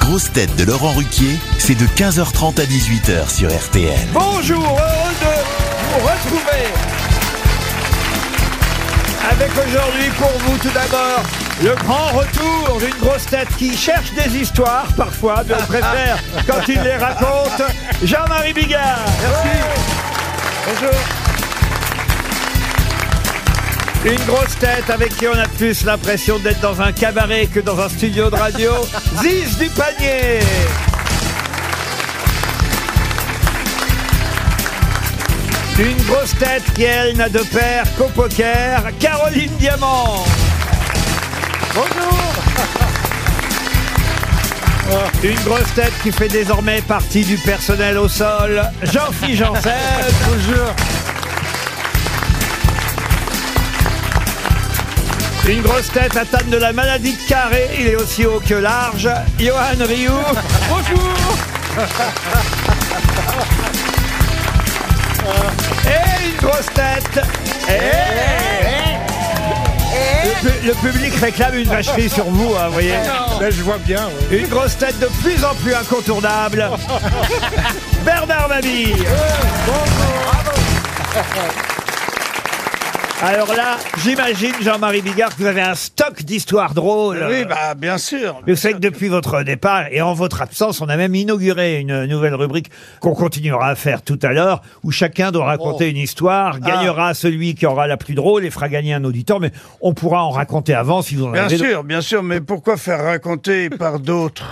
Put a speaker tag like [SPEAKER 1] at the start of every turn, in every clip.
[SPEAKER 1] grosses têtes de Laurent Ruquier, c'est de 15h30 à 18h sur RTL.
[SPEAKER 2] Bonjour, heureux de vous retrouver. Avec aujourd'hui pour vous tout d'abord le grand retour d'une grosse tête qui cherche des histoires parfois, bien préfère quand il les raconte, Jean-Marie Bigard. Une grosse tête avec qui on a plus l'impression d'être dans un cabaret que dans un studio de radio, Ziz du panier. Une grosse tête qui, elle, n'a de père qu'au poker, Caroline Diamant. Bonjour. Une grosse tête qui fait désormais partie du personnel au sol, Jean-Philippe Janssen. Bonjour. Une grosse tête atteinte de la maladie de carré, il est aussi haut que large, Johan Rioux. Bonjour Et une grosse tête Et- le, pu- le public réclame une vacherie sur vous, hein, vous voyez.
[SPEAKER 3] Là, Ah Ben, je vois bien. ouais.
[SPEAKER 2] Une grosse tête de plus en plus incontournable, Bernard Mabille. Euh, Alors là, j'imagine, Jean-Marie Bigard, que vous avez un stock d'histoires drôles.
[SPEAKER 3] Oui, bah, bien sûr.
[SPEAKER 2] Mais vous savez que depuis votre départ et en votre absence, on a même inauguré une nouvelle rubrique qu'on continuera à faire tout à l'heure, où chacun doit raconter
[SPEAKER 3] Oh.
[SPEAKER 2] une
[SPEAKER 3] Ah.
[SPEAKER 2] histoire, gagnera celui qui aura la plus drôle et fera gagner un auditeur, mais on pourra en raconter avant si vous en
[SPEAKER 3] Bien
[SPEAKER 2] avez.
[SPEAKER 3] sûr, bien sûr, mais pourquoi faire raconter par d'autres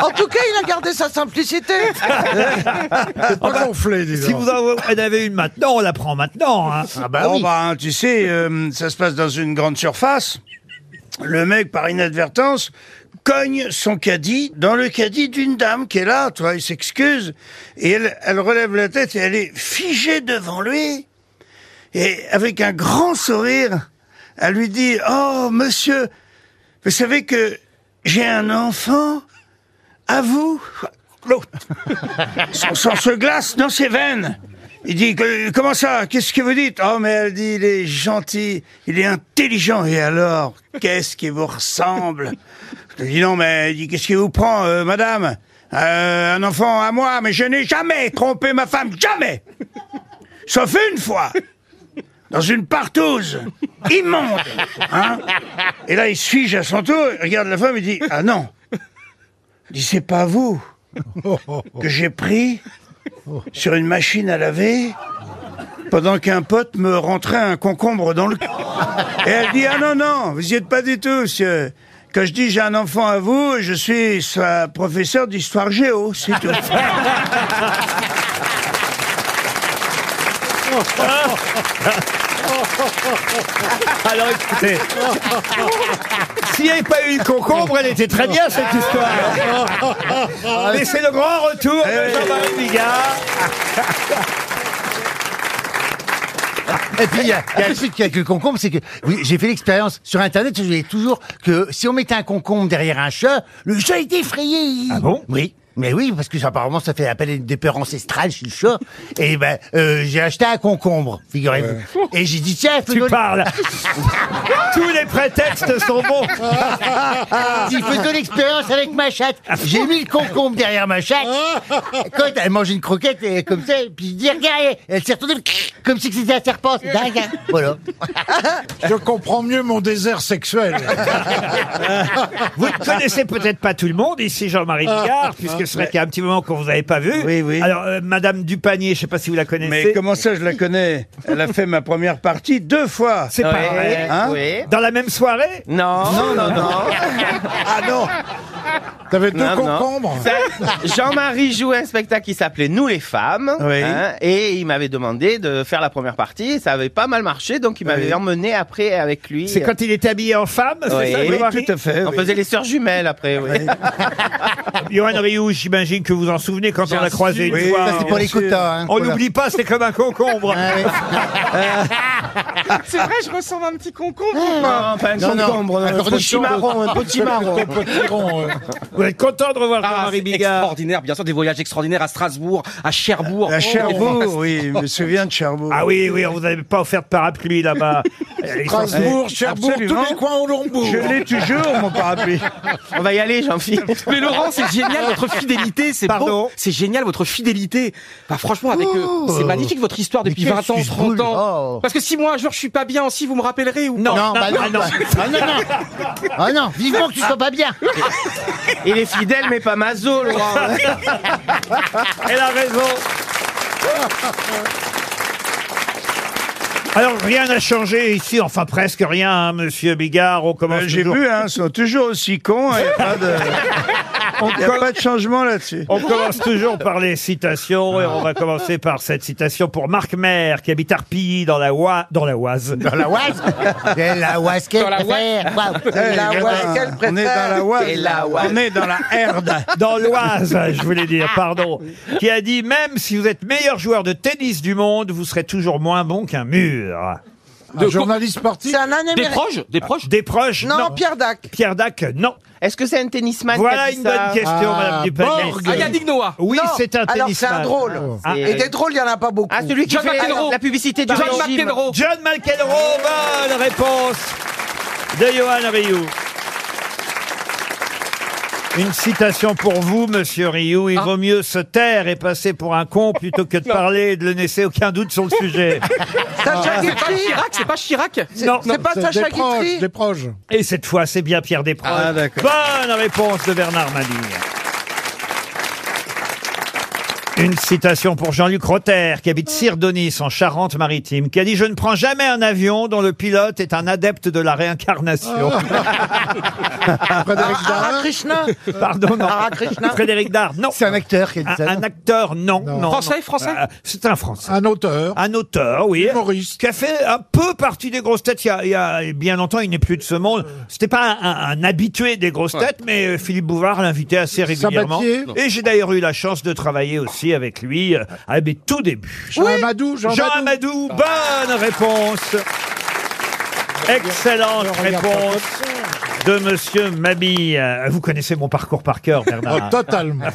[SPEAKER 4] En tout cas, il a gardé sa simplicité.
[SPEAKER 3] C'est pas gonflé,
[SPEAKER 2] Si vous en avez une maintenant, on la prend maintenant. hein.
[SPEAKER 3] bon, bah, hein, tu sais, euh, ça se passe dans une grande surface. Le mec, par inadvertance, cogne son caddie dans le caddie d'une dame qui est là, tu vois, il s'excuse. Et elle, elle relève la tête et elle est figée devant lui. Et avec un grand sourire, elle lui dit, oh, monsieur, vous savez que j'ai un enfant à vous. L'autre. Son sang se glace dans ses veines. Il dit, que- comment ça Qu'est-ce que vous dites Oh, mais elle dit, il est gentil, il est intelligent. Et alors, qu'est-ce qui vous ressemble Je lui dis, non, mais il dit, qu'est-ce qui vous prend, euh, madame Euh, Un enfant à moi, mais je n'ai jamais trompé ma femme, jamais Sauf une fois dans une partouze immonde. Hein et là, il se fige à son tour, il regarde la femme et dit Ah non Il dit C'est pas vous que j'ai pris sur une machine à laver pendant qu'un pote me rentrait un concombre dans le cul. Et elle dit Ah non, non, vous y êtes pas du tout, monsieur. Quand je dis j'ai un enfant à vous, je suis sa professeur d'histoire géo, c'est tout.
[SPEAKER 2] Alors écoutez, s'il n'y avait pas eu le concombre, elle était très bien cette histoire. Mais c'est le grand retour de Jean-Marie Bigard.
[SPEAKER 5] Et puis, il y a, il y a un truc avec le concombre, c'est que oui, j'ai fait l'expérience sur Internet, je disais toujours que si on mettait un concombre derrière un chat, le chat était effrayé.
[SPEAKER 2] Ah bon
[SPEAKER 5] Oui. Mais oui, parce que ça, apparemment, ça fait appel à des peurs ancestrales chez le chat. Et ben, euh, j'ai acheté un concombre, figurez-vous. Et j'ai dit, tiens,
[SPEAKER 2] Tu
[SPEAKER 5] faisons,
[SPEAKER 2] parles. Tous les prétextes sont bons.
[SPEAKER 5] dis, faisons l'expérience avec ma chatte. J'ai mis le concombre derrière ma chatte. Quand elle mangeait une croquette, et comme ça, et puis je dis, regarde, elle- elle s'est retournée, comme si c'était un serpent. C'est dingue, hein. Voilà.
[SPEAKER 6] Je comprends mieux mon désert sexuel.
[SPEAKER 5] hein.
[SPEAKER 2] Vous ne connaissez peut-être pas tout le monde ici, Jean-Marie Bigard, puisque ce serait qu'il y a un petit moment qu'on vous avait pas vu.
[SPEAKER 3] Ah. Oui, oui.
[SPEAKER 2] Alors, euh, Madame Dupanier, je ne sais pas si vous la connaissez.
[SPEAKER 3] Mais comment ça, je la connais Elle a fait ma première partie deux fois.
[SPEAKER 2] C'est pas vrai.
[SPEAKER 3] Hein
[SPEAKER 2] Dans la même soirée
[SPEAKER 7] Non, non, non, non.
[SPEAKER 6] Ah non T'avais deux
[SPEAKER 7] Non, non.
[SPEAKER 6] concombres
[SPEAKER 7] Jean-Marie jouait un spectacle qui s'appelait Nous les femmes. hein,
[SPEAKER 3] Oui.
[SPEAKER 7] et il m'avait demandé de faire la première partie. et Ça avait pas mal marché, donc il m'avait emmené après avec lui.
[SPEAKER 2] C'est quand il était habillé en femme, c'est
[SPEAKER 7] Oui.
[SPEAKER 2] ça,
[SPEAKER 7] Oui,
[SPEAKER 2] Jean-Marie
[SPEAKER 3] tout à fait.
[SPEAKER 7] On
[SPEAKER 3] oui.
[SPEAKER 7] faisait les sœurs jumelles après, oui.
[SPEAKER 2] Johan Rioux, j'imagine que vous en souvenez quand on l'a croisé une
[SPEAKER 3] Oui,
[SPEAKER 2] fois.
[SPEAKER 3] ça,
[SPEAKER 5] C'est pour les quotas, hein.
[SPEAKER 2] On n'oublie pas, c'est comme un concombre.
[SPEAKER 5] Ah, oui.
[SPEAKER 8] C'est vrai, je ressemble à
[SPEAKER 9] Ah.
[SPEAKER 8] un petit concombre.
[SPEAKER 7] Non, pas un
[SPEAKER 5] Non, non,
[SPEAKER 7] concombre,
[SPEAKER 5] un
[SPEAKER 7] un
[SPEAKER 5] cornichon.
[SPEAKER 7] petit marron, un petit marron.
[SPEAKER 6] Ton potiron, euh.
[SPEAKER 2] Vous êtes content de revoir
[SPEAKER 9] Ah,
[SPEAKER 2] Jean-Marie
[SPEAKER 9] c'est
[SPEAKER 2] Bigard
[SPEAKER 9] extraordinaire, bien sûr, des voyages extraordinaires à Strasbourg, à Cherbourg.
[SPEAKER 3] À
[SPEAKER 9] Oh,
[SPEAKER 3] Cherbourg, oui, je me souviens de Cherbourg.
[SPEAKER 2] Ah oui, oui, on vous avait pas offert de parapluie là-bas. Ils sont-
[SPEAKER 6] Strasbourg, Cherbourg,
[SPEAKER 3] Absolument.
[SPEAKER 6] tous les coins au Lombourg.
[SPEAKER 3] Je l'ai toujours, mon parapluie.
[SPEAKER 7] On va y aller, Jean-Philippe.
[SPEAKER 9] Mais Laurent, c'est génial votre fidélité, c'est
[SPEAKER 2] Pardon
[SPEAKER 9] beau. C'est génial votre fidélité. Bah, franchement, avec euh, c'est magnifique votre histoire depuis 20 ans, 30 ans.
[SPEAKER 5] Oh.
[SPEAKER 9] Parce que si moi un jour je suis pas bien aussi, vous me rappellerez ou
[SPEAKER 2] Non,
[SPEAKER 9] pas
[SPEAKER 5] Non, bah non,
[SPEAKER 2] ah, non.
[SPEAKER 5] Ah non, non. Ah non, vivement que tu sois pas bien.
[SPEAKER 7] Il est fidèle, mais pas mazo, Laurent.
[SPEAKER 2] Elle a raison. Alors, rien n'a changé ici, enfin presque rien, hein, monsieur Bigard. On commence
[SPEAKER 3] Euh, J'ai
[SPEAKER 2] toujours-
[SPEAKER 3] vu, hein, ils sont toujours aussi cons. Il n'y a, pas de- y a pas de changement là-dessus.
[SPEAKER 2] On commence toujours par les citations et on va commencer par cette citation pour Marc Maire qui habite Arpilly dans la Oise. Dans la Oise.
[SPEAKER 5] Dans la oise. Dans la oise qu'elle
[SPEAKER 9] Dans la
[SPEAKER 5] préfère.
[SPEAKER 3] Eh,
[SPEAKER 4] La
[SPEAKER 3] il y en a
[SPEAKER 4] Oise,
[SPEAKER 3] un.
[SPEAKER 4] qu'elle
[SPEAKER 3] on est dans la
[SPEAKER 4] préfère.
[SPEAKER 3] Oise.
[SPEAKER 7] Et la Oise.
[SPEAKER 3] On est dans la herde.
[SPEAKER 2] Dans l'Oise, je voulais dire, pardon. Qui a dit même si vous êtes meilleur joueur de tennis du monde, vous serez toujours moins bon qu'un mur. Ah,
[SPEAKER 6] Un journaliste sportif
[SPEAKER 4] C'est un
[SPEAKER 9] Des
[SPEAKER 4] Américain.
[SPEAKER 9] proches, des proches.
[SPEAKER 2] Des proches
[SPEAKER 4] Non, Pierre Dac.
[SPEAKER 2] Pierre Dac, non.
[SPEAKER 7] Est-ce que c'est un tennisman
[SPEAKER 2] Voilà
[SPEAKER 7] qui a dit
[SPEAKER 2] une
[SPEAKER 7] ça
[SPEAKER 2] bonne question, Madame Dupont.
[SPEAKER 6] Borg.
[SPEAKER 9] Ah, il y a Dick Noah.
[SPEAKER 2] Oui,
[SPEAKER 4] Non.
[SPEAKER 2] c'est un
[SPEAKER 4] Alors, c'est
[SPEAKER 2] tennisman.
[SPEAKER 4] un drôle.
[SPEAKER 2] Ah,
[SPEAKER 4] Et des drôles, il n'y en a pas beaucoup.
[SPEAKER 7] Ah, celui qui
[SPEAKER 9] John
[SPEAKER 7] fait
[SPEAKER 9] McEnroe.
[SPEAKER 7] la publicité du
[SPEAKER 9] John
[SPEAKER 7] régime.
[SPEAKER 9] McEnroe.
[SPEAKER 2] John McEnroe, bonne réponse de Johan Rioux. Une citation pour vous, monsieur Rioux.
[SPEAKER 9] Ah.
[SPEAKER 2] Il vaut mieux se taire et passer pour un con plutôt que de parler et de le laisser aucun doute sur le sujet.
[SPEAKER 4] Sacha Guitry.
[SPEAKER 9] Chirac, c'est pas Chirac.
[SPEAKER 2] Ah. non.
[SPEAKER 4] C'est pas
[SPEAKER 6] des
[SPEAKER 4] Sacha
[SPEAKER 6] proches,
[SPEAKER 4] Guitry.
[SPEAKER 6] des proches.
[SPEAKER 2] Et cette fois, c'est bien Pierre Desproges.
[SPEAKER 7] Ah, d'accord.
[SPEAKER 2] Bonne réponse de Bernard Mabille. Une citation pour Jean-Luc Rotter, qui habite Sirdonis, en Charente-Maritime, qui a dit « Je ne prends jamais un avion dont le pilote est un adepte de la réincarnation.
[SPEAKER 6] Frédéric
[SPEAKER 4] Hara
[SPEAKER 6] Darin.
[SPEAKER 4] Krishna.
[SPEAKER 2] Pardon, non.
[SPEAKER 4] Hara Krishna.
[SPEAKER 2] Frédéric Dard, non.
[SPEAKER 5] C'est un acteur qui a dit
[SPEAKER 2] Un,
[SPEAKER 5] ça.
[SPEAKER 2] un acteur, non. non. non.
[SPEAKER 9] Français, français
[SPEAKER 2] Euh, C'est un Français.
[SPEAKER 6] Un auteur.
[SPEAKER 2] Un auteur, oui.
[SPEAKER 6] Humoriste.
[SPEAKER 2] Qui a fait un peu partie des grosses têtes il y a, il y a bien longtemps, il n'est plus de ce monde.
[SPEAKER 6] Euh.
[SPEAKER 2] C'était pas un, un habitué des grosses têtes, mais euh, Philippe Bouvard l'invitait assez régulièrement.
[SPEAKER 6] Sabatier.
[SPEAKER 2] Et j'ai d'ailleurs eu la chance de travailler aussi avec lui, euh, à mes tout débuts.
[SPEAKER 6] Jean Amadou. Jean,
[SPEAKER 2] Jean
[SPEAKER 6] Amadou.
[SPEAKER 2] Amadou, bonne réponse. Excellente réponse de Monsieur Mabille. Euh, Vous connaissez mon parcours par cœur,
[SPEAKER 6] Oh,
[SPEAKER 2] Bernard.
[SPEAKER 6] totalement.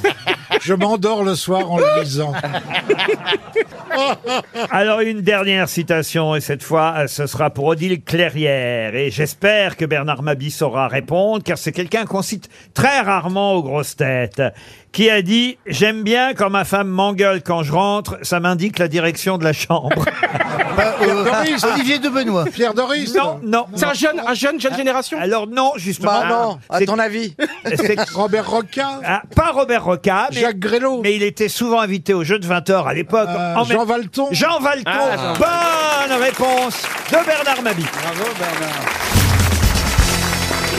[SPEAKER 6] Je m'endors le soir en le lisant.
[SPEAKER 2] Alors une dernière citation et cette fois euh, ce sera pour Odile Clairière et j'espère que Bernard Mabi saura répondre car c'est quelqu'un qu'on cite très rarement aux grosses têtes qui a dit j'aime bien quand ma femme m'engueule quand je rentre ça m'indique la direction de la chambre
[SPEAKER 6] Doris.
[SPEAKER 5] Olivier de Benoît.
[SPEAKER 6] Pierre Doris.
[SPEAKER 2] non non
[SPEAKER 9] C'est un jeune, un jeune, jeune génération.
[SPEAKER 2] alors non justement Ah,
[SPEAKER 4] Bah non, à
[SPEAKER 2] C'est-
[SPEAKER 4] ton avis.
[SPEAKER 2] c'est-
[SPEAKER 6] Robert Roca.
[SPEAKER 2] ah, pas Robert Roca mais,
[SPEAKER 6] Jacques Grélot.
[SPEAKER 2] mais il était souvent invité au jeu de 20h à l'époque
[SPEAKER 6] Euh,
[SPEAKER 2] En même-
[SPEAKER 6] Jean Valton.
[SPEAKER 2] Oh, Jean Valton
[SPEAKER 6] Ah,
[SPEAKER 2] bonne réponse de Bernard Mabi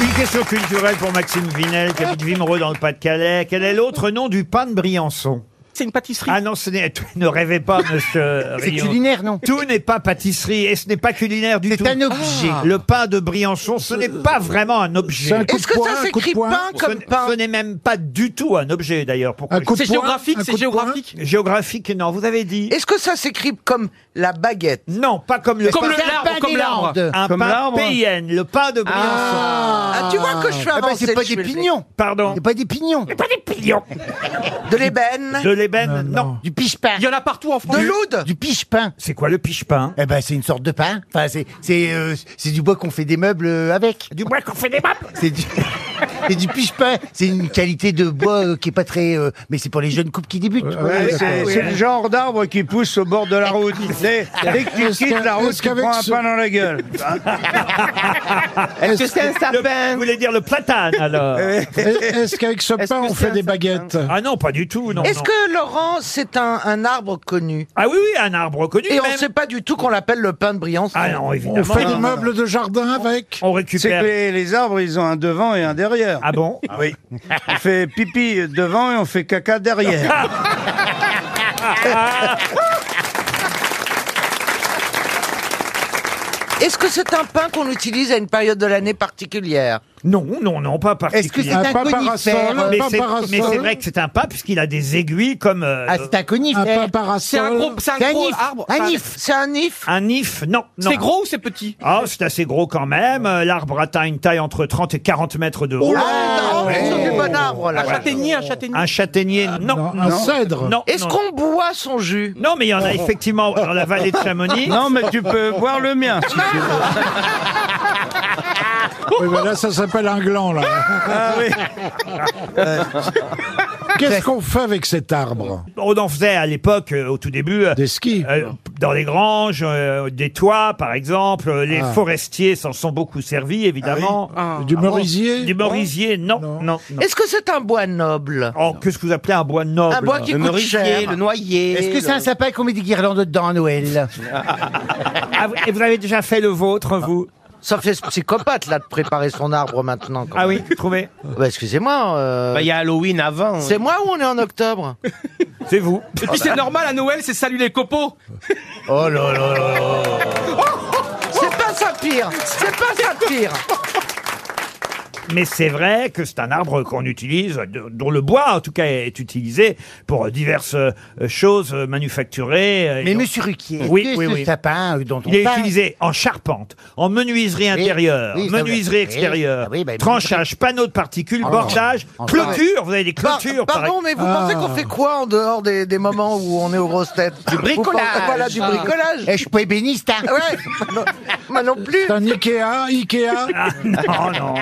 [SPEAKER 2] Une question culturelle pour Maxime Vinel, qui habite Vimereux dans le Pas-de-Calais. Quel est l'autre nom du pain de Briançon
[SPEAKER 9] C'est une pâtisserie.
[SPEAKER 2] Ah non, ce n'est... Ne rêvez pas, monsieur
[SPEAKER 5] C'est
[SPEAKER 2] Rion.
[SPEAKER 5] culinaire, non
[SPEAKER 2] Tout n'est pas pâtisserie et ce n'est pas culinaire du tout. Ah.
[SPEAKER 5] C'est un objet.
[SPEAKER 2] Le pain de Briançon, ce n'est pas vraiment un objet.
[SPEAKER 6] C'est un coup
[SPEAKER 4] Est-ce
[SPEAKER 6] de
[SPEAKER 4] que
[SPEAKER 6] poing,
[SPEAKER 4] ça
[SPEAKER 6] un coup de
[SPEAKER 4] s'écrit
[SPEAKER 6] poing.
[SPEAKER 4] pain
[SPEAKER 2] Ce
[SPEAKER 4] comme
[SPEAKER 2] n-
[SPEAKER 4] pain
[SPEAKER 2] ce n'est même pas du tout un objet d'ailleurs. Pour
[SPEAKER 6] Un coup de
[SPEAKER 9] C'est
[SPEAKER 6] poing,
[SPEAKER 9] géographique,
[SPEAKER 6] un
[SPEAKER 9] c'est
[SPEAKER 6] coup de poing.
[SPEAKER 9] géographique.
[SPEAKER 2] Géographique, non, vous avez dit.
[SPEAKER 4] Est-ce que ça s'écrit comme la baguette
[SPEAKER 2] Non, pas comme le
[SPEAKER 9] Comme le
[SPEAKER 2] pain.
[SPEAKER 9] l'arbre, comme l'arbre.
[SPEAKER 2] Un
[SPEAKER 7] Comme
[SPEAKER 2] pain
[SPEAKER 7] l'arbre.
[SPEAKER 2] PIN, le pain de Briançon.
[SPEAKER 4] ah, Tu vois que je fais
[SPEAKER 5] Ah bah,
[SPEAKER 4] avancer
[SPEAKER 5] c'est pas
[SPEAKER 4] le
[SPEAKER 5] des
[SPEAKER 4] chemin.
[SPEAKER 5] pignons.
[SPEAKER 2] Pardon.
[SPEAKER 5] C'est pas des pignons.
[SPEAKER 4] De l'ébène
[SPEAKER 2] De l'ébène, non.
[SPEAKER 5] Du piche-pain.
[SPEAKER 9] Il y en a partout en France.
[SPEAKER 4] De l'oud
[SPEAKER 5] Du piche-pain.
[SPEAKER 2] C'est quoi le piche-pain
[SPEAKER 5] Eh ben, c'est une sorte de pain. Enfin, c'est c'est euh, c'est du bois qu'on fait des meubles euh, avec.
[SPEAKER 2] Du bois qu'on fait des maps
[SPEAKER 5] C'est du c'est du piche-pain. C'est une qualité de bois euh, qui est pas très. euh, mais c'est pour les jeunes couples qui débutent.
[SPEAKER 3] Ouais, c'est c'est le genre d'arbre qui pousse au bord de la route. Dès, dès que tu
[SPEAKER 6] Est-ce
[SPEAKER 3] quittes la
[SPEAKER 6] qu'avec
[SPEAKER 3] route, tu
[SPEAKER 6] ce-
[SPEAKER 3] prends un pain dans la gueule.
[SPEAKER 7] Est-ce que c'est un
[SPEAKER 2] Vous
[SPEAKER 7] sapin
[SPEAKER 2] voulez dire le platane, alors
[SPEAKER 6] Et- Est-ce qu'avec ce
[SPEAKER 7] Est-ce
[SPEAKER 6] pain,
[SPEAKER 7] que
[SPEAKER 6] on
[SPEAKER 7] c'est
[SPEAKER 6] fait
[SPEAKER 7] un
[SPEAKER 6] des
[SPEAKER 7] sapin
[SPEAKER 6] baguettes
[SPEAKER 2] Ah non, pas du tout, non.
[SPEAKER 4] Est-ce
[SPEAKER 2] non.
[SPEAKER 4] que Laurent, c'est un, un arbre connu
[SPEAKER 2] Ah oui, oui, un arbre connu,
[SPEAKER 4] Et on
[SPEAKER 2] même.
[SPEAKER 4] ne sait pas du tout qu'on l'appelle le pain de Briançon.
[SPEAKER 2] Ah non,
[SPEAKER 6] On
[SPEAKER 2] évidemment.
[SPEAKER 6] fait des meubles de jardin avec
[SPEAKER 2] On
[SPEAKER 3] C'est
[SPEAKER 2] récupère...
[SPEAKER 3] que les, les arbres, ils ont un devant et un derrière.
[SPEAKER 2] Ah bon
[SPEAKER 3] Oui. On fait pipi devant et on fait caca derrière.
[SPEAKER 4] Est-ce que c'est un pain qu'on utilise à une période de l'année particulière
[SPEAKER 2] Non, non, non, pas particulier.
[SPEAKER 5] Est-ce que c'est Un un paparasol, conifère, un
[SPEAKER 2] Mais c'est-
[SPEAKER 6] paparasol
[SPEAKER 2] mais c'est vrai que c'est un pas puisqu'il a des aiguilles comme euh,
[SPEAKER 5] Ah, c'est un
[SPEAKER 6] Un
[SPEAKER 5] conifère.
[SPEAKER 9] C'est un
[SPEAKER 6] paparasol.
[SPEAKER 9] gros, c'est un
[SPEAKER 5] C'est un
[SPEAKER 9] gros
[SPEAKER 5] if.
[SPEAKER 9] arbre.
[SPEAKER 5] Un
[SPEAKER 9] Enfin,
[SPEAKER 5] if.
[SPEAKER 4] C'est un if
[SPEAKER 2] un if. Non, non.
[SPEAKER 9] C'est gros ou c'est petit
[SPEAKER 2] Ah, c'est assez gros quand même. Euh, L'arbre atteint une taille entre 30 et 40 mètres de haut.
[SPEAKER 4] Ah,
[SPEAKER 6] ouais.
[SPEAKER 4] c'est du bon arbre,
[SPEAKER 2] Ah,
[SPEAKER 4] là.
[SPEAKER 9] Un
[SPEAKER 2] bah,
[SPEAKER 9] châtaignier, un châtaignier.
[SPEAKER 2] Un châtaignier, non.
[SPEAKER 6] Non, un cèdre.
[SPEAKER 2] Non,
[SPEAKER 4] Est-ce
[SPEAKER 2] non.
[SPEAKER 4] qu'on boit son jus Oh.
[SPEAKER 2] Non, mais il y en a effectivement dans la vallée de Chamonix.
[SPEAKER 3] Non, mais tu peux boire le mien. si tu veux.
[SPEAKER 6] Oui, mais là, ça s'appelle un gland, là.
[SPEAKER 3] Ah oui.
[SPEAKER 6] Qu'est-ce qu'on fait avec cet arbre
[SPEAKER 2] On en faisait à l'époque, euh, au tout début, euh,
[SPEAKER 6] Des skis
[SPEAKER 2] euh, dans les granges, euh, des toits par exemple. Euh, Les
[SPEAKER 6] Ah.
[SPEAKER 2] forestiers s'en sont beaucoup servis, évidemment.
[SPEAKER 6] Du merisier
[SPEAKER 2] Du merisier, non, non,
[SPEAKER 6] Non.
[SPEAKER 2] non.
[SPEAKER 4] Est-ce que c'est un bois noble
[SPEAKER 2] Oh, qu'est-ce que vous appelez un bois noble
[SPEAKER 4] Un bois qui
[SPEAKER 7] Le
[SPEAKER 4] coûte
[SPEAKER 7] merisier,
[SPEAKER 4] cher
[SPEAKER 7] le noyer.
[SPEAKER 5] Est-ce que c'est un
[SPEAKER 7] le-
[SPEAKER 5] sapin qu'on met des guirlandes dedans à Noël
[SPEAKER 2] Ah, vous- et vous avez déjà fait le vôtre, vous
[SPEAKER 4] Ça fait ce psychopathe, là, de préparer son arbre maintenant. quand
[SPEAKER 2] Ah oui, vous trouvez
[SPEAKER 4] même. Bah, excusez-moi. euh,
[SPEAKER 7] Bah, il y a Halloween avant.
[SPEAKER 4] C'est moi ou on est en octobre
[SPEAKER 2] C'est vous.
[SPEAKER 9] Et puis c'est normal à Noël, c'est salut les copeaux.
[SPEAKER 4] Oh là là là C'est pas ça pire C'est pas ça pire
[SPEAKER 2] Oh, Mais c'est vrai que c'est un arbre qu'on utilise, de- dont le bois en tout cas est utilisé pour diverses euh, choses euh, manufacturées. euh, et
[SPEAKER 5] Mais
[SPEAKER 2] donc-
[SPEAKER 5] monsieur Ruquier,
[SPEAKER 2] Oui,
[SPEAKER 5] est-ce que
[SPEAKER 2] oui,
[SPEAKER 5] ce
[SPEAKER 2] oui.
[SPEAKER 5] sapin euh, dont on
[SPEAKER 2] Il est
[SPEAKER 5] parle
[SPEAKER 2] utilisé en charpente, en menuiserie intérieure,
[SPEAKER 5] oui, ça,
[SPEAKER 2] menuiserie
[SPEAKER 5] oui.
[SPEAKER 2] extérieure,
[SPEAKER 5] Ah oui, bah,
[SPEAKER 2] tranchage, panneau de particules,
[SPEAKER 5] Ah,
[SPEAKER 2] bordage,
[SPEAKER 5] en
[SPEAKER 2] clôture. Vous avez des
[SPEAKER 4] Par-
[SPEAKER 2] clôtures, par Ah.
[SPEAKER 4] Pardon,
[SPEAKER 2] exemple.
[SPEAKER 4] mais vous pensez qu'on fait quoi en dehors des, des moments où on est aux grosses têtes Du
[SPEAKER 7] bricolage.
[SPEAKER 4] Voilà, du bricolage
[SPEAKER 5] Eh, je suis pas ébéniste, hein.
[SPEAKER 4] Ouais, moi non, moi non plus
[SPEAKER 6] C'est un Ikea Ikea
[SPEAKER 2] Ah, non, non.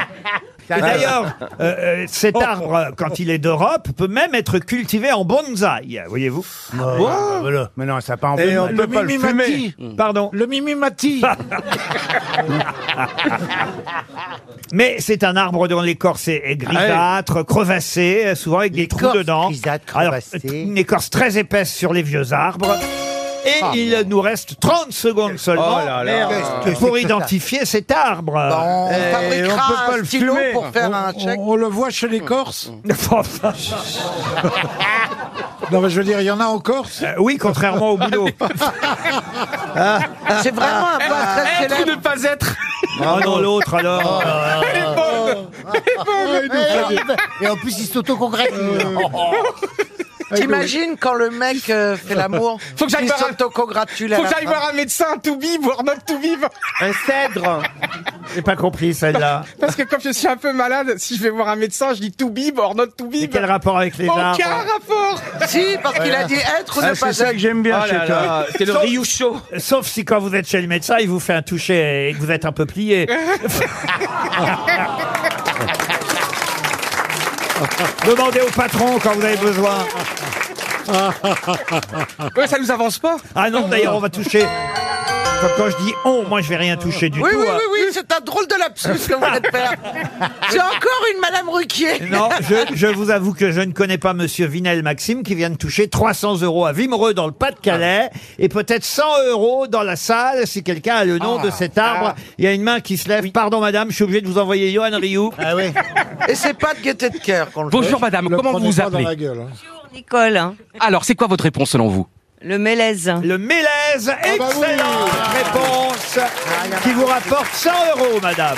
[SPEAKER 2] Et D'ailleurs, euh, euh, cet
[SPEAKER 5] Oh.
[SPEAKER 2] arbre, euh, quand il est d'Europe, peut même être cultivé en bonsaï, voyez-vous.
[SPEAKER 5] Ah, voilà. Mais non, un sapin en
[SPEAKER 3] Et
[SPEAKER 5] bois.
[SPEAKER 3] on peut pas le fumer.
[SPEAKER 6] mimimati
[SPEAKER 2] Pardon.
[SPEAKER 6] Le mimimati
[SPEAKER 2] Mais c'est un arbre dont l'écorce est, est grisâtre, crevassée, euh, souvent avec des trous
[SPEAKER 5] L'écorce
[SPEAKER 2] dedans.
[SPEAKER 5] grisâtre,
[SPEAKER 2] Alors,
[SPEAKER 5] crevassée.
[SPEAKER 2] euh, une écorce très épaisse sur les vieux arbres. Et il nous reste 30 secondes seulement
[SPEAKER 7] Oh là là.
[SPEAKER 5] Qu'est-ce que
[SPEAKER 2] pour
[SPEAKER 5] c'est que ça
[SPEAKER 2] identifier cet arbre.
[SPEAKER 4] Bah, On
[SPEAKER 3] Eh,
[SPEAKER 4] fabriquera
[SPEAKER 3] on peut pas
[SPEAKER 4] un
[SPEAKER 3] le
[SPEAKER 4] stylo
[SPEAKER 3] fumer.
[SPEAKER 4] pour faire
[SPEAKER 2] Oh,
[SPEAKER 4] un
[SPEAKER 6] on,
[SPEAKER 4] check.
[SPEAKER 6] on le voit chez les Corses
[SPEAKER 2] Enfin,
[SPEAKER 6] Non, mais je veux dire, il y en a en Corse
[SPEAKER 2] euh, oui, contrairement au boulot.
[SPEAKER 4] Ah. C'est vraiment
[SPEAKER 2] Euh,
[SPEAKER 4] un
[SPEAKER 6] Ah,
[SPEAKER 4] pas très
[SPEAKER 9] Être ou
[SPEAKER 4] célèbre.
[SPEAKER 9] ne pas être
[SPEAKER 2] Ah non, l'autre alors.
[SPEAKER 5] Et en plus, il Oh, s'autocongrète.
[SPEAKER 2] Euh,
[SPEAKER 4] T'imagines quand le mec euh, fait l'amour
[SPEAKER 9] Faut que j'aille
[SPEAKER 4] il
[SPEAKER 9] voir un-
[SPEAKER 4] s'autocongratule à
[SPEAKER 9] Faut
[SPEAKER 4] la
[SPEAKER 9] que j'aille
[SPEAKER 4] fin.
[SPEAKER 9] voir un médecin, un tout vive, voire not tout vive.
[SPEAKER 7] Un cèdre.
[SPEAKER 2] J'ai pas compris celle-là.
[SPEAKER 9] Parce que comme je suis un peu malade, si je vais voir un médecin, je dis tout bib, or not tout
[SPEAKER 2] Et
[SPEAKER 9] bib.
[SPEAKER 2] quel rapport avec les arbres
[SPEAKER 9] Aucun rapport
[SPEAKER 4] Si, parce qu'il a dit être ou
[SPEAKER 3] Ah,
[SPEAKER 4] ne
[SPEAKER 3] c'est
[SPEAKER 4] pas
[SPEAKER 3] ça
[SPEAKER 4] être.
[SPEAKER 3] que j'aime
[SPEAKER 7] Oh
[SPEAKER 3] bien
[SPEAKER 7] là
[SPEAKER 3] chez toi.
[SPEAKER 7] là, C'est le
[SPEAKER 2] Sauf-
[SPEAKER 7] Ryusho.
[SPEAKER 2] Sauf si quand vous êtes chez le médecin, il vous fait un toucher et que vous êtes un peu plié. Demandez au patron quand vous avez besoin.
[SPEAKER 9] Ouais, ça nous avance pas.
[SPEAKER 2] Ah non, d'ailleurs, on va toucher. Enfin, quand je dis on, moi je vais rien toucher du
[SPEAKER 4] Oui,
[SPEAKER 2] tout.
[SPEAKER 4] oui,
[SPEAKER 2] hein.
[SPEAKER 4] oui, oui, c'est un drôle de lapsus que vous venez de faire. C'est encore une Madame Ruquier.
[SPEAKER 2] Non, je, je vous avoue que je ne connais pas Monsieur Vinel Maxime qui vient de toucher 300 euros à Vimereux dans le Pas-de-Calais
[SPEAKER 4] Ah.
[SPEAKER 2] et peut-être 100 euros dans la salle si quelqu'un a le
[SPEAKER 4] Ah.
[SPEAKER 2] nom de cet arbre. Il y a une main qui se lève. Pardon madame, je suis obligé de vous envoyer Johan Rioux.
[SPEAKER 5] Ah ouais.
[SPEAKER 4] Et c'est pas de gaieté de cœur qu'on le fait.
[SPEAKER 9] Bonjour madame,
[SPEAKER 6] Le
[SPEAKER 9] comment vous
[SPEAKER 6] prenez
[SPEAKER 9] vous
[SPEAKER 6] pas dans la
[SPEAKER 9] appelez
[SPEAKER 6] gueule, hein.
[SPEAKER 10] Nicole, hein.
[SPEAKER 9] Alors, c'est quoi votre réponse selon vous
[SPEAKER 10] le mélèze.
[SPEAKER 2] Le Mélèze,
[SPEAKER 6] bah
[SPEAKER 2] excellente
[SPEAKER 6] oui. Ah,
[SPEAKER 2] réponse qui vous rapporte 100 euros, madame.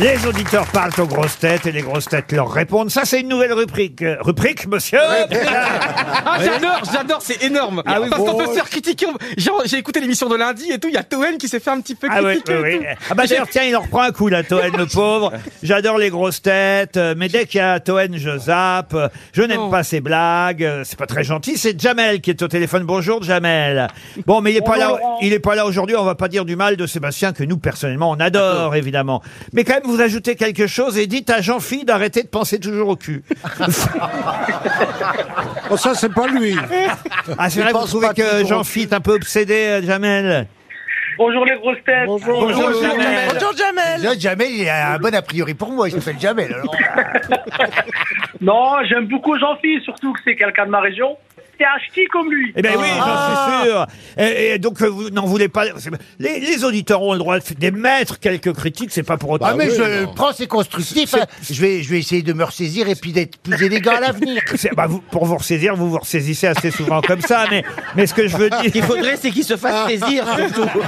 [SPEAKER 2] Les auditeurs parlent aux grosses têtes et les grosses têtes leur répondent. Ça, c'est une nouvelle rubrique. Euh, Rubrique, monsieur
[SPEAKER 9] Ah, j'adore, j'adore, c'est énorme
[SPEAKER 2] Ah oui,
[SPEAKER 9] Parce qu'on
[SPEAKER 2] bon.
[SPEAKER 9] peut se faire critiquer. Genre, j'ai écouté l'émission de lundi et tout, il y a Toen qui s'est fait un petit peu
[SPEAKER 2] Ah oui,
[SPEAKER 9] critiquer.
[SPEAKER 2] oui,
[SPEAKER 9] et
[SPEAKER 2] oui.
[SPEAKER 9] tout.
[SPEAKER 2] Ah bah
[SPEAKER 9] J'ai-
[SPEAKER 2] d'ailleurs, tiens, il en reprend un coup, la Toen, le pauvre. J'adore les grosses têtes, euh, mais dès qu'il y a Toen, je zappe. Euh, Je n'aime pas ses blagues, euh, c'est pas très gentil. C'est Jamel qui est au téléphone. Bonjour, Jamel. Bon, mais il est pas là, il est pas là aujourd'hui. On va pas dire du mal de Sébastien, que nous, personnellement, on adore, évidemment. Mais quand même, vous ajoutez quelque chose et dites à Jean-Phil d'arrêter de penser toujours au cul.
[SPEAKER 6] Oh, ça, c'est pas lui
[SPEAKER 2] Ah, c'est vrai, vous trouvez que Jean-Phil est un peu obsédé, euh, Jamel?
[SPEAKER 6] Bonjour,
[SPEAKER 2] Bonjour,
[SPEAKER 6] Eh,
[SPEAKER 2] Jamel.
[SPEAKER 4] Bonjour Jamel.
[SPEAKER 5] Là, Jamel, il a un bon a priori pour moi. Il s'appelle Jamel. alors.
[SPEAKER 11] Non, j'aime beaucoup Jean-Philippe, surtout que c'est quelqu'un de ma région.
[SPEAKER 10] été un ch'ti comme lui. Ah.
[SPEAKER 2] Eh bien oui, j'en suis sûr. Et, et donc euh, vous n'en voulez pas. c'est- Les, les auditeurs ont le droit de- d'émettre quelques critiques, c'est pas pour autant.
[SPEAKER 5] Ah, mais je prends, c'est constructif. hein. Je vais, je vais essayer de me ressaisir et puis d'être plus élégant à l'avenir.
[SPEAKER 2] C'est- bah, vous- pour vous ressaisir, vous vous ressaisissez assez souvent comme ça, mais, mais ce que je veux dire. Ah.
[SPEAKER 7] Ce qu'il faudrait, c'est qu'il se fasse plaisir, surtout.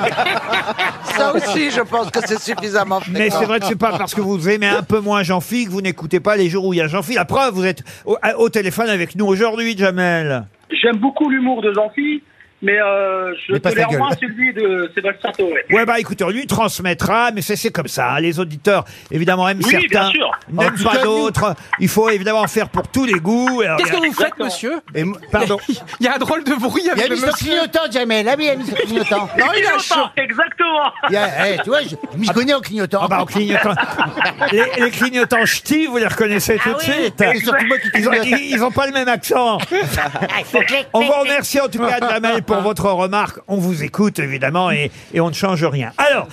[SPEAKER 4] Ça aussi, je pense que c'est suffisamment fréquent.
[SPEAKER 2] Mais c'est vrai que c'est pas parce que vous aimez un peu moins Jean-Phil que vous n'écoutez pas les jours où il y a Jean-Phil. La preuve, vous êtes au, à- au téléphone avec nous aujourd'hui, Jamel.
[SPEAKER 10] J'aime beaucoup l'humour de Zanfi, mais euh, je
[SPEAKER 2] Mais pas sa
[SPEAKER 10] tolère
[SPEAKER 2] gueule.
[SPEAKER 10] moins celui de Sébastien Touré.
[SPEAKER 2] Ouais, bah écoutez, on lui transmettra, mais c'est c'est comme ça. hein. Les auditeurs, évidemment, aiment
[SPEAKER 10] Oui, bien
[SPEAKER 2] certains,
[SPEAKER 10] sûr.
[SPEAKER 2] n'aiment
[SPEAKER 10] En tout
[SPEAKER 2] pas
[SPEAKER 10] cas, nous-
[SPEAKER 2] d'autres. Il faut évidemment en faire pour tous les goûts. Alors,
[SPEAKER 9] Qu'est-ce
[SPEAKER 2] il y a-
[SPEAKER 9] que vous faites, monsieur
[SPEAKER 2] Pardon.
[SPEAKER 9] Il y a un drôle de bruit
[SPEAKER 5] Il y a
[SPEAKER 9] avec le
[SPEAKER 5] mis son
[SPEAKER 9] monsieur.
[SPEAKER 5] clignotant, Jamel. Ah oui, il a mis son clignotant.
[SPEAKER 10] Non, il a chaud. Exactement.
[SPEAKER 5] Il y a- eh, tu vois, je, je m'y connais en clignotant.
[SPEAKER 2] Ah bah, en clignotant. les, les clignotants ch'tis, vous les reconnaissez tout de suite.
[SPEAKER 5] C'est surtout moi qui
[SPEAKER 2] Ils ont,
[SPEAKER 5] clignote.
[SPEAKER 2] ils- ils ont pas le même accent. On vous remercie en tout cas, Jamel, pour votre remarque. On vous écoute évidemment et, et on ne change rien. Alors,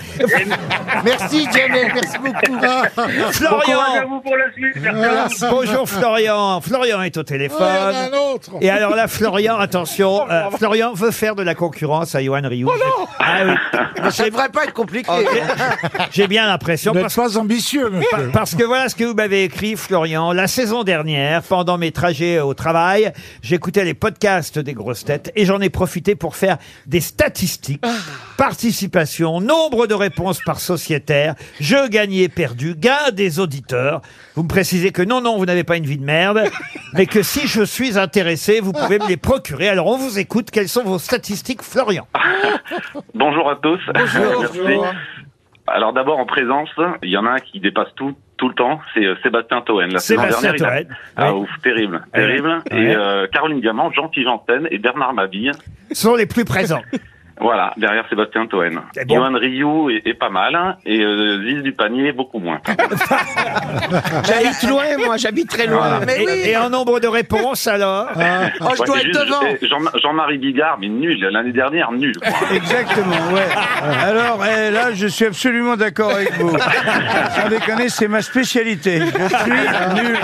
[SPEAKER 5] Merci, Jamel. Merci beaucoup.
[SPEAKER 10] Bon courage à
[SPEAKER 2] Florian.
[SPEAKER 10] vous pour la suite. Merci à vous.
[SPEAKER 2] Bonjour Florian. Florian est au
[SPEAKER 4] Oh,
[SPEAKER 2] téléphone.
[SPEAKER 6] Ouais, il y en a un autre.
[SPEAKER 2] Et alors là, Florian, attention, euh, Florian veut faire de la concurrence à Johan
[SPEAKER 6] Oh
[SPEAKER 2] Rioux. Ah oui.
[SPEAKER 4] Ça devrait pas être compliqué.
[SPEAKER 2] J'ai bien l'impression.
[SPEAKER 6] Vous
[SPEAKER 2] Parce,
[SPEAKER 6] n'êtes pas ambitieux, monsieur.
[SPEAKER 2] parce que voilà ce que vous m'avez écrit, Florian. La saison dernière, pendant mes trajets au travail, j'écoutais les podcasts des grosses têtes et j'en ai profité pour faire des statistiques. Participation, nombre de réponses par sociétaire, jeu gagné, perdu, gain des auditeurs. Vous me précisez que non, non, vous n'avez pas une vie de merde, mais que si je suis intéressé, vous pouvez me les procurer. Alors on vous écoute. Quelles sont vos statistiques, Florian
[SPEAKER 11] Bonjour à tous. Merci. Alors d'abord en présence, il y en a un qui dépasse tout tout le temps, c'est euh, Sébastien Toen. La saison
[SPEAKER 2] Sébastien
[SPEAKER 11] dernière, il a-
[SPEAKER 2] Toen,
[SPEAKER 11] Ah,
[SPEAKER 2] ouais.
[SPEAKER 11] ouf, terrible, terrible.
[SPEAKER 2] Ouais.
[SPEAKER 11] Et euh, Caroline Diamant, Jean-Pierre Janssen et Bernard Mabille.
[SPEAKER 2] sont les plus présents.
[SPEAKER 11] Voilà, derrière Sébastien Toen.
[SPEAKER 2] C'est Eh bon.
[SPEAKER 11] Johan Rioux est, est pas mal hein, et euh, Ziz du Panier beaucoup moins.
[SPEAKER 2] Ah.
[SPEAKER 7] J'habite loin, moi, j'habite très loin.
[SPEAKER 2] et, et en nombre de réponses, alors
[SPEAKER 4] Oh, je
[SPEAKER 11] Ouais,
[SPEAKER 4] dois
[SPEAKER 11] et
[SPEAKER 4] être
[SPEAKER 11] juste,
[SPEAKER 4] devant.
[SPEAKER 11] et Jean- Jean-Marie Bigard, mais nul l'année dernière, nul. quoi.
[SPEAKER 3] Exactement, ouais. Alors eh, là, je suis absolument d'accord avec vous. Sans déconner, c'est ma spécialité. Je suis nul.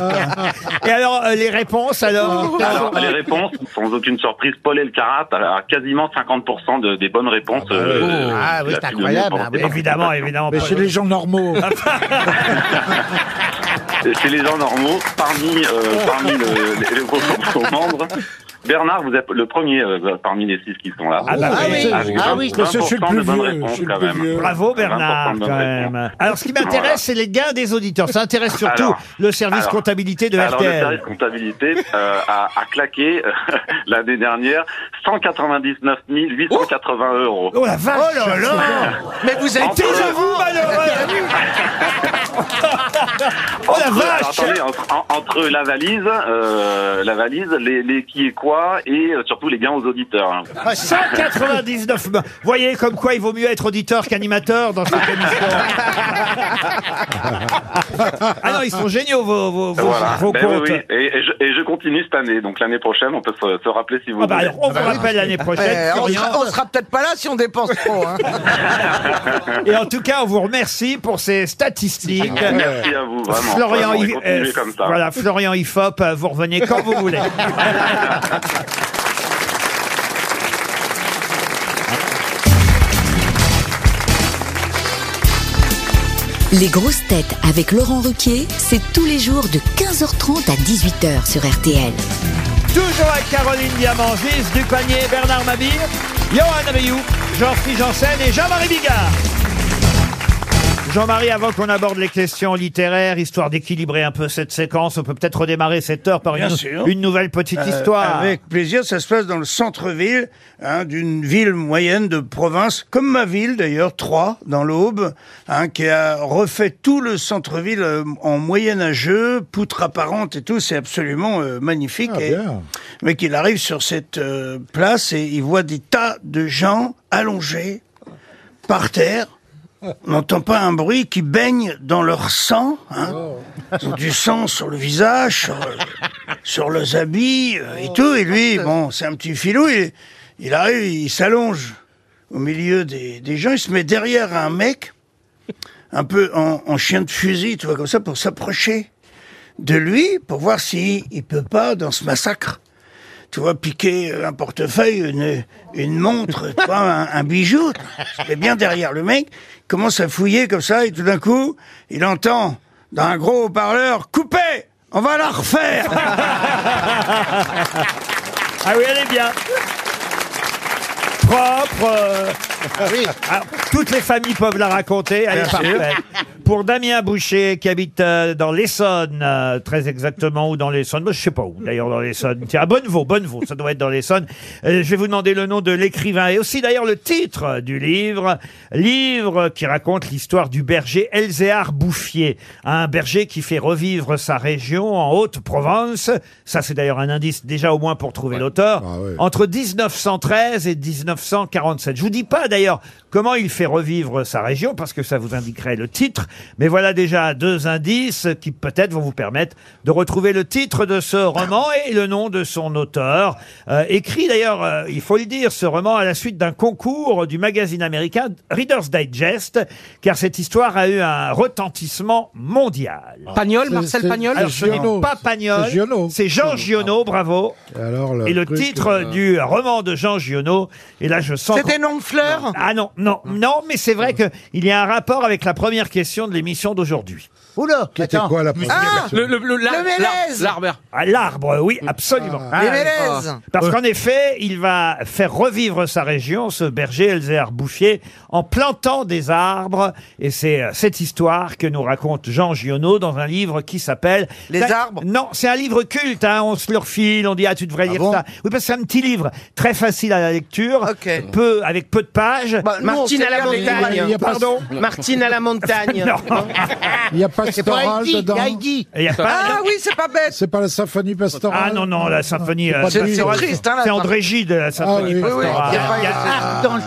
[SPEAKER 2] Et alors, euh, les réponses, alors
[SPEAKER 11] Alors,
[SPEAKER 6] Ah,
[SPEAKER 11] les réponses, sans aucune surprise, Paul Elkarat a quasiment 50% de- des bonnes réponses. euh,
[SPEAKER 5] Ah, oui,
[SPEAKER 11] qu'il a
[SPEAKER 5] c'est
[SPEAKER 11] pu donner
[SPEAKER 5] incroyable,
[SPEAKER 11] pendant
[SPEAKER 2] hein,
[SPEAKER 5] ah
[SPEAKER 11] ses
[SPEAKER 5] oui.
[SPEAKER 11] participations.
[SPEAKER 2] Évidemment, évidemment.
[SPEAKER 6] Oh. Mais
[SPEAKER 2] pas-
[SPEAKER 6] chez les gens normaux.
[SPEAKER 11] Ah,
[SPEAKER 2] Ah,
[SPEAKER 11] Et Chez les gens normaux, parmi,
[SPEAKER 2] Oh.
[SPEAKER 11] euh, parmi le- les, les vos- vos membres, Bernard, vous êtes le premier euh, parmi les six qui sont là.
[SPEAKER 2] Ah bah oui.
[SPEAKER 11] Avec
[SPEAKER 6] Ah
[SPEAKER 5] oui.
[SPEAKER 6] Parce que je suis le
[SPEAKER 11] 20% de
[SPEAKER 6] plus
[SPEAKER 11] bonnes
[SPEAKER 6] vieux, je
[SPEAKER 11] réponses
[SPEAKER 6] suis le
[SPEAKER 11] quand
[SPEAKER 6] plus
[SPEAKER 11] même.
[SPEAKER 6] vieux.
[SPEAKER 2] Bravo Bernard,
[SPEAKER 11] 20% de
[SPEAKER 2] quand
[SPEAKER 11] bonnes
[SPEAKER 2] même.
[SPEAKER 11] réponses.
[SPEAKER 2] Alors, ce qui m'intéresse,
[SPEAKER 11] Voilà.
[SPEAKER 2] c'est les gains des auditeurs. Ça intéresse surtout
[SPEAKER 11] Alors,
[SPEAKER 2] le service
[SPEAKER 11] alors,
[SPEAKER 2] comptabilité de
[SPEAKER 11] Alors, le
[SPEAKER 2] RTL.
[SPEAKER 11] service comptabilité euh, a, a claqué euh, l'année dernière 199 880 euros.
[SPEAKER 2] Oh la vache Oh là là
[SPEAKER 4] Mais vous
[SPEAKER 11] êtes-
[SPEAKER 4] êtes.
[SPEAKER 2] Déjà vous, malheureux Oh la
[SPEAKER 11] Entre- alors,
[SPEAKER 2] vache
[SPEAKER 11] attendez, entre, en- entre la valise, euh, la valise, les, les qui et quoi, et euh, surtout les gains aux auditeurs. hein.
[SPEAKER 2] Ah, 199 Vous voyez comme quoi il vaut mieux être auditeur qu'animateur dans cette émission. ah non, ils sont géniaux vos, vos, vos-
[SPEAKER 11] Voilà.
[SPEAKER 2] vos
[SPEAKER 11] Ben oui,
[SPEAKER 2] comptes.
[SPEAKER 11] oui. Et, et je, et je continue cette année, donc l'année prochaine, on peut se, se rappeler si vous
[SPEAKER 2] Ah bah
[SPEAKER 11] voulez.
[SPEAKER 2] alors, on vous rappelle l'année prochaine.
[SPEAKER 4] Eh, on,
[SPEAKER 2] Florian.
[SPEAKER 4] sera, on sera peut-être pas là si on dépense trop. Hein.
[SPEAKER 2] Et en tout cas, on vous remercie pour ces statistiques.
[SPEAKER 11] Merci à vous, vraiment.
[SPEAKER 2] Florian,
[SPEAKER 11] Vraiment, et
[SPEAKER 2] I-
[SPEAKER 11] continuez
[SPEAKER 2] euh,
[SPEAKER 11] comme ça.
[SPEAKER 2] Voilà, Florian Ifop, euh, vous revenez quand vous voulez.
[SPEAKER 12] Les grosses têtes avec Laurent Ruquier, c'est tous les jours de 15h30 à 18h sur RTL.
[SPEAKER 2] Toujours avec Caroline Diamant, Gilles Dupanier, Bernard Mabille, Johan Rioux, Jean-Philippe Janssen et Jean-Marie Bigard. Jean-Marie, avant qu'on aborde les questions littéraires, histoire d'équilibrer un peu cette séquence, on peut peut-être redémarrer cette heure par
[SPEAKER 3] Bien
[SPEAKER 2] une,
[SPEAKER 3] sûr.
[SPEAKER 2] une nouvelle petite
[SPEAKER 3] Euh,
[SPEAKER 2] histoire.
[SPEAKER 3] Avec plaisir, ça se passe dans le centre-ville hein, d'une ville moyenne de province, comme ma ville d'ailleurs, Troyes, dans l'Aube, hein, qui a refait tout le centre-ville euh, en moyenâgeux, poutres apparentes et tout, c'est absolument euh, magnifique.
[SPEAKER 6] Ah,
[SPEAKER 3] Et-
[SPEAKER 6] bien.
[SPEAKER 3] mais qu'il arrive sur cette euh, place et il voit des tas de gens allongés par terre. On n'entend pas un bruit qui baigne dans leur sang. hein.
[SPEAKER 6] Oh.
[SPEAKER 3] Ils ont du sang sur le visage, sur, euh, sur leurs habits euh, et tout. Et lui, bon, c'est un petit filou, il, il arrive, il s'allonge au milieu des, des gens, il se met derrière un mec, un peu en, en chien de fusil, tu vois, comme ça, pour s'approcher de lui, pour voir s'il ne peut pas, dans ce massacre, tu vois, piquer euh, un portefeuille, une, une montre, tu vois, un, un bijou. J'étais bien derrière le mec, il commence à fouiller comme ça, et tout d'un coup, il entend dans un gros haut-parleur, coupez, on va la refaire.
[SPEAKER 2] Ah oui, elle est bien. Propre. euh, ah, toutes les familles peuvent la raconter. Elle est
[SPEAKER 4] Bien sûr.
[SPEAKER 2] parfaite. Pour Damien Boucher, qui habite euh, dans l'Essonne, euh, très exactement, ou dans l'Essonne, moi, je sais pas où, d'ailleurs, dans l'Essonne. Tiens, à Bonnevaux, Bonnevaux, ça doit être dans l'Essonne. Euh, je vais vous demander le nom de l'écrivain et aussi, d'ailleurs, le titre euh, du livre. Livre qui raconte l'histoire du berger Elzéar Bouffier. Un berger qui fait revivre sa région en Haute-Provence. Ça, c'est d'ailleurs un indice déjà au moins pour trouver l'auteur. Entre 1913 et 1947. Je vous dis pas d'ailleurs comment il fait revivre sa région parce que ça vous indiquerait le titre. Mais voilà déjà deux indices qui peut-être vont vous permettre de retrouver le titre de ce roman et le nom de son auteur. Euh, écrit d'ailleurs, euh, il faut le dire, ce roman à la suite d'un concours du magazine américain Reader's Digest, car cette histoire a eu un retentissement mondial.
[SPEAKER 3] Ah,
[SPEAKER 9] Pagnol, Marcel Pagnol
[SPEAKER 2] Alors, ce n'est
[SPEAKER 9] Giono.
[SPEAKER 2] pas Pagnol,
[SPEAKER 9] C'est Giono.
[SPEAKER 2] c'est Jean Giono, bravo. Et le
[SPEAKER 9] truc,
[SPEAKER 2] titre
[SPEAKER 9] euh,
[SPEAKER 2] du roman de Jean Giono, et là je sens...
[SPEAKER 4] C'était
[SPEAKER 2] qu'on-
[SPEAKER 4] nom de fleur
[SPEAKER 2] Ah non, non, non, mais c'est vrai qu'il y a un rapport avec la première question de l'émission d'aujourd'hui.
[SPEAKER 5] Oula C'était
[SPEAKER 2] quoi la première
[SPEAKER 4] Ah, question le- le- le- l'ar- Le mélèze l'ar- l'arbre.
[SPEAKER 2] Ah, L'arbre, oui, absolument.
[SPEAKER 4] Ah, Les mélèzes.
[SPEAKER 2] Parce qu'en effet, il va faire revivre sa région, ce berger Elzéar Bouffier, en plantant des arbres. Et c'est euh, cette histoire que nous raconte Jean Giono dans un livre qui s'appelle...
[SPEAKER 4] Les
[SPEAKER 2] C'est un-
[SPEAKER 4] arbres
[SPEAKER 2] Non, c'est un livre culte, hein, on se le refile, on dit « Ah, tu devrais lire ça ». Oui, parce que c'est un petit livre, très facile à la lecture, peu, avec peu de pages.
[SPEAKER 7] nous, on Martine sait à la faire des montagne. livres, il y a pas-
[SPEAKER 2] Pardon
[SPEAKER 7] Martine à la montagne.
[SPEAKER 2] Non.
[SPEAKER 6] Il n'y a pas Storal dedans.
[SPEAKER 2] Il y a pas-
[SPEAKER 8] Ah oui, c'est pas bête.
[SPEAKER 6] C'est pas la symphonie pastorale.
[SPEAKER 2] Ah non, non, la symphonie.
[SPEAKER 6] C'est
[SPEAKER 2] euh,
[SPEAKER 6] pas
[SPEAKER 2] c'est
[SPEAKER 6] du-
[SPEAKER 2] c'est- C'est André Gide,
[SPEAKER 9] euh,
[SPEAKER 2] la symphonie.
[SPEAKER 6] Ah oui.
[SPEAKER 2] pastorale.
[SPEAKER 6] Oui, oui, il y a pas-
[SPEAKER 2] Il y a-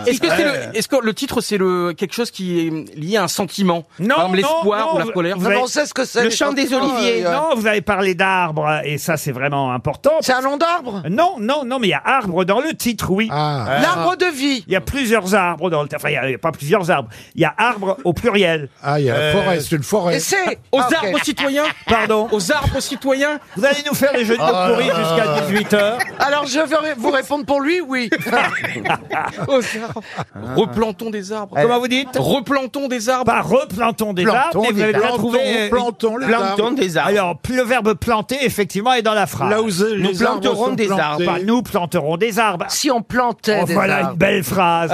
[SPEAKER 9] Est-ce que, c'est le, est-ce que le titre c'est le quelque chose qui est lié à un sentiment
[SPEAKER 2] Non,
[SPEAKER 9] Par exemple,
[SPEAKER 2] non,
[SPEAKER 9] l'espoir
[SPEAKER 2] non,
[SPEAKER 9] ou la
[SPEAKER 2] vous-
[SPEAKER 9] colère
[SPEAKER 2] vous avez- Le chant des oliviers.
[SPEAKER 6] euh,
[SPEAKER 2] Non, vous avez parlé d'arbres, et ça, c'est vraiment important. C'est un nom d'arbre Non, non, non, mais il y a arbre dans le titre, oui.
[SPEAKER 6] Ah.
[SPEAKER 2] Euh,
[SPEAKER 8] L'arbre de vie.
[SPEAKER 2] Il y a plusieurs arbres dans le titre. Enfin, il n'y a, pas plusieurs arbres. Il y a arbre au pluriel.
[SPEAKER 6] Ah, il y a
[SPEAKER 2] Euh,
[SPEAKER 6] la forêt, c'est une forêt.
[SPEAKER 9] Aux arbres citoyens
[SPEAKER 2] Ah, Pardon
[SPEAKER 9] Aux arbres citoyens
[SPEAKER 2] Vous allez nous faire les jeux de mots pourris jusqu'à 18h.
[SPEAKER 8] Alors je vais vous répondre pour lui, oui.
[SPEAKER 9] Aux arbres. Replantons des arbres.
[SPEAKER 2] Comment vous dites
[SPEAKER 9] Replantons des arbres.
[SPEAKER 2] Pas Ah bah, replantons des arbres, mais vous avez bien trouvé. euh,
[SPEAKER 6] plantons les arbres.
[SPEAKER 2] des arbres. Alors, le verbe planter, effectivement, est dans la phrase.
[SPEAKER 6] Là où les Nous arbres planterons sont des plantés. arbres.
[SPEAKER 2] Pas Bah, nous planterons des arbres.
[SPEAKER 8] Si on plantait
[SPEAKER 2] Oh,
[SPEAKER 8] des
[SPEAKER 2] voilà
[SPEAKER 8] arbres. Ah.
[SPEAKER 2] une belle phrase.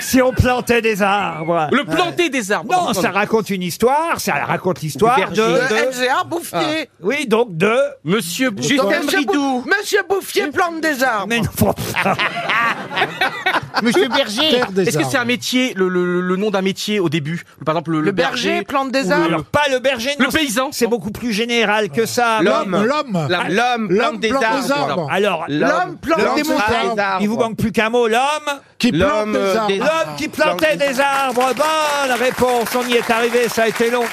[SPEAKER 2] Si on plantait des arbres.
[SPEAKER 9] Le planter des arbres.
[SPEAKER 2] Non,
[SPEAKER 9] Pardon.
[SPEAKER 2] ça raconte une histoire. Ça raconte l'histoire de.
[SPEAKER 9] berger.
[SPEAKER 8] Le
[SPEAKER 2] de-
[SPEAKER 8] LGA Bouffier.
[SPEAKER 2] Oui, donc de.
[SPEAKER 9] Monsieur
[SPEAKER 8] Monsieur, Bou- Monsieur Bouffier plante des arbres.
[SPEAKER 2] Mais
[SPEAKER 5] Monsieur Berger. Terre des
[SPEAKER 9] Est-ce que c'est
[SPEAKER 5] arbres.
[SPEAKER 9] un métier, le, le- le nom d'un métier au début Par exemple, le,
[SPEAKER 8] Le berger plante des
[SPEAKER 9] ou le-
[SPEAKER 8] arbres.
[SPEAKER 2] Alors, pas le berger,
[SPEAKER 9] Le
[SPEAKER 2] non, c'est-
[SPEAKER 9] paysan.
[SPEAKER 2] C'est beaucoup plus général que ça.
[SPEAKER 6] L'homme. L'homme.
[SPEAKER 2] Ah,
[SPEAKER 7] L'homme plante des arbres.
[SPEAKER 2] Alors,
[SPEAKER 7] L'homme plante des montagnes.
[SPEAKER 2] Il vous manque plus qu'un mot, l'homme.
[SPEAKER 6] Qui plante
[SPEAKER 7] L'homme,
[SPEAKER 6] des
[SPEAKER 7] euh,
[SPEAKER 6] arbres.
[SPEAKER 7] des-
[SPEAKER 2] L'homme qui plantait des arbres. Bonne réponse. On y est arrivé. Ça a été long.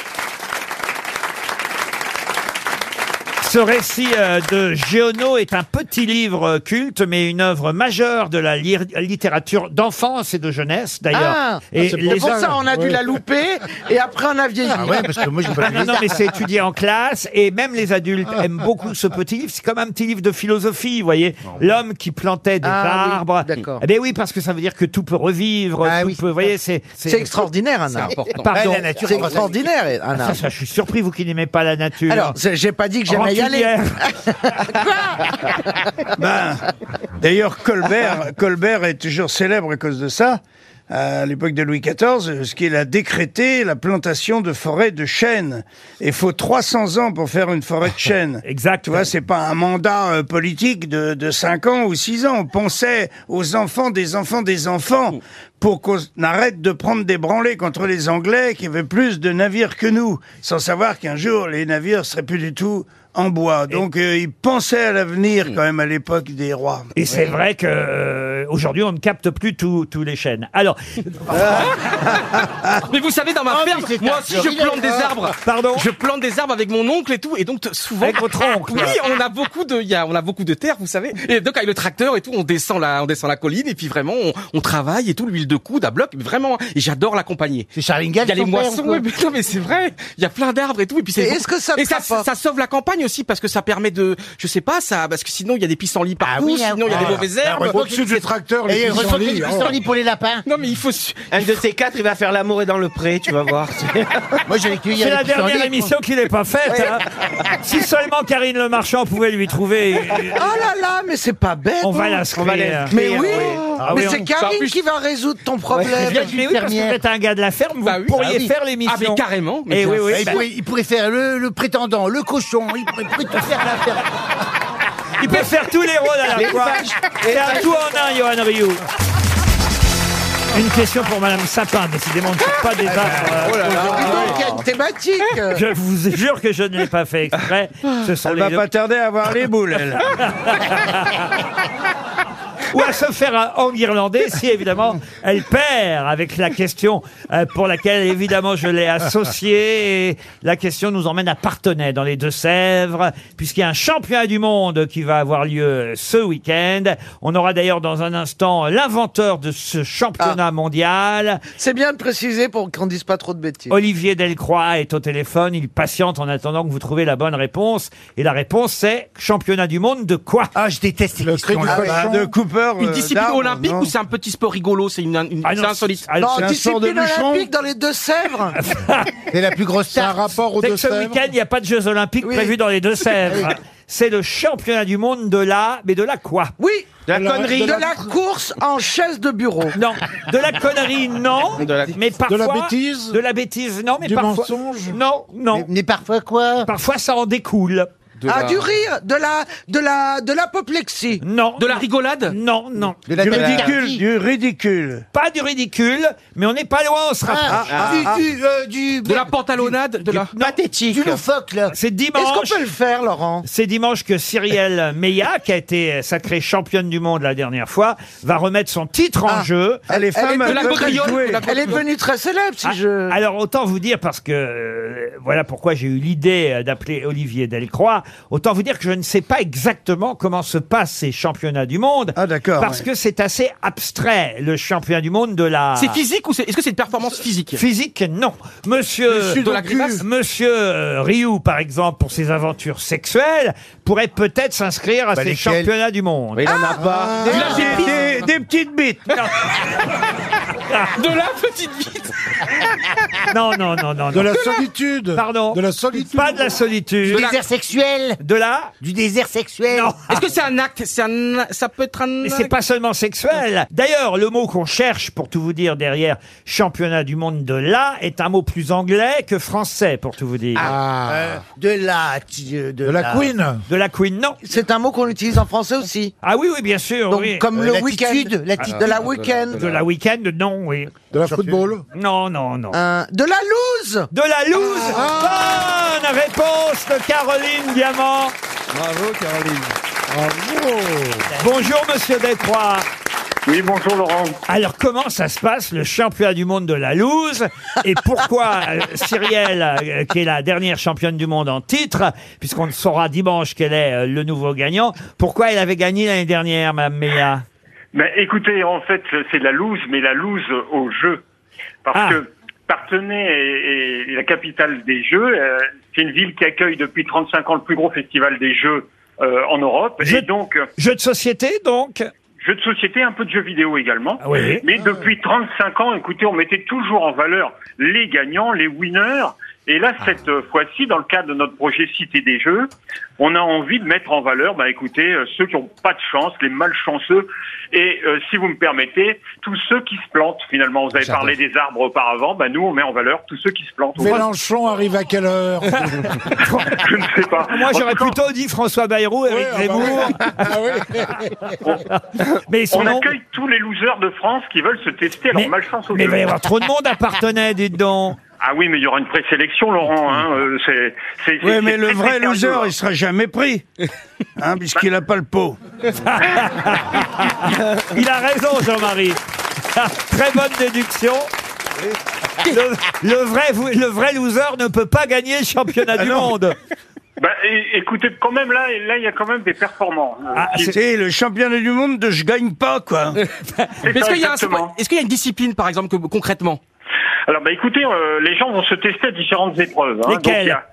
[SPEAKER 2] Ce récit euh, de Giono est un petit livre euh, culte, mais une œuvre majeure de la lir- littérature d'enfance et de jeunesse, d'ailleurs.
[SPEAKER 8] Ah,
[SPEAKER 2] et
[SPEAKER 8] c'est pour ça, on a dû la louper et après on a vieilli.
[SPEAKER 5] Ah ouais, parce que moi, j'ai pas
[SPEAKER 2] non, non, mais c'est étudié en classe et même les adultes aiment beaucoup ce petit livre. C'est comme un petit livre de philosophie, vous voyez. L'homme qui plantait des
[SPEAKER 8] Ah oui,
[SPEAKER 2] arbres.
[SPEAKER 8] d'accord. Ah
[SPEAKER 2] Eh bien oui, parce que ça veut dire que tout peut revivre. tout peut, vous voyez, c'est
[SPEAKER 8] C'est extraordinaire, un
[SPEAKER 2] C'est
[SPEAKER 8] arbre.
[SPEAKER 2] important. Pardon.
[SPEAKER 8] Ouais, la nature C'est est extraordinaire, un
[SPEAKER 2] Ah, ça,
[SPEAKER 8] arbre.
[SPEAKER 2] ça, je suis surpris, vous qui n'aimez pas la nature.
[SPEAKER 8] Alors, c'est- j'ai pas dit que j'aimais y aller.
[SPEAKER 2] Rancunière.
[SPEAKER 3] Ben, D'ailleurs, Colbert, Colbert est toujours célèbre à cause de ça. À l'époque de Louis XIV, ce qu'il a décrété, la plantation de forêts de chênes. Il faut 300 ans pour faire une forêt de chênes.
[SPEAKER 2] exact.
[SPEAKER 3] Tu vois, c'est pas un mandat euh, politique de, de 5 ans ou 6 ans. On pensait aux enfants des enfants des enfants pour qu'on arrête de prendre des branlées contre les Anglais qui avaient plus de navires que nous, sans savoir qu'un jour les navires seraient plus du tout en bois. Donc euh, ils pensaient à l'avenir quand même à l'époque des rois.
[SPEAKER 2] Et c'est vrai que euh, euh, aujourd'hui, on ne capte plus tous tous les chênes. Alors.
[SPEAKER 9] Mais vous savez, dans ma ferme, moi aussi je plante des arbres.
[SPEAKER 2] Pardon
[SPEAKER 9] Je plante des arbres avec mon oncle et tout, et donc t- souvent.
[SPEAKER 2] Avec votre oncle.
[SPEAKER 9] Oui, on a beaucoup de, il y a, on a beaucoup de terre, vous savez. Et donc avec le tracteur et tout, on descend la, on descend la colline et puis vraiment on, on travaille et tout, l'huile de coude à bloc, vraiment. Et j'adore l'accompagner. C'est
[SPEAKER 5] Charlingale,
[SPEAKER 9] Il y a
[SPEAKER 5] son
[SPEAKER 9] les
[SPEAKER 5] père,
[SPEAKER 9] moissons,
[SPEAKER 5] ou quoi
[SPEAKER 9] oui, mais non mais c'est vrai. Il y a plein d'arbres et tout, et puis c'est.
[SPEAKER 8] Et est-ce que ça
[SPEAKER 9] Et ça,
[SPEAKER 8] frappe pas
[SPEAKER 9] ça sauve la campagne aussi parce que ça permet de, je sais pas ça, parce que sinon il y a des pissenlits partout,
[SPEAKER 8] oui,
[SPEAKER 9] sinon il y a
[SPEAKER 8] ah,
[SPEAKER 9] des mauvaises
[SPEAKER 8] ah,
[SPEAKER 9] herbes.
[SPEAKER 8] ouais, au-dessus du tracteur, les Et pissenlits, ressortez les oh. pissenlits
[SPEAKER 9] pour les lapins. Non mais il faut.
[SPEAKER 7] Un de ces quatre, il va faire l'amour et dans le pré, tu vas voir.
[SPEAKER 8] Moi, j'ai
[SPEAKER 2] C'est la dernière émission qu'il n'ait pas faite. hein. si seulement Karine Le Marchand pouvait lui trouver.
[SPEAKER 8] Oh là là, mais c'est pas bête.
[SPEAKER 2] On va
[SPEAKER 8] hein.
[SPEAKER 2] l'inscrire. On va l'inscrire,
[SPEAKER 8] Mais oui,
[SPEAKER 2] oui. Ah oui,
[SPEAKER 8] mais
[SPEAKER 2] on-
[SPEAKER 8] c'est Karine
[SPEAKER 2] en plus-
[SPEAKER 8] qui va résoudre ton problème.
[SPEAKER 2] Mais oui, parce que vous êtes un gars de la ferme,
[SPEAKER 5] Bah
[SPEAKER 2] vous
[SPEAKER 5] Ah
[SPEAKER 2] pourriez faire l'émission. Et oui, oui,
[SPEAKER 5] il,
[SPEAKER 2] bah-
[SPEAKER 5] pourrait, il pourrait faire le, le prétendant, le cochon, il pourrait, il pourrait tout faire la ferme.
[SPEAKER 2] Il peut faire tous les rôles à la
[SPEAKER 5] Les
[SPEAKER 2] fois.
[SPEAKER 5] vaches.
[SPEAKER 2] C'est un tout en un, Johan Rioux. Une question pour Madame Sapin, décidément, on ne fait
[SPEAKER 3] Eh
[SPEAKER 2] pas des
[SPEAKER 3] ben,
[SPEAKER 2] arbres,
[SPEAKER 8] Oh là
[SPEAKER 2] euh,
[SPEAKER 8] là.
[SPEAKER 2] aujourd'hui.
[SPEAKER 8] Il y a une thématique.
[SPEAKER 2] Je vous jure que je ne l'ai pas fait exprès. Ce sont
[SPEAKER 3] Elle
[SPEAKER 2] les
[SPEAKER 3] va pas tarder à avoir les boules, elle.
[SPEAKER 2] Ou à se faire un hang irlandais si évidemment elle perd avec la question euh, pour laquelle évidemment je l'ai associée. Et La question nous emmène à Partenay dans les Deux-Sèvres puisqu'il y a un championnat du monde qui va avoir lieu ce week-end. On aura d'ailleurs dans un instant l'inventeur de ce championnat mondial.
[SPEAKER 8] Ah. C'est bien de préciser pour qu'on dise pas trop de bêtises.
[SPEAKER 2] Olivier Delcroix est au téléphone, il patiente en attendant que vous trouviez la bonne réponse. Et la réponse c'est championnat du monde de quoi
[SPEAKER 5] Ah, je déteste Ah, les
[SPEAKER 9] cri du cochon.
[SPEAKER 3] de Cooper.
[SPEAKER 9] Une discipline
[SPEAKER 3] d'arbre,
[SPEAKER 9] olympique
[SPEAKER 3] non.
[SPEAKER 9] ou c'est un petit sport rigolo, c'est une, une
[SPEAKER 3] Ah non,
[SPEAKER 9] c'est insolite.
[SPEAKER 2] euh, ah,
[SPEAKER 8] Non,
[SPEAKER 2] c'est un sort de
[SPEAKER 8] discipline
[SPEAKER 2] bouchon.
[SPEAKER 8] olympique dans les Deux-Sèvres.
[SPEAKER 2] C'est la plus grosse
[SPEAKER 8] tarte. rapport aux
[SPEAKER 2] C'est que ce
[SPEAKER 8] Deux-Sèvres
[SPEAKER 2] week-end, il n'y a pas de Jeux Olympiques
[SPEAKER 8] Oui.
[SPEAKER 2] prévus dans les Deux-Sèvres.
[SPEAKER 8] Oui.
[SPEAKER 2] C'est le championnat du monde de la... Mais de la quoi
[SPEAKER 8] Oui
[SPEAKER 2] De la connerie.
[SPEAKER 8] De la course en chaise de bureau.
[SPEAKER 2] Non. De la connerie, non. Mais parfois...
[SPEAKER 8] De la bêtise
[SPEAKER 2] De la bêtise, non. Mais
[SPEAKER 8] Du
[SPEAKER 2] parfois...
[SPEAKER 8] mensonge
[SPEAKER 2] Non, non. Mais,
[SPEAKER 5] parfois quoi
[SPEAKER 2] Parfois, ça en découle.
[SPEAKER 8] ah, du rire, de la, de la, de l'apoplexie.
[SPEAKER 2] Non.
[SPEAKER 9] De la rigolade
[SPEAKER 2] Non, non.
[SPEAKER 3] Du ridicule, du ridicule.
[SPEAKER 2] Pas du ridicule, mais on n'est pas loin, on se
[SPEAKER 8] Ah,
[SPEAKER 2] rapproche.
[SPEAKER 8] euh,
[SPEAKER 9] de la pantalonnade, de la
[SPEAKER 2] pathétique. Du
[SPEAKER 5] loufoque, là.
[SPEAKER 2] C'est dimanche.
[SPEAKER 8] Est-ce qu'on peut le faire, Laurent
[SPEAKER 2] C'est dimanche que Cyrielle Meillat, qui a été euh, sacrée championne du monde la dernière fois, va remettre son titre en jeu.
[SPEAKER 8] Ah. Elle est femme elle est de la gaudriole, de la Elle est gaudriole. devenue très célèbre, si je-
[SPEAKER 2] Ah, Alors autant vous dire, parce que euh, voilà pourquoi j'ai eu l'idée euh, d'appeler Olivier Delcroix, autant vous dire que je ne sais pas exactement comment se passent ces championnats du monde. Ah d'accord. Parce que c'est assez abstrait, le championnat du monde de la...
[SPEAKER 9] C'est physique ou c'est est-ce que c'est une performance physique
[SPEAKER 2] Ah. Physique, non. Monsieur,
[SPEAKER 9] Monsieur de la grimace
[SPEAKER 2] Monsieur euh, Rioux, par exemple, pour ses aventures sexuelles, pourrait peut-être s'inscrire à
[SPEAKER 3] Bah,
[SPEAKER 2] ces
[SPEAKER 3] lesquelles
[SPEAKER 2] championnats du monde.
[SPEAKER 3] Mais il en a Ah pas. Des- des- des-
[SPEAKER 2] petites bites.
[SPEAKER 9] De la petite bite.
[SPEAKER 2] Non, non, non, non.
[SPEAKER 6] De
[SPEAKER 2] non.
[SPEAKER 6] la solitude.
[SPEAKER 2] Pardon.
[SPEAKER 6] De la solitude.
[SPEAKER 2] Pas de la solitude.
[SPEAKER 5] Du désert sexuel
[SPEAKER 2] De la
[SPEAKER 5] Du désert sexuel
[SPEAKER 9] Est-ce que c'est un acte C'est un, ça peut être un.
[SPEAKER 2] Mais c'est pas seulement sexuel. D'ailleurs, le mot qu'on cherche, pour tout vous dire, derrière championnat du monde de là, est un mot plus anglais que français, pour tout vous dire.
[SPEAKER 8] Ah.
[SPEAKER 6] Ah.
[SPEAKER 5] Euh, de la... ti- euh, De, la
[SPEAKER 2] De la queen, non.
[SPEAKER 8] C'est un mot qu'on utilise en français aussi.
[SPEAKER 2] Ah oui, oui, bien sûr.
[SPEAKER 8] Donc,
[SPEAKER 2] oui.
[SPEAKER 6] Euh,
[SPEAKER 8] comme le week-end.
[SPEAKER 6] Ah.
[SPEAKER 2] l'attitude.
[SPEAKER 8] De la week-end.
[SPEAKER 2] De la week-end, non, oui.
[SPEAKER 6] De la football
[SPEAKER 2] Non, non, non.
[SPEAKER 8] Un- Euh, de la loose.
[SPEAKER 2] De la loose
[SPEAKER 6] Ah.
[SPEAKER 4] Ah.
[SPEAKER 2] Bonne réponse de Caroline Diamant
[SPEAKER 6] Bravo, Caroline.
[SPEAKER 2] Bonjour, monsieur Détroit.
[SPEAKER 11] Oui, bonjour Laurent.
[SPEAKER 2] Alors, comment ça se passe, le championnat du monde de la loose Et pourquoi euh, Cyrielle, euh, qui est la dernière championne du monde en titre, puisqu'on le saura dimanche qu'elle est euh, le nouveau gagnant, pourquoi elle avait gagné l'année dernière, madame Meya
[SPEAKER 10] Ben, écoutez, en fait, c'est la loose, mais la loose au jeu. Parce que Partenay est, est la capitale des jeux. euh, c'est une ville qui accueille depuis 35 ans le plus gros festival des jeux euh, en Europe. Et donc, euh,
[SPEAKER 2] Jeu de société, donc
[SPEAKER 10] jeux de société, un peu de jeux vidéo également.
[SPEAKER 2] Ah oui.
[SPEAKER 10] Mais depuis 35 ans, écoutez, on mettait toujours en valeur les gagnants, les winners. Et là, cette euh, fois-ci, dans le cadre de notre projet Cité des Jeux, on a envie de mettre en valeur, bah, écoutez, euh, ceux qui n'ont pas de chance, les malchanceux, et euh, si vous me permettez, tous ceux qui se plantent. Finalement, vous avez
[SPEAKER 6] J'adore.
[SPEAKER 10] parlé des arbres auparavant, bah, nous, on met en valeur tous ceux qui se plantent.
[SPEAKER 6] Mélenchon arrive à quelle heure
[SPEAKER 10] Je ne sais pas.
[SPEAKER 2] Moi,
[SPEAKER 10] En
[SPEAKER 2] j'aurais
[SPEAKER 10] tout cas,
[SPEAKER 2] plutôt dit François Bayrou, Eric
[SPEAKER 6] ah bah
[SPEAKER 2] Zemmour. Mais ils sont
[SPEAKER 10] on
[SPEAKER 2] nombreux.
[SPEAKER 10] accueille tous les losers de France qui veulent se tester à leur malchance au
[SPEAKER 2] Mais il
[SPEAKER 10] jeu.
[SPEAKER 2] va y avoir trop de monde à Partenay, dites donc.
[SPEAKER 10] Ah oui, mais il y aura une présélection, Laurent. Hein, euh, c'est, c'est,
[SPEAKER 3] Oui,
[SPEAKER 10] c'est-
[SPEAKER 3] mais
[SPEAKER 10] c'est
[SPEAKER 3] le
[SPEAKER 10] très,
[SPEAKER 3] vrai
[SPEAKER 10] très sérieux,
[SPEAKER 3] loser,
[SPEAKER 10] hein.
[SPEAKER 3] il sera jamais pris. Hein, puisqu'il n'a pas le pot.
[SPEAKER 2] Il a raison, Jean-Marie. Ah, Très bonne déduction. Le, le vrai, vous- le vrai loser ne peut pas gagner le championnat
[SPEAKER 10] Ah
[SPEAKER 2] du
[SPEAKER 10] non.
[SPEAKER 2] monde.
[SPEAKER 10] Bah, é- écoutez, quand même, là, là, il y a quand même des performants. Euh,
[SPEAKER 2] Ah,
[SPEAKER 10] qui-
[SPEAKER 3] c'est le championnat du monde de je gagne pas, quoi.
[SPEAKER 10] C'est
[SPEAKER 9] Mais Est-ce
[SPEAKER 10] ça,
[SPEAKER 9] qu'il y, a un
[SPEAKER 10] exactement.
[SPEAKER 9] sport- est-ce qu'il y a une discipline, par exemple, que- concrètement
[SPEAKER 10] Alors, bah, écoutez, euh, les gens vont se tester à différentes épreuves. hein.
[SPEAKER 9] Lesquelles
[SPEAKER 10] Donc, il y a-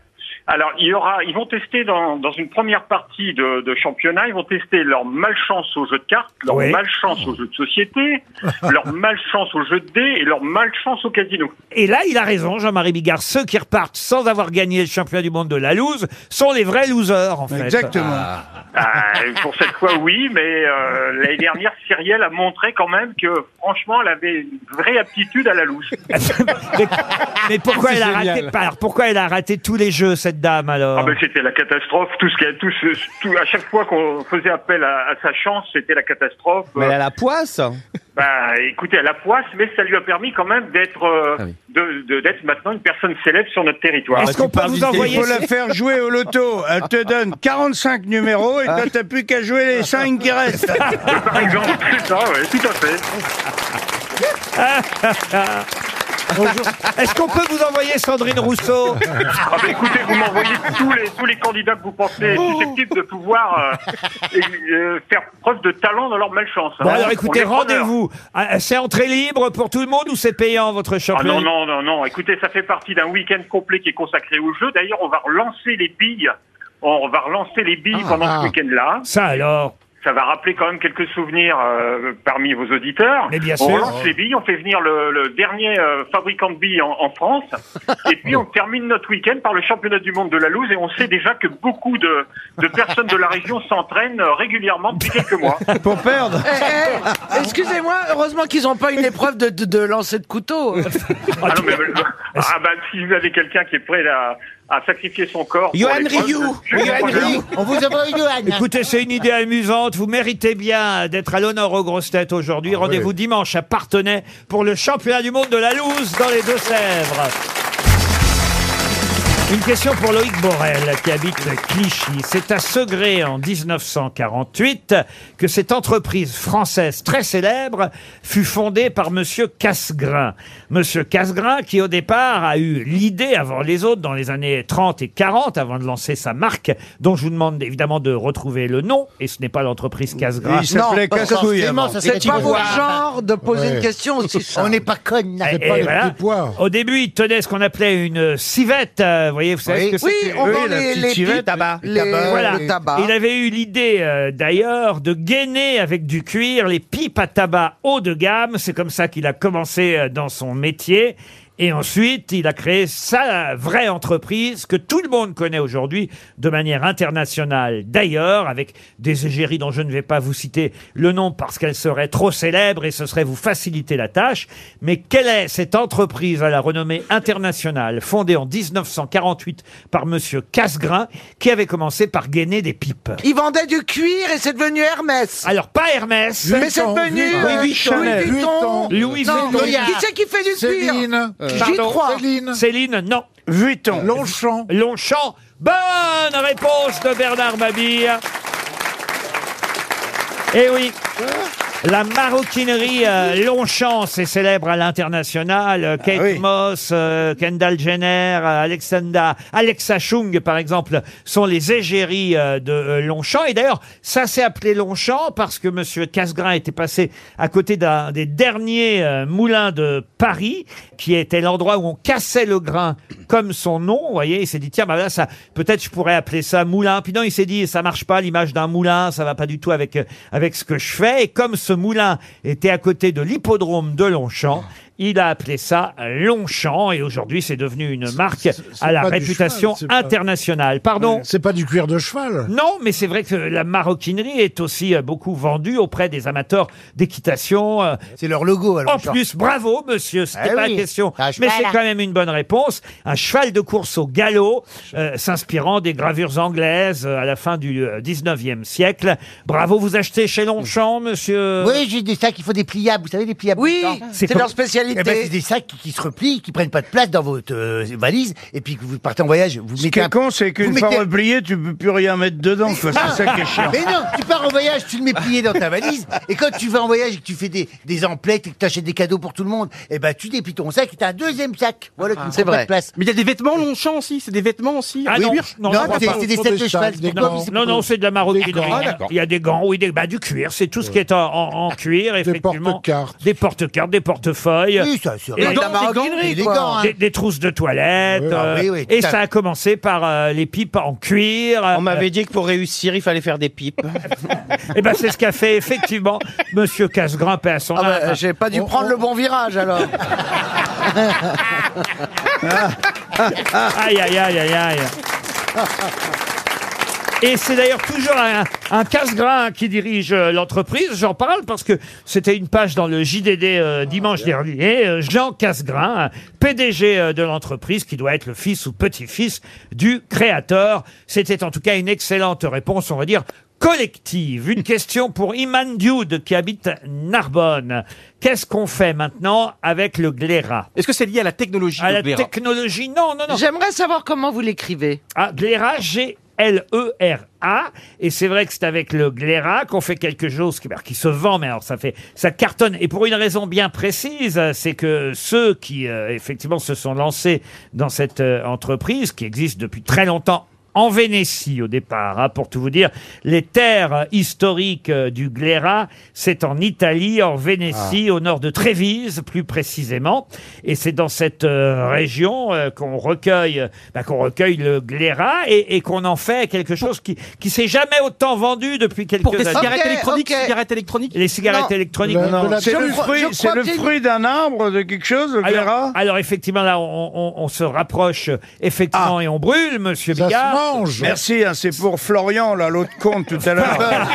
[SPEAKER 10] alors, il y aura, ils vont tester dans, dans une première partie de, de championnat, ils vont tester leur malchance au jeu de cartes, leur
[SPEAKER 2] Oui.
[SPEAKER 10] malchance au jeu de société, leur malchance au jeu de dés et leur malchance au casino.
[SPEAKER 2] Et là, il a raison, Jean-Marie Bigard. Ceux qui repartent sans avoir gagné le championnat du monde de la loose sont les vrais losers, en fait.
[SPEAKER 10] Ah, pour cette fois, oui, mais euh, l'année dernière, Cyrielle a montré quand même que, franchement, elle avait une vraie aptitude à la louche.
[SPEAKER 2] Mais pourquoi
[SPEAKER 10] Ah, C'est
[SPEAKER 2] elle a
[SPEAKER 10] génial.
[SPEAKER 2] raté alors, Pourquoi elle a raté tous les jeux, cette dame alors
[SPEAKER 10] Ah
[SPEAKER 3] Hein.
[SPEAKER 10] ben c'était la catastrophe, tout ce qui a- tout, ce- tout- à chaque fois qu'on faisait appel à, à sa chance, c'était la catastrophe.
[SPEAKER 7] Mais elle a la poisse.
[SPEAKER 10] Bah écoutez, à la poisse, mais ça lui a permis quand même d'être euh, de- de- d'être maintenant une personne célèbre sur notre territoire.
[SPEAKER 3] Ah
[SPEAKER 10] Ah,
[SPEAKER 3] Est-ce qu'on peut vous envoyer Il faut la faire jouer au loto. Elle te donne 45 numéros et toi, t'as plus qu'à jouer les 5 qui restent.
[SPEAKER 10] Par exemple, c'est ça, ouais, tout à fait.
[SPEAKER 2] Bonjour. Est-ce qu'on peut vous envoyer Sandrine Rousseau
[SPEAKER 10] Ah ben écoutez, vous m'envoyez tous les tous les candidats que vous pensez susceptibles de pouvoir euh, et, euh, faire preuve de talent dans leur malchance.
[SPEAKER 2] Bon,
[SPEAKER 10] hein.
[SPEAKER 2] alors écoutez,
[SPEAKER 10] On est preneurs.
[SPEAKER 2] rendez-vous. Ah, C'est entrée libre pour tout le monde ou c'est payant votre
[SPEAKER 10] Ah
[SPEAKER 2] championnat
[SPEAKER 10] non, non, non, non. Écoutez, ça fait partie d'un week-end complet qui est consacré au jeu. D'ailleurs, on va relancer les billes. On va relancer les billes pendant
[SPEAKER 2] ah.
[SPEAKER 10] ce week-end-là.
[SPEAKER 2] Ça alors
[SPEAKER 10] Ça va rappeler quand même quelques souvenirs euh, parmi vos auditeurs.
[SPEAKER 2] Mais bien
[SPEAKER 10] on
[SPEAKER 2] sûr.
[SPEAKER 10] relance les billes, on fait venir le, le dernier euh, fabricant de billes en, en France. et puis, on termine notre week-end par le championnat du monde de la loose. Et on sait déjà que beaucoup de, de personnes de la région s'entraînent euh, régulièrement depuis quelques mois.
[SPEAKER 3] Pour perdre.
[SPEAKER 8] Eh, eh, Excusez-moi, heureusement qu'ils n'ont pas une épreuve de, de, de lancer de couteau.
[SPEAKER 10] Ah, non, mais, ah bah, si vous avez quelqu'un qui est prêt à, à sacrifier son corps. pour
[SPEAKER 8] Johan
[SPEAKER 10] l'épreuve,
[SPEAKER 8] Rioux.
[SPEAKER 10] je suis preneur.
[SPEAKER 5] On vous envoie une Johan.
[SPEAKER 2] Écoutez, c'est une idée amusante. Vous méritez bien d'être à l'honneur aux grosses têtes aujourd'hui. Rendez-vous dimanche à Partenay pour le championnat du monde de la loose dans les Deux-Sèvres. Une question pour Loïc Borel, qui habite Clichy. C'est à Segré, en 1948, que cette entreprise française très célèbre fut fondée par Monsieur Casgrain. Monsieur Casgrain, qui au départ a eu l'idée avant les autres dans les années 30 et 40, avant de lancer sa marque, dont je vous demande évidemment de retrouver le nom, et ce n'est pas l'entreprise Casgrain.
[SPEAKER 3] Il s'appelait
[SPEAKER 5] Non,
[SPEAKER 3] Casse-couille.
[SPEAKER 5] forcément,
[SPEAKER 3] avant.
[SPEAKER 5] ça
[SPEAKER 8] C'est pas votre genre de poser
[SPEAKER 2] Ouais.
[SPEAKER 8] une question aussi ça.
[SPEAKER 5] On n'est pas connes. là.
[SPEAKER 2] Et Eh, voilà. Au début, il tenait ce qu'on appelait une civette. euh, vous voyez, vous savez ce que
[SPEAKER 8] Oui,
[SPEAKER 2] c'était
[SPEAKER 8] on vend les- les pipes, les-
[SPEAKER 2] Voilà.
[SPEAKER 8] le tabac.
[SPEAKER 2] Il avait eu l'idée, euh, d'ailleurs, de gainer avec du cuir les pipes à tabac haut de gamme. C'est comme ça qu'il a commencé euh, dans son métier. Et ensuite, il a créé sa vraie entreprise que tout le monde connaît aujourd'hui de manière internationale d'ailleurs, avec des égéries dont je ne vais pas vous citer le nom parce qu'elle serait trop célèbre et ce serait vous faciliter la tâche. Mais quelle est cette entreprise à la renommée internationale fondée en 1948 par monsieur Casgrain qui avait commencé par gainer des pipes?
[SPEAKER 8] Ils vendaient du cuir et c'est devenu Hermès.
[SPEAKER 2] Alors, pas Hermès.
[SPEAKER 8] mais c'est devenu euh,
[SPEAKER 2] Louis Vuitton.
[SPEAKER 8] Louis Vuitton.
[SPEAKER 2] Louis
[SPEAKER 8] Non,
[SPEAKER 2] Vuitton.
[SPEAKER 8] Qui c'est qui fait du cuir
[SPEAKER 6] Céline.
[SPEAKER 8] J'y crois.
[SPEAKER 2] Céline. Céline, non. Vuitton. Longchamp. Longchamp. Bonne réponse de Bernard Mabille. Eh oui. La maroquinerie euh, Longchamp, c'est célèbre à l'international. Euh, Kate Moss, euh, Kendall Jenner, euh, Alexandra, Alexa Chung, par exemple, sont les égéries euh, de euh, Longchamp. Et d'ailleurs, ça s'est appelé Longchamp parce que Monsieur Casgrain était passé à côté d'un des derniers euh, moulins de Paris, qui était l'endroit où on cassait le grain comme son nom. Vous voyez, il s'est dit tiens, bah là, ça, peut-être je pourrais appeler ça moulin. Puis non, il s'est dit ça marche pas l'image d'un moulin, ça va pas du tout avec euh, avec ce que je fais. Et comme ce moulin était à côté de l'hippodrome de Longchamp. Il a appelé ça Longchamp et aujourd'hui c'est devenu une marque à la
[SPEAKER 6] pas du
[SPEAKER 2] réputation
[SPEAKER 6] cheval, c'est pas-
[SPEAKER 2] internationale. Pardon
[SPEAKER 6] C'est pas du cuir de cheval.
[SPEAKER 2] non, mais c'est vrai que la maroquinerie est aussi euh, beaucoup vendue auprès des amateurs d'équitation. C'est leur logo.
[SPEAKER 5] alors,
[SPEAKER 2] En
[SPEAKER 5] genre.
[SPEAKER 2] plus, bravo, monsieur, c'était
[SPEAKER 4] Eh
[SPEAKER 5] Ah
[SPEAKER 2] pas
[SPEAKER 5] oui,
[SPEAKER 2] la question.
[SPEAKER 5] un
[SPEAKER 2] Mais
[SPEAKER 5] cheval,
[SPEAKER 2] c'est
[SPEAKER 5] hein.
[SPEAKER 2] quand même une bonne réponse. Un cheval de course au galop, euh, s'inspirant des gravures anglaises euh, à la fin du euh, 19e siècle. Bravo, vous achetez chez Longchamp, monsieur
[SPEAKER 5] Oui, j'ai des sacs, il faut des pliables, vous savez, des pliables.
[SPEAKER 8] Oui,
[SPEAKER 5] blancs.
[SPEAKER 8] c'est
[SPEAKER 2] comme-
[SPEAKER 8] leur
[SPEAKER 5] Eh ben, c'est des sacs qui, qui se replient, qui prennent pas de place dans votre euh, valise, et puis que vous partez en voyage, vous
[SPEAKER 3] Ce qui
[SPEAKER 5] mettez. un-
[SPEAKER 3] est con, c'est
[SPEAKER 5] vous
[SPEAKER 3] qu'une
[SPEAKER 5] mettez-
[SPEAKER 3] fois replié, tu peux plus rien mettre dedans, quoi. C'est ça qui est chiant.
[SPEAKER 5] Mais non, tu pars en voyage, tu le mets plié dans ta valise, et quand tu vas en voyage et que tu fais des, des emplettes et que tu achètes des cadeaux pour tout le monde, eh ben tu déplies ton sac et t'as un deuxième sac. Voilà, qui ne prend pas de place.
[SPEAKER 9] Mais il y a des vêtements longchamps aussi, c'est des vêtements aussi.
[SPEAKER 2] Ah
[SPEAKER 9] en
[SPEAKER 2] non,
[SPEAKER 9] cuir.
[SPEAKER 2] non,
[SPEAKER 9] Ah,
[SPEAKER 2] non,
[SPEAKER 9] c'est-
[SPEAKER 2] pas-
[SPEAKER 9] c'est des
[SPEAKER 2] pas
[SPEAKER 9] sacs de cheval,
[SPEAKER 2] châles,
[SPEAKER 9] c'est
[SPEAKER 2] des
[SPEAKER 9] quoi,
[SPEAKER 2] gants.
[SPEAKER 9] c'est
[SPEAKER 2] Non,
[SPEAKER 9] quoi
[SPEAKER 2] non, c'est de la maroquinerie.
[SPEAKER 9] Ah, d'accord.
[SPEAKER 2] Il y a des gants, oui, des, bah, du cuir, c'est tout ce qui est en, en- en cuir, effectivement.
[SPEAKER 6] porte-cartes.
[SPEAKER 2] Des porte-cartes, des portefeuilles.
[SPEAKER 5] Oui, ça, c'est
[SPEAKER 2] Et
[SPEAKER 5] vrai.
[SPEAKER 2] donc,
[SPEAKER 5] De la
[SPEAKER 2] des
[SPEAKER 5] maroquinerie,
[SPEAKER 2] gants,
[SPEAKER 5] quoi.
[SPEAKER 2] des gants, hein. Des, des trousses de toilette.
[SPEAKER 7] Oui, ah
[SPEAKER 2] euh,
[SPEAKER 7] oui, oui,
[SPEAKER 2] et
[SPEAKER 7] t'as-
[SPEAKER 2] ça a commencé par euh, les pipes en cuir.
[SPEAKER 7] On m'avait dit que pour réussir, il fallait faire des pipes.
[SPEAKER 2] Et ben c'est ce qu'a fait effectivement Monsieur Casse-Grimpe à son
[SPEAKER 8] Ah bah,
[SPEAKER 2] âme.
[SPEAKER 8] j'ai pas dû prendre le bon virage alors.
[SPEAKER 2] aïe, aïe, aïe, aïe, aïe. Et c'est d'ailleurs toujours un, un casse-grain qui dirige euh, l'entreprise. J'en parle parce que c'était une page dans le JDD euh, dimanche dernier. Euh, Jean Casse-grain, euh, PDG euh, de l'entreprise, qui doit être le fils ou petit-fils du créateur. C'était en tout cas une excellente réponse, on va dire, collective. Une question pour Iman Dioud, qui habite Narbonne. Qu'est-ce qu'on fait maintenant avec le gléra Est-ce que c'est lié à la technologie À
[SPEAKER 9] le
[SPEAKER 2] la
[SPEAKER 9] glérat
[SPEAKER 2] technologie, non, non, non.
[SPEAKER 13] J'aimerais savoir comment vous l'écrivez.
[SPEAKER 2] Ah, gléra, G-L-E-R-A. Et c'est vrai que c'est avec le gléra qu'on fait quelque chose qui, bah, qui se vend, mais alors ça fait, ça cartonne. Et pour une raison bien précise, euh, c'est que ceux qui, euh, effectivement, se sont lancés dans cette euh, entreprise, qui existe depuis très longtemps, en Vénétie au départ, hein, pour tout vous dire, les terres euh, historiques euh, du Gléra, c'est en Italie, en Vénétie,
[SPEAKER 3] Ah.
[SPEAKER 2] au nord de Trévise plus précisément, et c'est dans cette euh, région euh, qu'on recueille, euh, bah, qu'on recueille le Gléra et, et qu'on en fait quelque chose qui qui s'est jamais autant vendu depuis quelques
[SPEAKER 9] Pour des
[SPEAKER 2] années.
[SPEAKER 9] cigarettes
[SPEAKER 3] Ok,
[SPEAKER 9] électroniques,
[SPEAKER 3] ok.
[SPEAKER 9] cigarettes électroniques.
[SPEAKER 2] Les cigarettes
[SPEAKER 3] Non.
[SPEAKER 2] électroniques,
[SPEAKER 3] Le-
[SPEAKER 2] non.
[SPEAKER 3] de la- C'est le fruit- c'est le fruit d'un arbre, de quelque chose, le
[SPEAKER 2] alors, alors effectivement, là, on, on- on se rapproche euh, effectivement
[SPEAKER 3] Ah.
[SPEAKER 2] et on brûle, Monsieur Bigard.
[SPEAKER 3] Merci, hein, c'est pour Florian, là, l'autre con tout à l'heure.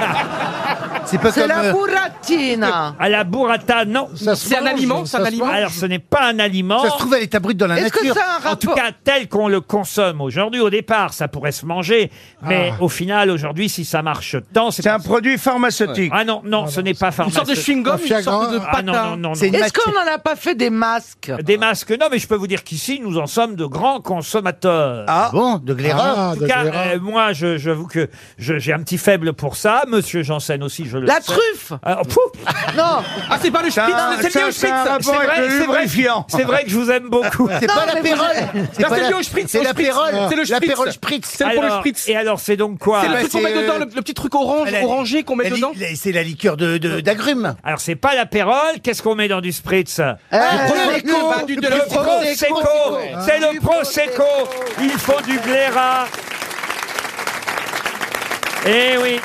[SPEAKER 2] C'est
[SPEAKER 13] pas C'est comme, la euh, burratina.
[SPEAKER 2] À la burrata, non.
[SPEAKER 13] Ça se C'est un mange, aliment, c'est ça un se aliment. mange.
[SPEAKER 2] Alors, ce n'est pas un aliment.
[SPEAKER 13] Ça se trouve,
[SPEAKER 2] elle est abrite dans
[SPEAKER 13] la Est-ce que nature. ça a un
[SPEAKER 2] En
[SPEAKER 13] rapport-
[SPEAKER 2] tout cas, tel qu'on le consomme aujourd'hui, au départ, ça pourrait se manger. Mais
[SPEAKER 13] Ah.
[SPEAKER 2] au final, aujourd'hui, si ça marche tant, c'est un
[SPEAKER 3] produit pharmaceutique.
[SPEAKER 2] Ah non, non, ce n'est pas pharmaceutique. Ah non, non, non, non.
[SPEAKER 13] Est-ce qu'on n'en a pas fait des masques
[SPEAKER 2] Des masques, non, mais je peux vous dire qu'ici, nous en sommes de grands consommateurs.
[SPEAKER 5] Ah bon, de Gléra
[SPEAKER 2] En
[SPEAKER 5] Ah,
[SPEAKER 2] tout
[SPEAKER 5] de
[SPEAKER 2] cas,
[SPEAKER 5] Gléra.
[SPEAKER 2] euh, moi, je- j'avoue que je- j'ai un petit faible pour ça. Monsieur Janssen aussi, je le
[SPEAKER 13] La
[SPEAKER 2] sais.
[SPEAKER 13] truffe
[SPEAKER 2] Ah, oh, pouf
[SPEAKER 13] Non
[SPEAKER 9] Ah, c'est pas le
[SPEAKER 2] Ça,
[SPEAKER 9] Spitz, c'est
[SPEAKER 2] ça,
[SPEAKER 9] lié au
[SPEAKER 2] ça
[SPEAKER 9] Spitz.
[SPEAKER 2] a un rapport avec le
[SPEAKER 9] c'est
[SPEAKER 2] lubrifiant. C'est vrai que je vous aime beaucoup.
[SPEAKER 9] C'est
[SPEAKER 2] Non,
[SPEAKER 9] pas
[SPEAKER 2] mais
[SPEAKER 9] l'apérole.
[SPEAKER 2] vous avez-
[SPEAKER 9] Non, c'est
[SPEAKER 2] pas
[SPEAKER 9] lié
[SPEAKER 2] la-
[SPEAKER 9] au Spritz, au Spritz. C'est le Spritz. C'est pour le
[SPEAKER 2] Alors,
[SPEAKER 9] Spritz.
[SPEAKER 2] Et alors, Bah, c'est euh, donc quoi
[SPEAKER 9] C'est le truc qu'on met dedans, le- le petit truc orange, orangé qu'on met dedans.
[SPEAKER 2] C'est la liqueur d'agrumes. De, d'agrumes. alors, c'est pas l'apérole. Qu'est-ce qu'on met dans du Spritz
[SPEAKER 9] Prosecco, du- de la-
[SPEAKER 2] le Prosecco. C'est
[SPEAKER 8] Ah
[SPEAKER 2] le Prosecco. Il faut du gléra. Eh oui.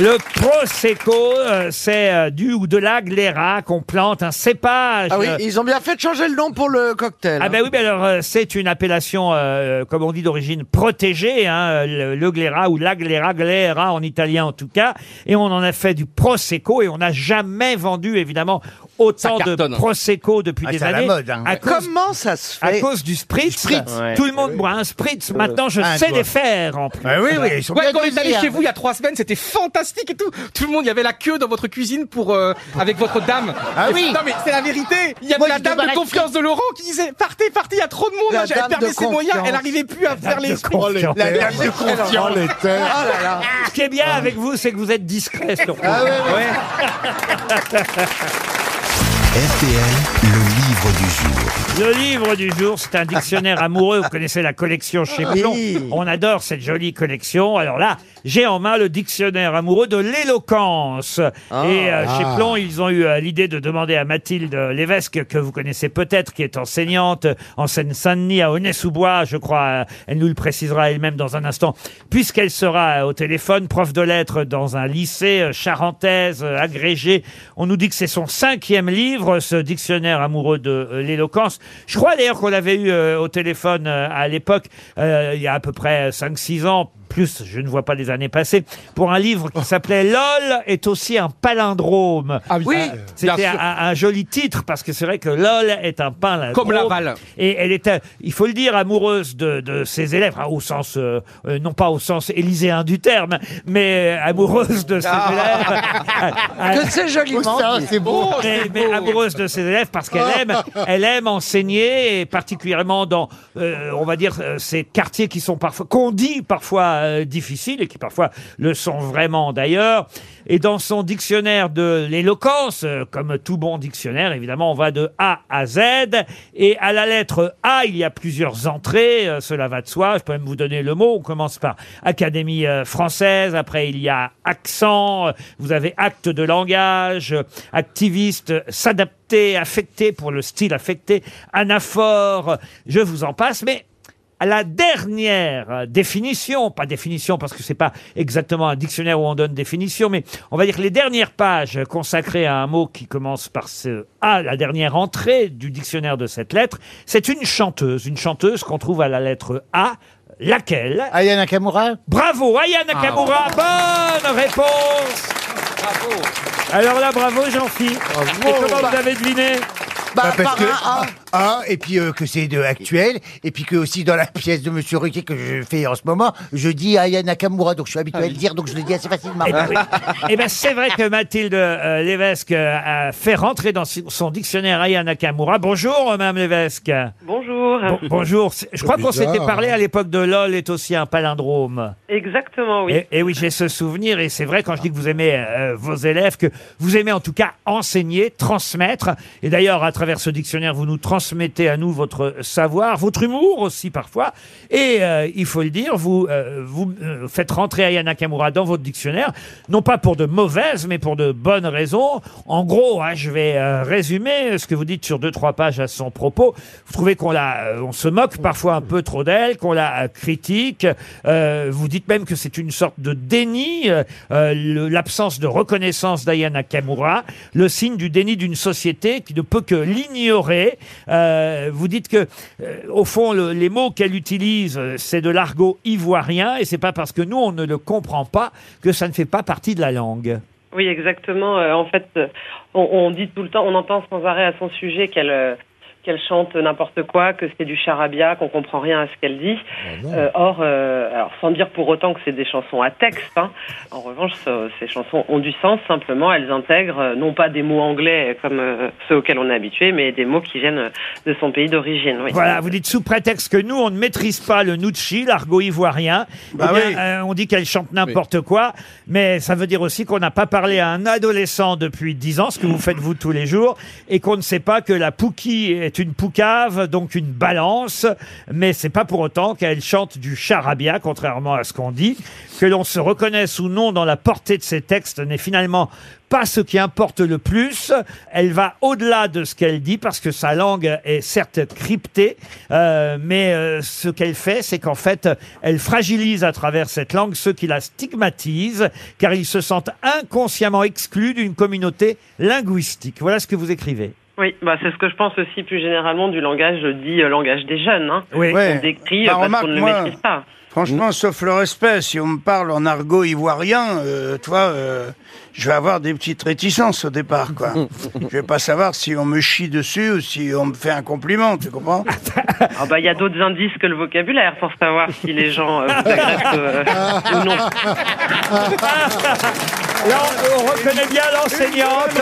[SPEAKER 2] Le Prosecco, euh, c'est euh, du ou de la gléra qu'on plante, un cépage.
[SPEAKER 8] Ah oui,
[SPEAKER 2] euh,
[SPEAKER 8] ils ont bien fait de changer le nom pour le cocktail.
[SPEAKER 2] ah ben oui, mais alors euh, c'est une appellation, euh, comme on dit, d'origine protégée, hein, le, le gléra ou la gléra, gléra en italien en tout cas. Et on en a fait du prosecco et on n'a jamais vendu évidemment autant de
[SPEAKER 8] cartonne.
[SPEAKER 2] prosecco depuis
[SPEAKER 8] Ah,
[SPEAKER 2] des
[SPEAKER 8] c'est à la
[SPEAKER 2] années.
[SPEAKER 8] mode, hein.
[SPEAKER 2] à cause,
[SPEAKER 8] Comment ça se
[SPEAKER 2] à
[SPEAKER 8] fait
[SPEAKER 2] cause du spritz,
[SPEAKER 8] Ouais.
[SPEAKER 2] tout le monde boit un spritz.
[SPEAKER 1] Euh,
[SPEAKER 2] Maintenant, je
[SPEAKER 9] Ah,
[SPEAKER 2] sais
[SPEAKER 9] je
[SPEAKER 2] les
[SPEAKER 9] vois.
[SPEAKER 2] faire en plus.
[SPEAKER 1] Ben
[SPEAKER 9] Ouais, quand on est allé chez vous il y a trois semaines, c'était fantastique et tout. Tout le monde, il y avait la queue dans votre cuisine pour euh, avec votre dame.
[SPEAKER 8] Ah
[SPEAKER 9] Et-
[SPEAKER 8] oui.
[SPEAKER 9] Non mais c'est la vérité. Il y avait
[SPEAKER 8] Moi,
[SPEAKER 9] la
[SPEAKER 8] je
[SPEAKER 9] dame de
[SPEAKER 8] débarrasse-
[SPEAKER 9] confiance de Laurent qui disait partez, partez, il y a trop de monde.
[SPEAKER 8] La
[SPEAKER 9] là, Elle
[SPEAKER 8] dame
[SPEAKER 9] perdait
[SPEAKER 8] de
[SPEAKER 9] ses moyens,
[SPEAKER 8] confiance.
[SPEAKER 9] elle arrivait plus à faire les sprints.
[SPEAKER 8] La dame de
[SPEAKER 1] Oh,
[SPEAKER 8] confiance.
[SPEAKER 2] Oh Ce qui est bien avec vous, c'est que vous êtes discret surtout.
[SPEAKER 1] Ah ouais, ouais. RTL, le livre du jour.
[SPEAKER 2] Le livre du jour, c'est un dictionnaire amoureux. Vous connaissez la collection chez Plon.
[SPEAKER 1] Oui.
[SPEAKER 2] On adore cette jolie collection. Alors là, j'ai en main le dictionnaire amoureux de l'éloquence. Et euh, chez
[SPEAKER 14] Ah.
[SPEAKER 2] Plon, ils ont eu euh, l'idée de demander à Mathilde Lévesque, que vous connaissez peut-être, qui est enseignante en Seine-Saint-Denis, à Aulnay-sous-Bois, je crois. Euh, Elle nous le précisera elle-même dans un instant, puisqu'elle sera euh, au téléphone, prof de lettres dans un lycée euh, charentaise, euh, agrégée. On nous dit que c'est son cinquième livre, ce dictionnaire amoureux de euh, l'éloquence. Je crois d'ailleurs qu'on l'avait eu euh, au téléphone euh, à l'époque, euh, il y a à peu près 5-6 ans, plus je ne vois pas les années passées, pour un livre qui s'appelait LOL est aussi un palindrome. Ah
[SPEAKER 9] oui, bien
[SPEAKER 2] c'était
[SPEAKER 9] sûr.
[SPEAKER 2] un, un- un joli titre parce que c'est vrai que LOL est un palindrome.
[SPEAKER 9] Comme Laval.
[SPEAKER 2] Et elle était, il faut le dire, amoureuse de, de ses élèves, hein, au sens, euh, euh, non pas au sens élyséen du terme, mais euh, amoureuse de ses
[SPEAKER 4] Ah.
[SPEAKER 2] élèves.
[SPEAKER 4] Que c'est joliment Oh, ça, dit. c'est beau,
[SPEAKER 2] Mais,
[SPEAKER 4] c'est
[SPEAKER 2] mais
[SPEAKER 4] beau.
[SPEAKER 2] nombreuses de ses élèves parce qu'elle aime, elle aime enseigner, et particulièrement dans, euh, on va dire, euh, ces quartiers qui sont parfois, qu'on dit parfois euh, difficiles et qui parfois le sont vraiment d'ailleurs. Et dans son dictionnaire de l'éloquence, euh, comme tout bon dictionnaire, évidemment, on va de A à Z. Et à la lettre A, il y a plusieurs entrées, euh, cela va de soi. Je peux même vous donner le mot. On commence par Académie euh, française, après il y a accent, euh, vous avez acte de langage, euh, activiste, euh, s'adapter, affecté pour le style affecté, anaphore, euh, je vous en passe, mais à la dernière euh, définition, pas définition parce que c'est pas exactement un dictionnaire où on donne définition, mais on va dire les dernières pages consacrées à un mot qui commence par ce A, la dernière entrée du dictionnaire de cette lettre, c'est une chanteuse, une chanteuse qu'on trouve à la lettre A, laquelle
[SPEAKER 3] Ah,
[SPEAKER 2] Aya Nakamura Ah, Bravo, Aya Nakamura, bonne réponse Alors là, bravo Jean-Philippe. Et comment vous avez deviné
[SPEAKER 5] Bah,
[SPEAKER 2] Bah,
[SPEAKER 5] parce
[SPEAKER 2] par
[SPEAKER 5] que,
[SPEAKER 2] un,
[SPEAKER 5] un, et puis euh, que c'est de actuel, et puis que aussi dans la pièce de Monsieur Ruquier que je fais en ce moment, je dis Aya Nakamura, donc je suis habitué à le dire, donc je le dis assez facilement.
[SPEAKER 2] Eh ben, oui. Eh ben, c'est vrai que Mathilde euh, Lévesque euh, a fait rentrer dans si- son dictionnaire Aya Nakamura. Bonjour, euh, Madame Lévesque.
[SPEAKER 14] Bonjour.
[SPEAKER 2] Bon- bonjour. C'est- Je crois
[SPEAKER 14] C'est
[SPEAKER 2] qu'on
[SPEAKER 14] bizarre,
[SPEAKER 2] s'était parlé
[SPEAKER 14] hein.
[SPEAKER 2] à l'époque de LOL est aussi un palindrome.
[SPEAKER 14] Exactement, oui.
[SPEAKER 2] Et, et Eh, oui, j'ai ce souvenir, et c'est vrai quand je dis que vous aimez euh, vos élèves, que vous aimez en tout cas enseigner, transmettre. Et d'ailleurs, à travers ce dictionnaire, vous nous transmettez à nous votre savoir, votre humour aussi parfois. Et euh, il faut le dire, vous euh, vous euh, faites rentrer Aya Nakamura dans votre dictionnaire, non pas pour de mauvaises, mais pour de bonnes raisons. En gros, hein, je vais euh, résumer ce que vous dites sur deux trois pages à son propos. Vous trouvez qu'on la, euh, on se moque parfois un peu trop d'elle, qu'on la euh, critique. Euh, vous dites même que c'est une sorte de déni, euh, euh, le- l'absence de reconnaissance d'Aya Nakamura, le signe du déni d'une société qui ne peut que l'ignorer. Euh, vous dites que, euh, au fond, le- les mots qu'elle utilise, euh, c'est de l'argot ivoirien, et c'est pas parce que nous on ne le comprend pas que ça ne fait pas partie de la langue.
[SPEAKER 14] Oui, exactement. Euh, en fait, euh, on, on dit tout le temps, on entend sans arrêt à son sujet qu'elle euh, qu'elle chante n'importe quoi, que c'est du charabia, qu'on comprend rien à ce qu'elle dit. Euh, or, euh, alors sans dire pour autant que c'est des chansons à texte, hein, en revanche, ce- ces chansons ont du sens. Simplement, elles intègrent euh, non pas des mots anglais euh, comme euh, ceux auxquels on est habitué, mais des mots qui viennent euh, de son pays d'origine. Oui.
[SPEAKER 2] Voilà, vous dites sous prétexte que nous, on ne maîtrise pas le Nucci, l'argot ivoirien. eh
[SPEAKER 14] Bah
[SPEAKER 2] bien,
[SPEAKER 14] oui.
[SPEAKER 2] euh, on dit qu'elle chante n'importe quoi, mais ça veut dire aussi qu'on n'a pas parlé à un adolescent depuis 10 ans, ce que vous faites vous tous les jours, et qu'on ne sait pas que la pouquie est une poucave, donc une balance, mais c'est pas pour autant qu'elle chante du charabia, contrairement à ce qu'on dit. Que l'on se reconnaisse ou non dans la portée de ces textes n'est finalement pas ce qui importe le plus. Elle va au-delà de ce qu'elle dit parce que sa langue est certes cryptée, euh, mais euh, ce qu'elle fait, c'est qu'en fait, elle fragilise à travers cette langue ceux qui la stigmatisent, car ils se sentent inconsciemment exclus d'une communauté linguistique. Voilà ce que vous écrivez.
[SPEAKER 14] Oui, bah c'est ce que je pense aussi plus généralement du langage euh, dit euh, langage des jeunes. Hein,
[SPEAKER 3] Oui.
[SPEAKER 14] qu'on décrit euh,
[SPEAKER 3] Bah,
[SPEAKER 14] parce
[SPEAKER 3] remarque,
[SPEAKER 14] qu'on ne le
[SPEAKER 3] moi,
[SPEAKER 14] maîtrise pas.
[SPEAKER 3] Franchement, sauf le respect, si on me parle en argot ivoirien, euh, toi, euh, je vais avoir des petites réticences au départ, quoi. je vais pas savoir si on me chie dessus ou si on me fait un compliment, tu comprends
[SPEAKER 14] Ah bah il y a d'autres indices que le vocabulaire pour savoir si les gens euh, vous agressent euh, ou non.
[SPEAKER 2] Là, on, on reconnaît bien l'enseignante.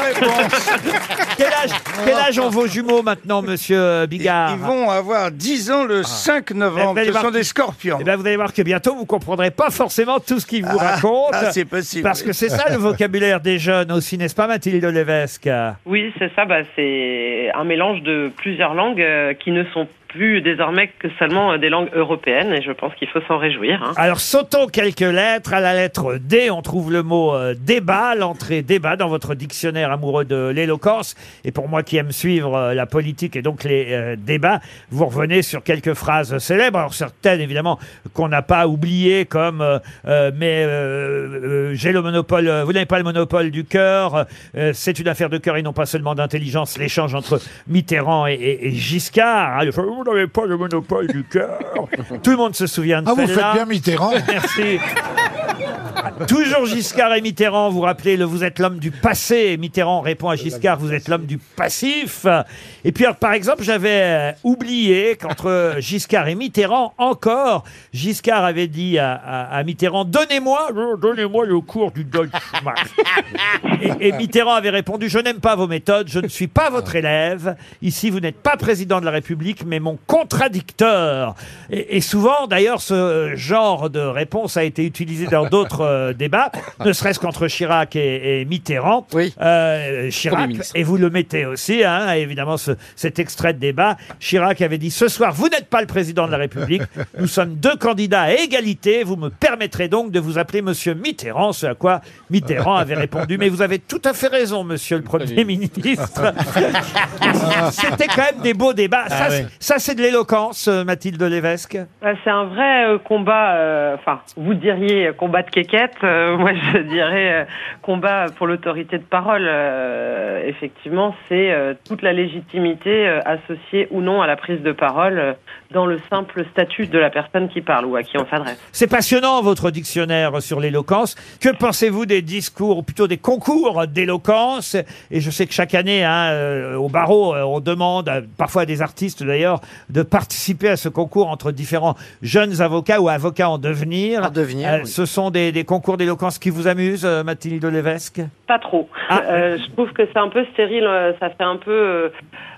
[SPEAKER 2] quel, âge, quel âge ont vos jumeaux maintenant, monsieur euh, Bigard
[SPEAKER 3] Ils vont avoir 10 ans
[SPEAKER 2] Ah.
[SPEAKER 3] le 5 novembre. Ce sont des scorpions.
[SPEAKER 2] Eh ben, vous allez voir que bientôt, vous comprendrez pas forcément tout ce qu'ils vous
[SPEAKER 3] Ah,
[SPEAKER 2] racontent.
[SPEAKER 3] ah, c'est possible,
[SPEAKER 2] Parce
[SPEAKER 3] oui.
[SPEAKER 2] que c'est ça le vocabulaire des jeunes aussi, n'est-ce pas, Mathilde Levesque
[SPEAKER 14] Oui, c'est ça. Bah, c'est un mélange de plusieurs langues euh, qui ne sont plus désormais que seulement euh, des langues européennes, et je pense qu'il faut s'en réjouir. hein.
[SPEAKER 2] Alors, sautons quelques lettres. À la lettre D, on trouve le mot euh, débat, l'entrée débat dans votre dictionnaire amoureux de l'éloquence. Et pour moi qui aime suivre euh, la politique et donc les euh, débats, vous revenez sur quelques phrases célèbres. Alors, certaines, évidemment, qu'on n'a pas oubliées, comme euh, euh, Mais euh, euh, j'ai le monopole, euh, vous n'avez pas le monopole du cœur. euh, C'est une affaire de cœur et non pas seulement d'intelligence. L'échange entre Mitterrand et, et- et Giscard. hein, le fait, vous n'avez pas le monopole du cœur. Tout le monde se souvient de
[SPEAKER 6] Ah, vous
[SPEAKER 2] celle-là.
[SPEAKER 6] faites bien Mitterrand.
[SPEAKER 2] Merci. Toujours Giscard et Mitterrand, vous rappelez le vous êtes l'homme du passé. Et Mitterrand répond à Giscard, vous êtes l'homme du passif. Et puis, alors, par exemple, j'avais euh, oublié qu'entre Giscard et Mitterrand, encore, Giscard avait dit à, à- à Mitterrand, donnez-moi, euh, donnez-moi le cours du Deutsche Mark. Et, et Mitterrand avait répondu Je n'aime pas vos méthodes, je ne suis pas
[SPEAKER 9] Ah.
[SPEAKER 2] votre élève. Ici, vous n'êtes pas président de la République, mais mon contradicteur. Et, et souvent, d'ailleurs, ce genre de réponse a été utilisé dans d'autres euh, débats, ne serait-ce qu'entre Chirac et, et Mitterrand. Oui. Chirac,
[SPEAKER 9] Premier ministre.
[SPEAKER 2] et vous le mettez aussi, hein, évidemment, ce- cet extrait de débat. Chirac avait dit Ce soir, vous n'êtes pas le président de la République. Nous sommes deux candidats à égalité. Vous me permettrez donc de vous appeler monsieur Mitterrand, ce à quoi Mitterrand avait répondu. Mais vous avez tout à fait raison, monsieur le Premier ministre. C'était quand même des beaux débats.
[SPEAKER 4] Ah
[SPEAKER 2] ça,
[SPEAKER 4] oui.
[SPEAKER 2] c'est- ça, c'est de l'éloquence, euh, Mathilde Lévesque.
[SPEAKER 14] Ouais, C'est un vrai euh, combat, euh, enfin, vous diriez combat de quéquette, euh, moi je dirais euh, combat pour l'autorité de parole. Euh, effectivement, c'est euh, toute la légitimité euh, associée ou non à la prise de parole euh, dans le simple statut de la personne qui parle ou à qui on s'adresse.
[SPEAKER 2] C'est passionnant, votre dictionnaire sur l'éloquence. Que pensez-vous des discours, ou plutôt des concours d'éloquence Et je sais que chaque année, hein, euh, au barreau, euh, on demande, à- parfois à des artistes d'ailleurs, de participer à ce concours entre différents jeunes avocats ou avocats en devenir. Euh, Ce sont des, des concours d'éloquence qui vous amusent, euh, Mathilde Levesque
[SPEAKER 14] Pas trop. Euh, je trouve que c'est un peu stérile, euh, ça fait un peu euh,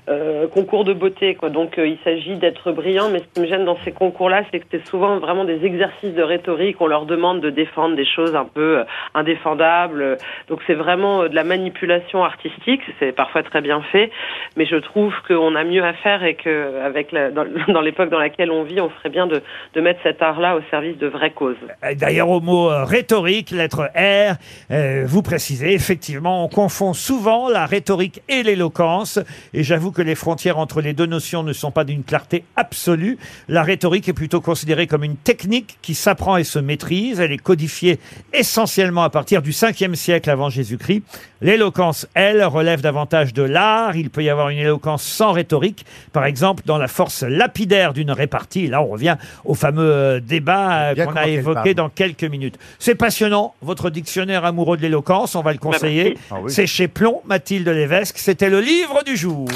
[SPEAKER 14] euh, concours de beauté. Quoi. Donc euh, il s'agit d'être brillant, mais ce qui me gêne dans ces concours-là, c'est que c'est souvent vraiment des exercices de rhétorique. On leur demande de défendre des choses un peu euh, indéfendables. Euh, Donc c'est vraiment euh, de la manipulation artistique. C'est parfois très bien fait, mais je trouve qu'on a mieux à faire et que avec la- dans, dans l'époque dans laquelle on vit, on ferait bien de, de mettre cet art-là au service de vraies causes.
[SPEAKER 2] Et D'ailleurs, au mot euh, rhétorique, lettre R, euh, vous précisez, effectivement, on confond souvent la rhétorique et l'éloquence. Et j'avoue que les frontières entre les deux notions ne sont pas d'une clarté absolue. La rhétorique est plutôt considérée comme une technique qui s'apprend et se maîtrise. Elle est codifiée essentiellement à partir du 5e siècle avant Jésus-Christ. L'éloquence, elle, relève davantage de l'art. Il peut y avoir une éloquence sans rhétorique. Par exemple, dans la force lapidaire d'une répartie. Là, on revient au fameux euh, débat euh,
[SPEAKER 15] bien
[SPEAKER 2] qu'on
[SPEAKER 15] comment
[SPEAKER 2] a
[SPEAKER 15] qu'elle
[SPEAKER 2] évoqué
[SPEAKER 15] parle.
[SPEAKER 2] dans quelques minutes. C'est passionnant, votre dictionnaire amoureux de l'éloquence, on va le conseiller.
[SPEAKER 15] merci. Ah oui.
[SPEAKER 2] C'est chez Plomb, Mathilde Lévesque, c'était le livre du jour.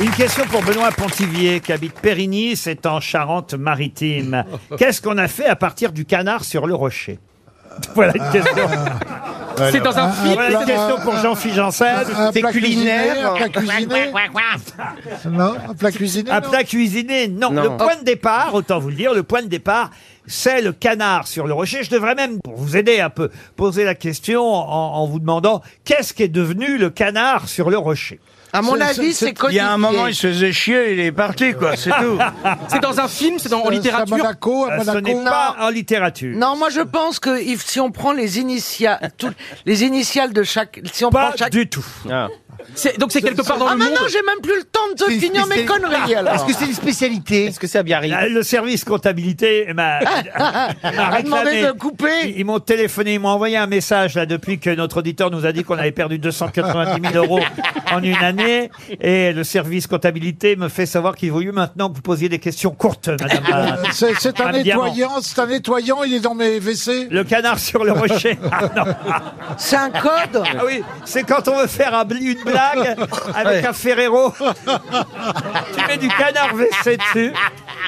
[SPEAKER 2] Une question pour Benoît Pontivier qui habite Périgny, c'est en Charente-Maritime. Qu'est-ce qu'on a fait à partir du canard sur le rocher Voilà une question.
[SPEAKER 4] C'est dans un film,
[SPEAKER 2] Voilà une
[SPEAKER 4] c'est-
[SPEAKER 2] question pour Jean-Philippe Janssen.
[SPEAKER 4] Ah, Un- un
[SPEAKER 2] C'est
[SPEAKER 4] plat cuisiné,
[SPEAKER 2] culinaire.
[SPEAKER 4] un plat cuisiné.
[SPEAKER 2] Non, un plat cuisiné. Un plat cuisiné, non. Le point de départ, autant vous le dire, le point de départ, c'est le canard sur le rocher. Je devrais même, pour vous aider un peu, poser la question en, en vous demandant qu'est-ce qui est devenu le canard sur le rocher.
[SPEAKER 3] À mon C'est- avis, c'est- c'est c'est- il y a un codifié. moment, il se
[SPEAKER 2] faisait chier, il est parti,
[SPEAKER 3] quoi, c'est tout.
[SPEAKER 9] C'est dans un film, c'est dans- en littérature.
[SPEAKER 2] Euh, Ce n'est pas en littérature.
[SPEAKER 13] Non, moi je pense que if- si on prend les initiales, tout- les initiales de chaque, si on prend chaque.
[SPEAKER 2] Du tout.
[SPEAKER 7] Ah.
[SPEAKER 9] Donc c'est quelque part dans
[SPEAKER 13] ah,
[SPEAKER 9] le monde.
[SPEAKER 13] maintenant j'ai même plus le temps de
[SPEAKER 9] C'est-
[SPEAKER 13] finir
[SPEAKER 9] c'est-
[SPEAKER 13] mes conneries alors.
[SPEAKER 9] Est-ce que
[SPEAKER 2] c'est une spécialité
[SPEAKER 7] Est-ce que c'est à Biarritz
[SPEAKER 2] Là, Ah, Le service comptabilité eh ben, m'a m'a
[SPEAKER 13] A demandé
[SPEAKER 2] réclamé.
[SPEAKER 13] de couper.
[SPEAKER 2] Ils, ils m'ont téléphoné, ils m'ont envoyé un message là depuis que notre auditeur nous a dit qu'on avait perdu 290 000 euros en une année. Et le service comptabilité me fait savoir qu'il vaut mieux maintenant que vous posiez des questions courtes, madame. la-
[SPEAKER 6] Euh, C'est c'est un
[SPEAKER 2] Ah bah, madame Diamant.
[SPEAKER 6] nettoyant, c'est un nettoyant, il est dans mes WC.
[SPEAKER 2] Le canard sur le rocher.
[SPEAKER 13] C'est un code
[SPEAKER 2] Ah oui, c'est quand on veut faire un bl- une blague avec
[SPEAKER 4] Ouais.
[SPEAKER 2] un Ferrero. tu mets du canard WC dessus.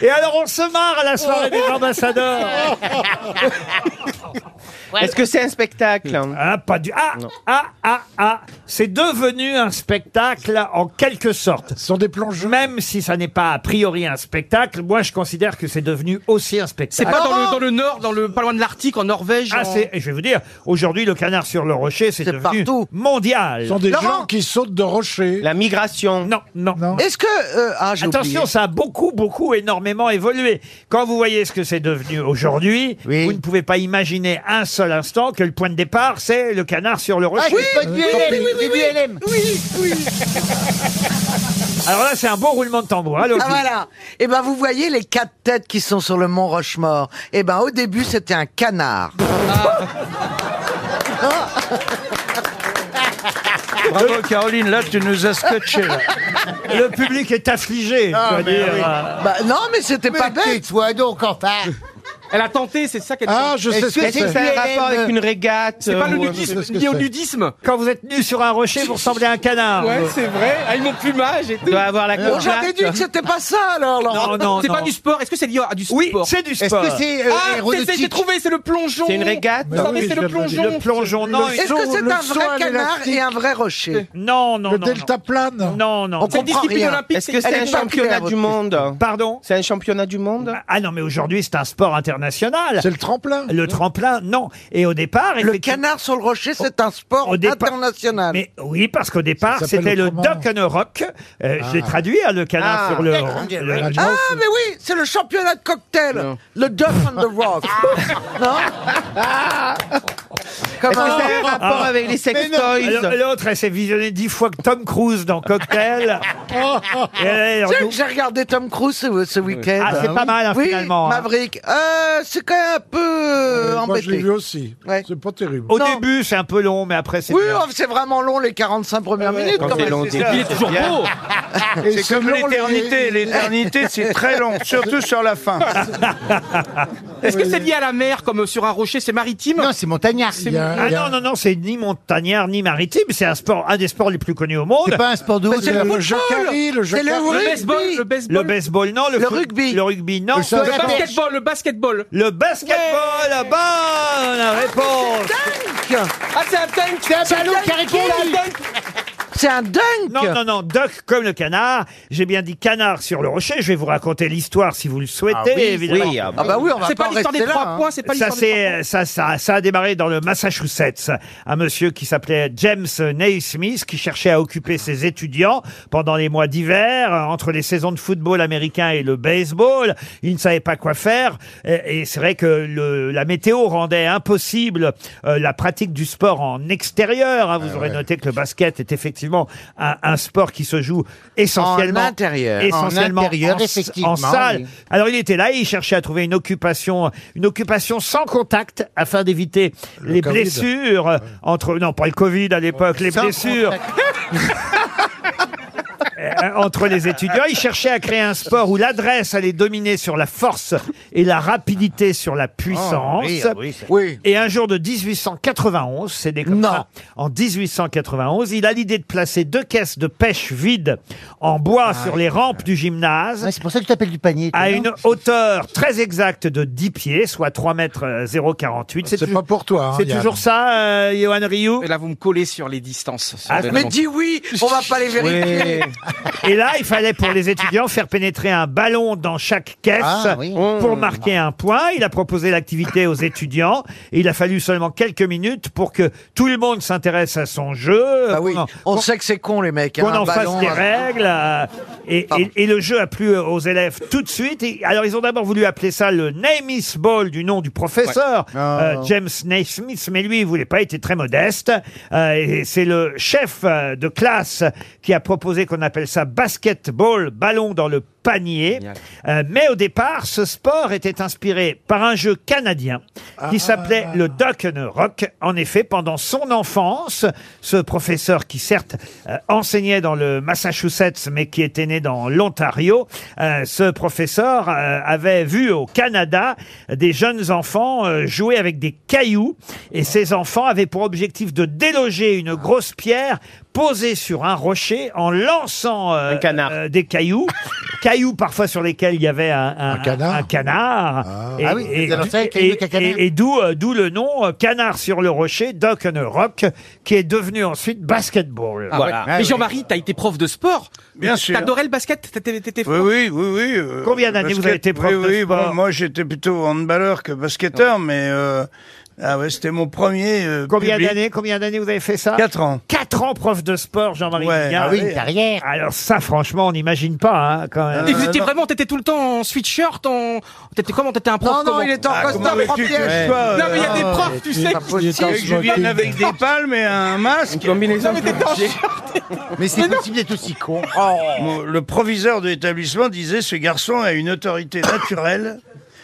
[SPEAKER 2] Et alors on se marre à la soirée des ambassadeurs.
[SPEAKER 7] Est-ce que c'est un spectacle
[SPEAKER 2] Ah, pas du. Ah, ah, ah, ah. C'est devenu un spectacle en quelque sorte. Ce sont des plongeurs. Même si ça n'est pas a priori un spectacle, moi je considère que c'est devenu aussi un
[SPEAKER 9] C'est
[SPEAKER 2] spectacle.
[SPEAKER 9] pas dans le, dans le nord, dans le pas loin de l'Arctique, en Norvège.
[SPEAKER 2] Ah,
[SPEAKER 9] en-
[SPEAKER 2] c'est- je vais vous dire, aujourd'hui, le canard sur le rocher, c'est devenu mondial.
[SPEAKER 9] Ce sont des Laurent gens
[SPEAKER 2] qui sautent de rocher.
[SPEAKER 7] La migration.
[SPEAKER 2] Non, non.
[SPEAKER 13] Est-ce que... euh, Ah,
[SPEAKER 2] Attention, ça a beaucoup, beaucoup, énormément évolué. Quand vous voyez ce que c'est devenu aujourd'hui, vous ne pouvez pas imaginer un seul instant que le point de départ, c'est le canard sur le rocher.
[SPEAKER 5] Ah, c'est pas du LM, c'est du LM.
[SPEAKER 2] Alors là, c'est un bon roulement de tambour. hein, l'autre.
[SPEAKER 13] Ah voilà. Et ben vous voyez les quatre têtes qui sont sur le mont Rochemort. Et ben au début c'était un canard.
[SPEAKER 8] Bravo Caroline, là tu nous as scotché.
[SPEAKER 2] Le public est affligé,
[SPEAKER 8] Ah,
[SPEAKER 2] faut
[SPEAKER 8] mais
[SPEAKER 2] dire.
[SPEAKER 8] oui. Bah,
[SPEAKER 5] non, mais c'était
[SPEAKER 8] pas bête.
[SPEAKER 5] Tais-toi donc, enfin.
[SPEAKER 9] Elle a tenté, c'est ça qu'elle
[SPEAKER 5] Ah, je sais Est-ce ce que que c'est. c'est
[SPEAKER 9] C'est un
[SPEAKER 5] un
[SPEAKER 9] rapport avec une régate. C'est pas le
[SPEAKER 2] euh,
[SPEAKER 9] nudisme,
[SPEAKER 2] je sais ce que
[SPEAKER 9] lié au
[SPEAKER 2] c'est.
[SPEAKER 9] nudisme.
[SPEAKER 2] Quand vous êtes nu sur un rocher, vous ressemblez à un canard.
[SPEAKER 9] Ouais, c'est vrai. Ah, Avec mon plumage et tout.
[SPEAKER 2] Doit avoir la
[SPEAKER 9] Euh,
[SPEAKER 2] courbe
[SPEAKER 9] j'avais
[SPEAKER 2] plate.
[SPEAKER 9] dit que c'était pas ça alors. Laurent.
[SPEAKER 2] Non, non,
[SPEAKER 9] C'est
[SPEAKER 2] non.
[SPEAKER 9] pas du sport. Est-ce que c'est lié à du sport
[SPEAKER 2] Oui, c'est du Est-ce sport. que c'est, euh,
[SPEAKER 9] Ah,
[SPEAKER 2] aéronautique
[SPEAKER 9] c'est- c'est- j'ai trouvé, c'est le plongeon.
[SPEAKER 2] C'est une régate
[SPEAKER 9] Non,
[SPEAKER 2] Bah
[SPEAKER 9] mais
[SPEAKER 2] oui,
[SPEAKER 9] c'est
[SPEAKER 2] je
[SPEAKER 9] le
[SPEAKER 2] viens de le
[SPEAKER 9] plongeon.
[SPEAKER 2] dire. Le plongeon, non,
[SPEAKER 8] Est-ce
[SPEAKER 2] le
[SPEAKER 8] que
[SPEAKER 2] saut,
[SPEAKER 8] c'est
[SPEAKER 2] le
[SPEAKER 8] un
[SPEAKER 2] saut à
[SPEAKER 8] vrai canard
[SPEAKER 2] l'élastique.
[SPEAKER 8] et un vrai rocher
[SPEAKER 2] Non, non,
[SPEAKER 8] Le
[SPEAKER 2] non.
[SPEAKER 8] deltaplane
[SPEAKER 2] Non, non.
[SPEAKER 8] On comprend rien.
[SPEAKER 7] Est-ce que c'est un championnat du monde
[SPEAKER 2] Pardon
[SPEAKER 7] C'est un championnat du monde
[SPEAKER 2] Ah non, mais aujourd'hui, c'est un sport international.
[SPEAKER 6] C'est le tremplin
[SPEAKER 2] Le tremplin, non. Et au départ... Le
[SPEAKER 8] canard sur le rocher, c'est un sport international.
[SPEAKER 2] Mais oui, parce qu'au départ,
[SPEAKER 8] Ça s'appelle
[SPEAKER 2] c'était le
[SPEAKER 8] autrement.
[SPEAKER 2] Duck and a Rock. Euh, Je l'ai traduit, hein, le canard sur le... le-
[SPEAKER 8] Ah, mais oui, c'est le championnat de cocktail. Le Duck on the Rock. non Ah.
[SPEAKER 7] Est-ce que ça a un rapport avec les sextoys
[SPEAKER 2] L- L'autre, elle s'est visionnée dix fois que Tom Cruise dans Cocktail. Et elle,
[SPEAKER 8] Tu sais que J'ai regardé Tom Cruise ce, ce week-end.
[SPEAKER 2] Ah, c'est pas mal, hein,
[SPEAKER 8] oui,
[SPEAKER 2] finalement, hein.
[SPEAKER 8] Maverick. Euh, c'est quand même un peu euh,
[SPEAKER 6] Moi,
[SPEAKER 8] embêté.
[SPEAKER 6] je l'ai vu aussi. C'est pas terrible.
[SPEAKER 2] Au début, c'est un peu long, mais après, c'est
[SPEAKER 8] Oui,
[SPEAKER 2] bien.
[SPEAKER 8] oh, c'est vraiment long les 45 premières minutes.
[SPEAKER 2] Quand
[SPEAKER 8] quand
[SPEAKER 2] c'est
[SPEAKER 8] même.
[SPEAKER 2] long,
[SPEAKER 8] C'est
[SPEAKER 2] t'es-
[SPEAKER 8] ça.
[SPEAKER 2] il est toujours
[SPEAKER 8] Bien.
[SPEAKER 2] beau.
[SPEAKER 8] Et
[SPEAKER 3] Ah, C'est comme
[SPEAKER 8] long, les-
[SPEAKER 3] l'éternité. L'éternité, c'est très long, surtout sur la fin.
[SPEAKER 9] Est-ce que c'est lié à la mer comme sur un rocher C'est maritime
[SPEAKER 5] Non, c'est montagnard.
[SPEAKER 9] C'est-
[SPEAKER 2] Ah non, non, non, c'est ni montagnard, ni maritime. C'est un sport, un des sports les plus connus au monde.
[SPEAKER 5] C'est pas un sport de
[SPEAKER 2] Mais
[SPEAKER 5] haut,
[SPEAKER 2] c'est
[SPEAKER 5] c'est
[SPEAKER 2] euh, le
[SPEAKER 5] le jacari, le
[SPEAKER 2] C'est
[SPEAKER 5] jacari.
[SPEAKER 2] le
[SPEAKER 5] Le
[SPEAKER 2] baseball, le baseball. Le baseball, non. Le, foot- Le rugby, non.
[SPEAKER 9] Le basketball, le basketball.
[SPEAKER 2] Le basketball, la bonne réponse.
[SPEAKER 9] Ah, c'est un tank
[SPEAKER 2] C'est un
[SPEAKER 9] dunk, c'est un dunk.
[SPEAKER 2] C'est un dunk Non, non, non, duck comme le canard. J'ai bien dit canard sur le rocher. Je vais vous raconter l'histoire si vous le souhaitez,
[SPEAKER 7] Ah oui,
[SPEAKER 2] évidemment.
[SPEAKER 7] oui, ah bah. Ah bah oui, on va C'est pas pas en l'histoire des rester trois là, hein. points, c'est pas
[SPEAKER 2] ça,
[SPEAKER 7] l'histoire des
[SPEAKER 2] c'est, euh, ça, ça, ça a démarré dans le Massachusetts. Un monsieur qui s'appelait James Naismith qui cherchait à occuper ses étudiants pendant les mois d'hiver, euh, entre les saisons de football américain et le baseball. Il ne savait pas quoi faire. Et, et c'est vrai que le, la météo rendait impossible euh, la pratique du sport en extérieur. hein.
[SPEAKER 8] Ah
[SPEAKER 2] Vous aurez noté que le basket est effectivement un, un sport qui se joue essentiellement
[SPEAKER 8] En intérieur.
[SPEAKER 2] essentiellement
[SPEAKER 8] En intérieur,
[SPEAKER 2] s-
[SPEAKER 8] effectivement,
[SPEAKER 2] en salle.
[SPEAKER 8] oui.
[SPEAKER 2] Alors il était là, et il cherchait à trouver une occupation, une occupation sans contact afin d'éviter les
[SPEAKER 6] Covid.
[SPEAKER 2] blessures euh, entre non pas le Covid à l'époque, les
[SPEAKER 6] Sans
[SPEAKER 2] blessures. Euh, entre les étudiants. Il cherchait à créer un sport où l'adresse allait dominer sur la force et la rapidité sur la puissance.
[SPEAKER 4] Oh, oui, ah oui, ça-
[SPEAKER 2] Et un jour de 1891, c'est des comme ça, en 1891, il a l'idée de placer deux caisses de pêche vides en bois sur les rampes du gymnase.
[SPEAKER 5] c'est pour ça que tu t'appelles du panier. toi,
[SPEAKER 2] À
[SPEAKER 5] non
[SPEAKER 2] une hauteur très exacte de 10 pieds, soit 3 mètres euh, 048. C'est pas
[SPEAKER 6] pour toi.
[SPEAKER 9] hein,
[SPEAKER 2] c'est
[SPEAKER 9] Yann.
[SPEAKER 2] toujours ça, euh, Johan Rioux
[SPEAKER 9] Et là, vous me collez sur les distances. sur
[SPEAKER 2] Ah,
[SPEAKER 9] les
[SPEAKER 2] mais
[SPEAKER 9] longues.
[SPEAKER 2] dis
[SPEAKER 8] oui, on va pas les vérifier.
[SPEAKER 2] Et là, il fallait pour les étudiants faire pénétrer un ballon dans chaque caisse
[SPEAKER 8] Ah, oui.
[SPEAKER 2] pour marquer un point. Il a proposé l'activité aux étudiants et il a fallu seulement quelques minutes pour que tout le monde s'intéresse à son jeu. Qu'on en-
[SPEAKER 8] Bah On sait que c'est con les mecs. hein,
[SPEAKER 2] qu'on
[SPEAKER 8] un
[SPEAKER 2] en fasse
[SPEAKER 8] ballon,
[SPEAKER 2] des
[SPEAKER 8] un-
[SPEAKER 2] règles. euh, et, et- et le jeu a plu euh, aux élèves tout de suite. Et- alors, ils ont d'abord voulu appeler ça le Naismith Ball du nom du professeur
[SPEAKER 8] Ouais.
[SPEAKER 2] euh,
[SPEAKER 8] Ah.
[SPEAKER 2] James Naismith, mais lui, il voulait pas, il était très modeste. Euh, et c'est le chef euh, de classe qui a proposé qu'on appelle ça basketball, ballon dans le panier. Euh, mais au départ, ce sport était inspiré par un jeu canadien qui
[SPEAKER 8] Ah.
[SPEAKER 2] s'appelait le Duck and Rock. En effet, pendant son enfance, ce professeur qui certes euh, enseignait dans le Massachusetts, mais qui était né dans l'Ontario, euh, ce professeur euh, avait vu au Canada des jeunes enfants euh, jouer avec des cailloux et ces enfants avaient pour objectif de déloger une grosse pierre posée sur un rocher en lançant euh, euh, des cailloux, cailloux parfois sur lesquels il y avait un, un-
[SPEAKER 6] canard.
[SPEAKER 2] un canard. Et,
[SPEAKER 5] Ah oui,
[SPEAKER 2] et-
[SPEAKER 5] vous annoncez avec
[SPEAKER 2] et-
[SPEAKER 5] cailloux qu'un canard.
[SPEAKER 2] et- et d'où euh, d'où le nom euh, canard sur le rocher, Doc and a Rock, qui est devenu ensuite basketball.
[SPEAKER 9] Ah, ouais. Mais Jean-Marie, t'as été prof de sport.
[SPEAKER 3] Bien sûr.
[SPEAKER 9] T'adorais le basket. T'étais, t'étais
[SPEAKER 3] Oui,
[SPEAKER 9] fort.
[SPEAKER 3] oui, oui, oui. euh,
[SPEAKER 9] Combien d'années
[SPEAKER 3] basket,
[SPEAKER 9] vous avez été prof
[SPEAKER 3] oui,
[SPEAKER 9] de
[SPEAKER 3] oui,
[SPEAKER 9] sport
[SPEAKER 3] bon, Moi, j'étais plutôt handballeur que basketteur, mais euh, ah ouais, c'était mon premier. euh,
[SPEAKER 2] Combien
[SPEAKER 3] public.
[SPEAKER 2] d'années Combien d'années vous avez fait ça
[SPEAKER 3] Quatre ans.
[SPEAKER 2] Quatre ans prof de sport, Jean-Marie
[SPEAKER 3] Ouais,
[SPEAKER 2] Bigard.
[SPEAKER 3] ah oui, une
[SPEAKER 5] carrière.
[SPEAKER 2] Eh Alors ça, franchement, on n'imagine pas hein, quand même.
[SPEAKER 9] Et vous étiez vraiment, t'étais tout le temps en sweatshirt, en. T'étais comment T'étais un prof
[SPEAKER 8] Non, non,
[SPEAKER 9] comment
[SPEAKER 8] il était en Ah, costard, comment veux-tu propre, que je
[SPEAKER 3] sois, euh,
[SPEAKER 9] Non, mais il y a des
[SPEAKER 3] euh,
[SPEAKER 9] profs, tu
[SPEAKER 3] il
[SPEAKER 9] sais.
[SPEAKER 3] est pas
[SPEAKER 9] qui-
[SPEAKER 3] possible.
[SPEAKER 9] qui-
[SPEAKER 3] Avec
[SPEAKER 9] qui-
[SPEAKER 3] Julien avec des palmes et un masque.
[SPEAKER 9] combinaison Non, mais t'étais en
[SPEAKER 3] J'ai-
[SPEAKER 5] Mais c'est possible d'être aussi con.
[SPEAKER 3] Oh. Mon- Le proviseur de l'établissement disait ce garçon a une autorité naturelle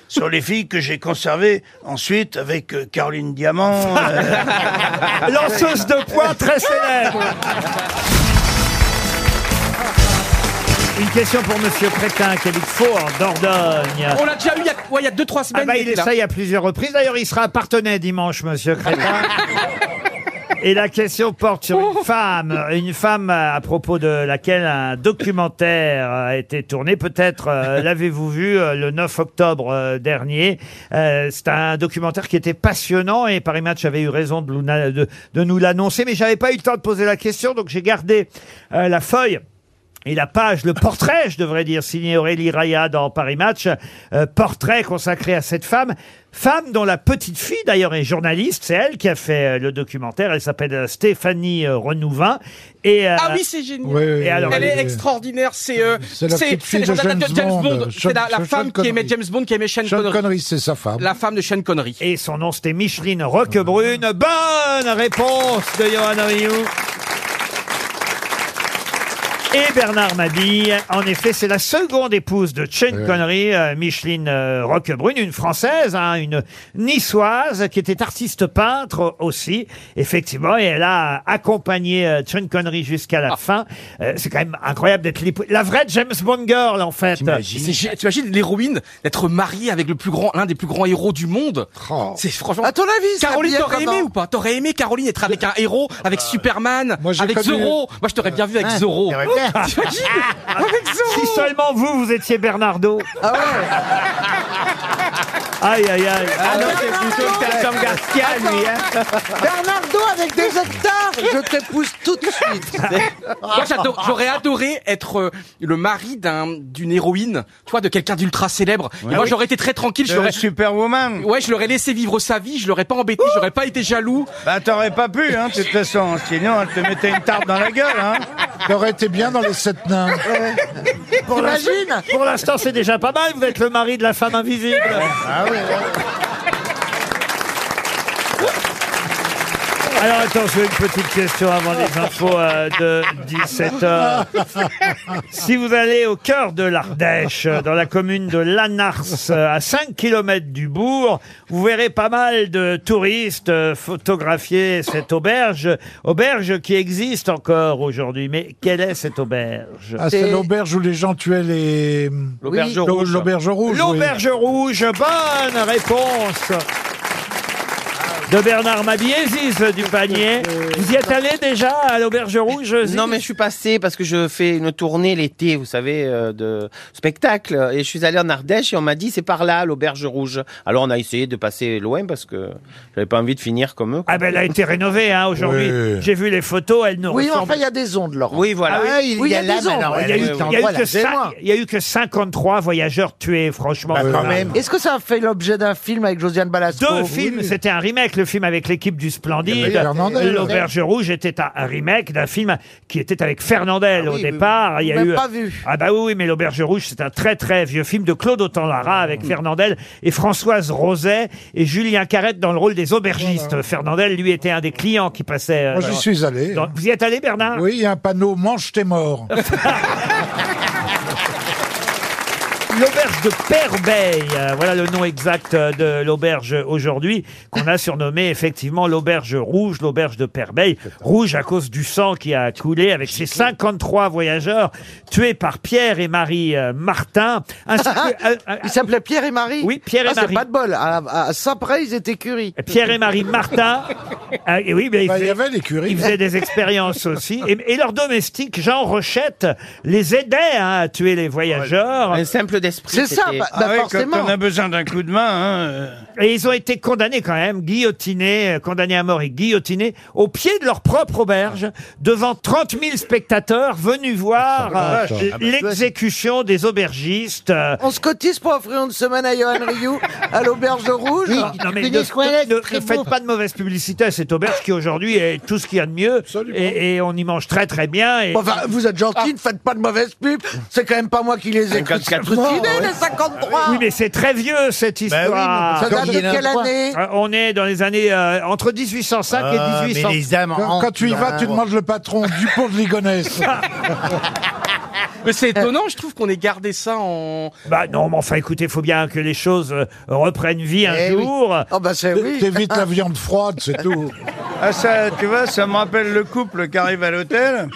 [SPEAKER 3] sur les filles que j'ai conservées ensuite avec euh, Caroline Diamant. euh.
[SPEAKER 2] Lanceuse de poids très célèbre. Une question pour Monsieur Crétin, qui habite Faux, en Dordogne.
[SPEAKER 9] On l'a déjà eu il y a, ouais, il y a deux, trois semaines.
[SPEAKER 2] Ah bah,
[SPEAKER 9] il
[SPEAKER 2] il
[SPEAKER 9] était là.
[SPEAKER 2] essaye à plusieurs reprises. D'ailleurs, il sera à Partenay dimanche, monsieur Crétin. Et la question porte sur une femme, une femme à propos de laquelle un documentaire a été tourné. Peut-être euh, l'avez-vous vu euh, le 9 octobre euh, dernier. Euh, C'est un documentaire qui était passionnant et Paris Match avait eu raison de, nous na- de- de nous l'annoncer, mais j'avais pas eu le temps de poser la question, donc j'ai gardé euh, la feuille. Et la page, le portrait, je devrais dire, signé Aurélie Raya dans Paris Match, euh, portrait consacré à cette femme, femme dont la petite fille d'ailleurs est journaliste, c'est elle qui a fait euh, le documentaire, elle s'appelle euh, Stéphanie euh, Renouvin. Et, euh,
[SPEAKER 9] Ah oui, c'est génial.
[SPEAKER 2] Oui, oui,
[SPEAKER 9] Et alors,
[SPEAKER 2] oui,
[SPEAKER 9] elle est
[SPEAKER 2] oui.
[SPEAKER 9] extraordinaire. C'est euh,
[SPEAKER 6] C'est la petite fille
[SPEAKER 9] les
[SPEAKER 6] de
[SPEAKER 9] gendarmes
[SPEAKER 6] James Bond. Sean-
[SPEAKER 9] C'est la, la
[SPEAKER 6] Sean
[SPEAKER 9] femme qui
[SPEAKER 6] Connery.
[SPEAKER 9] aimait James Bond, qui aimait Sean,
[SPEAKER 6] Sean
[SPEAKER 9] Connery.
[SPEAKER 6] Connery, c'est sa femme.
[SPEAKER 9] La femme de Sean Connery.
[SPEAKER 2] Et son nom c'était Micheline Roquebrune. Bonne réponse de Johan Rioux. Et Bernard Mabille, en effet, c'est la seconde épouse de Chen Connery, euh, Micheline euh, Roquebrune, une Française, hein, une Niçoise, qui était artiste peintre aussi, effectivement, et elle a accompagné euh, Chen Connery jusqu'à la fin. Euh, c'est quand même incroyable d'être l'épouse- la vraie James Bond girl, en fait.
[SPEAKER 9] C'est gé- Tu imagines l'héroïne d'être mariée avec le plus grand, l'un des plus grands héros du monde. C'est franchement.
[SPEAKER 8] À ton avis, ça
[SPEAKER 9] Caroline,
[SPEAKER 8] bien
[SPEAKER 9] t'aurais aimé
[SPEAKER 8] comment
[SPEAKER 9] ou pas T'aurais aimé Caroline être avec un héros, avec Superman,
[SPEAKER 2] j'ai
[SPEAKER 9] avec
[SPEAKER 2] connu-
[SPEAKER 9] Zorro. Moi, je t'aurais bien vu avec
[SPEAKER 2] Hein,
[SPEAKER 9] Zorro.
[SPEAKER 2] t'aurais bien.
[SPEAKER 9] T'imagines
[SPEAKER 4] Ah,
[SPEAKER 9] Avec Zorro.
[SPEAKER 2] Si seulement vous, vous étiez Bernardo. Aïe, aïe, aïe.
[SPEAKER 4] Ah non, c'est plutôt le Tartan Garcia, lui,
[SPEAKER 2] hein.
[SPEAKER 13] Bernardo avec des hectares, je t'épouse tout de suite.
[SPEAKER 9] Moi, j'adore- j'aurais adoré être euh, le mari d'un d'une héroïne, tu vois, de quelqu'un d'ultra célèbre. Et
[SPEAKER 7] Ouais.
[SPEAKER 9] moi,
[SPEAKER 7] Oui.
[SPEAKER 9] j'aurais été très tranquille.
[SPEAKER 7] De
[SPEAKER 9] Superwoman. Ouais, je l'aurais laissé vivre sa vie. Je l'aurais pas embêté. J'aurais pas été jaloux.
[SPEAKER 3] Bah t'aurais pas pu, hein, de toute façon, sinon elle te mettait une tarte dans la gueule, hein.
[SPEAKER 6] T'aurais été bien dans les sept nains.
[SPEAKER 2] Pour l'instant-
[SPEAKER 6] T'imagines
[SPEAKER 2] Pour l'instant, c'est déjà pas mal. Vous êtes le mari de la femme invisible. Ah, Alors attends, je fais une petite question avant les infos euh, de 17h. Si vous allez au cœur de l'Ardèche, euh, dans la commune de Lanars, euh, à 5 km du bourg, vous verrez pas mal de touristes euh, photographier cette auberge, auberge qui existe encore aujourd'hui. Mais quelle est cette auberge
[SPEAKER 6] Ah, c'est l'auberge où les gens tuaient les.
[SPEAKER 2] L'auberge
[SPEAKER 6] L'au-
[SPEAKER 2] rouge.
[SPEAKER 6] L'auberge rouge.
[SPEAKER 2] L'auberge rouge, bonne réponse de Bernard Mabie, Ziz du panier.
[SPEAKER 6] Ah,
[SPEAKER 2] Vous y êtes allé déjà à l'auberge rouge Ziz
[SPEAKER 7] Non, mais je suis passé parce que je fais une tournée l'été, vous savez, euh, de spectacle. Et je suis allé en Ardèche et on m'a dit c'est par là, l'auberge rouge. Alors on a essayé de passer loin parce que j'avais pas envie de finir comme eux.
[SPEAKER 2] Ah ben elle a été rénovée hein, aujourd'hui.
[SPEAKER 7] Oui.
[SPEAKER 2] J'ai vu les photos, elle nous
[SPEAKER 7] Oui,
[SPEAKER 2] ressemble.
[SPEAKER 7] enfin, il y a
[SPEAKER 13] des ondes, Laurent.
[SPEAKER 7] Oui, voilà.
[SPEAKER 13] Ah oui, il Oui, y a il y a des l'âme, ondes. alors,
[SPEAKER 2] Il y a
[SPEAKER 13] elle est
[SPEAKER 2] eu- il y a eu
[SPEAKER 13] endroit,
[SPEAKER 2] que
[SPEAKER 13] c'est
[SPEAKER 2] cinq-
[SPEAKER 13] loin.
[SPEAKER 2] il y a eu que 53 voyageurs tués, franchement.
[SPEAKER 6] Euh,
[SPEAKER 2] Euh, c'est
[SPEAKER 13] Bah, quand
[SPEAKER 2] dingue.
[SPEAKER 13] même. Est-ce que ça a fait l'objet d'un film avec Josiane Balasco
[SPEAKER 2] Deux films, c'était un remake, le film avec l'équipe du
[SPEAKER 13] Il y
[SPEAKER 2] Splendide. Euh,
[SPEAKER 13] avait Fernandel.
[SPEAKER 2] L'Auberge Rouge était un un remake d'un film qui était avec Fernandel
[SPEAKER 13] Ah
[SPEAKER 2] au
[SPEAKER 13] oui, mais
[SPEAKER 2] départ. Il y a
[SPEAKER 13] même
[SPEAKER 2] eu...
[SPEAKER 13] pas vu.
[SPEAKER 2] Ah bah oui, oui, mais l'Auberge Rouge, c'est un très très vieux film de Claude
[SPEAKER 13] Ah,
[SPEAKER 2] Autant-Lara avec Fernandel et Françoise Roset et Julien Carrette dans le rôle des aubergistes. Fernandel, lui, était un des clients qui passait... euh,
[SPEAKER 6] Moi, j'y
[SPEAKER 2] dans-
[SPEAKER 6] suis allé.
[SPEAKER 2] dans- Vous y êtes allé, Bernard
[SPEAKER 6] Oui, il y a un panneau Mange tes morts.
[SPEAKER 2] L'auberge de Perbeil, euh, voilà le nom exact euh, de l'auberge aujourd'hui, qu'on a surnommée effectivement l'auberge rouge, l'auberge de Perbeil. Rouge à cause du sang qui a coulé avec ses 53 voyageurs tués par Pierre et Marie euh, Martin. euh,
[SPEAKER 13] Il s'appelait Pierre et Marie
[SPEAKER 2] Oui, Pierre et
[SPEAKER 13] Ah,
[SPEAKER 2] Marie.
[SPEAKER 13] c'est pas de bol. À, à Saint-Pré, ils étaient curie.
[SPEAKER 2] Pierre et Marie Martin. Ah, et oui, mais ils
[SPEAKER 6] Bah, il y
[SPEAKER 2] faisaient-
[SPEAKER 6] avait l'écurie.
[SPEAKER 2] Ils faisaient des expériences aussi. Et, et leur domestique, Jean Rochette, les aidait hein, à tuer les voyageurs.
[SPEAKER 7] Un simple d'esprit.
[SPEAKER 2] C'est ça,
[SPEAKER 7] c'était-
[SPEAKER 2] bah- bah Ah ouais, quand forcément. on a
[SPEAKER 3] besoin d'un coup de main.
[SPEAKER 2] Et ils ont été condamnés quand même, guillotinés, euh, condamnés à mort et guillotinés, au pied de leur propre auberge, devant 30 000 spectateurs venus voir
[SPEAKER 13] Ah,
[SPEAKER 2] euh,
[SPEAKER 13] vache. Ah, bah,
[SPEAKER 2] l'exécution des aubergistes. euh,
[SPEAKER 13] On se cotise pour offrir une semaine à Johan Rioux à l'auberge de Rouge.
[SPEAKER 2] non, non, mais ne, ne- ne faites pas de mauvaise publicité à cette auberge qui aujourd'hui est tout ce qu'il y a de mieux. Et, et on y mange très très bien. Et... Ah.
[SPEAKER 13] Bon, enfin, vous êtes gentil, ne faites pas de mauvaise pub. C'est quand même pas moi qui les ai crucifiés, les 53.
[SPEAKER 2] Oui, mais c'est très vieux cette
[SPEAKER 13] Bah oui, mais
[SPEAKER 2] histoire.
[SPEAKER 13] ça date de quelle année
[SPEAKER 2] Euh, On est dans les années euh, entre 1805
[SPEAKER 6] Ah,
[SPEAKER 2] et
[SPEAKER 6] mais
[SPEAKER 2] 1800.
[SPEAKER 6] les âmes Quand- quand tu y vas, tu demandes le patron Dupont de Ligonnès.
[SPEAKER 9] Mais c'est étonnant, je trouve qu'on ait gardé ça en.
[SPEAKER 2] Bah non, mais enfin écoutez, faut bien que les choses euh, reprennent vie un
[SPEAKER 13] Eh
[SPEAKER 2] jour.
[SPEAKER 6] T'évites la viande froide, c'est tout.
[SPEAKER 3] Ah, ça, tu vois, ça me rappelle le couple qui arrive à l'hôtel.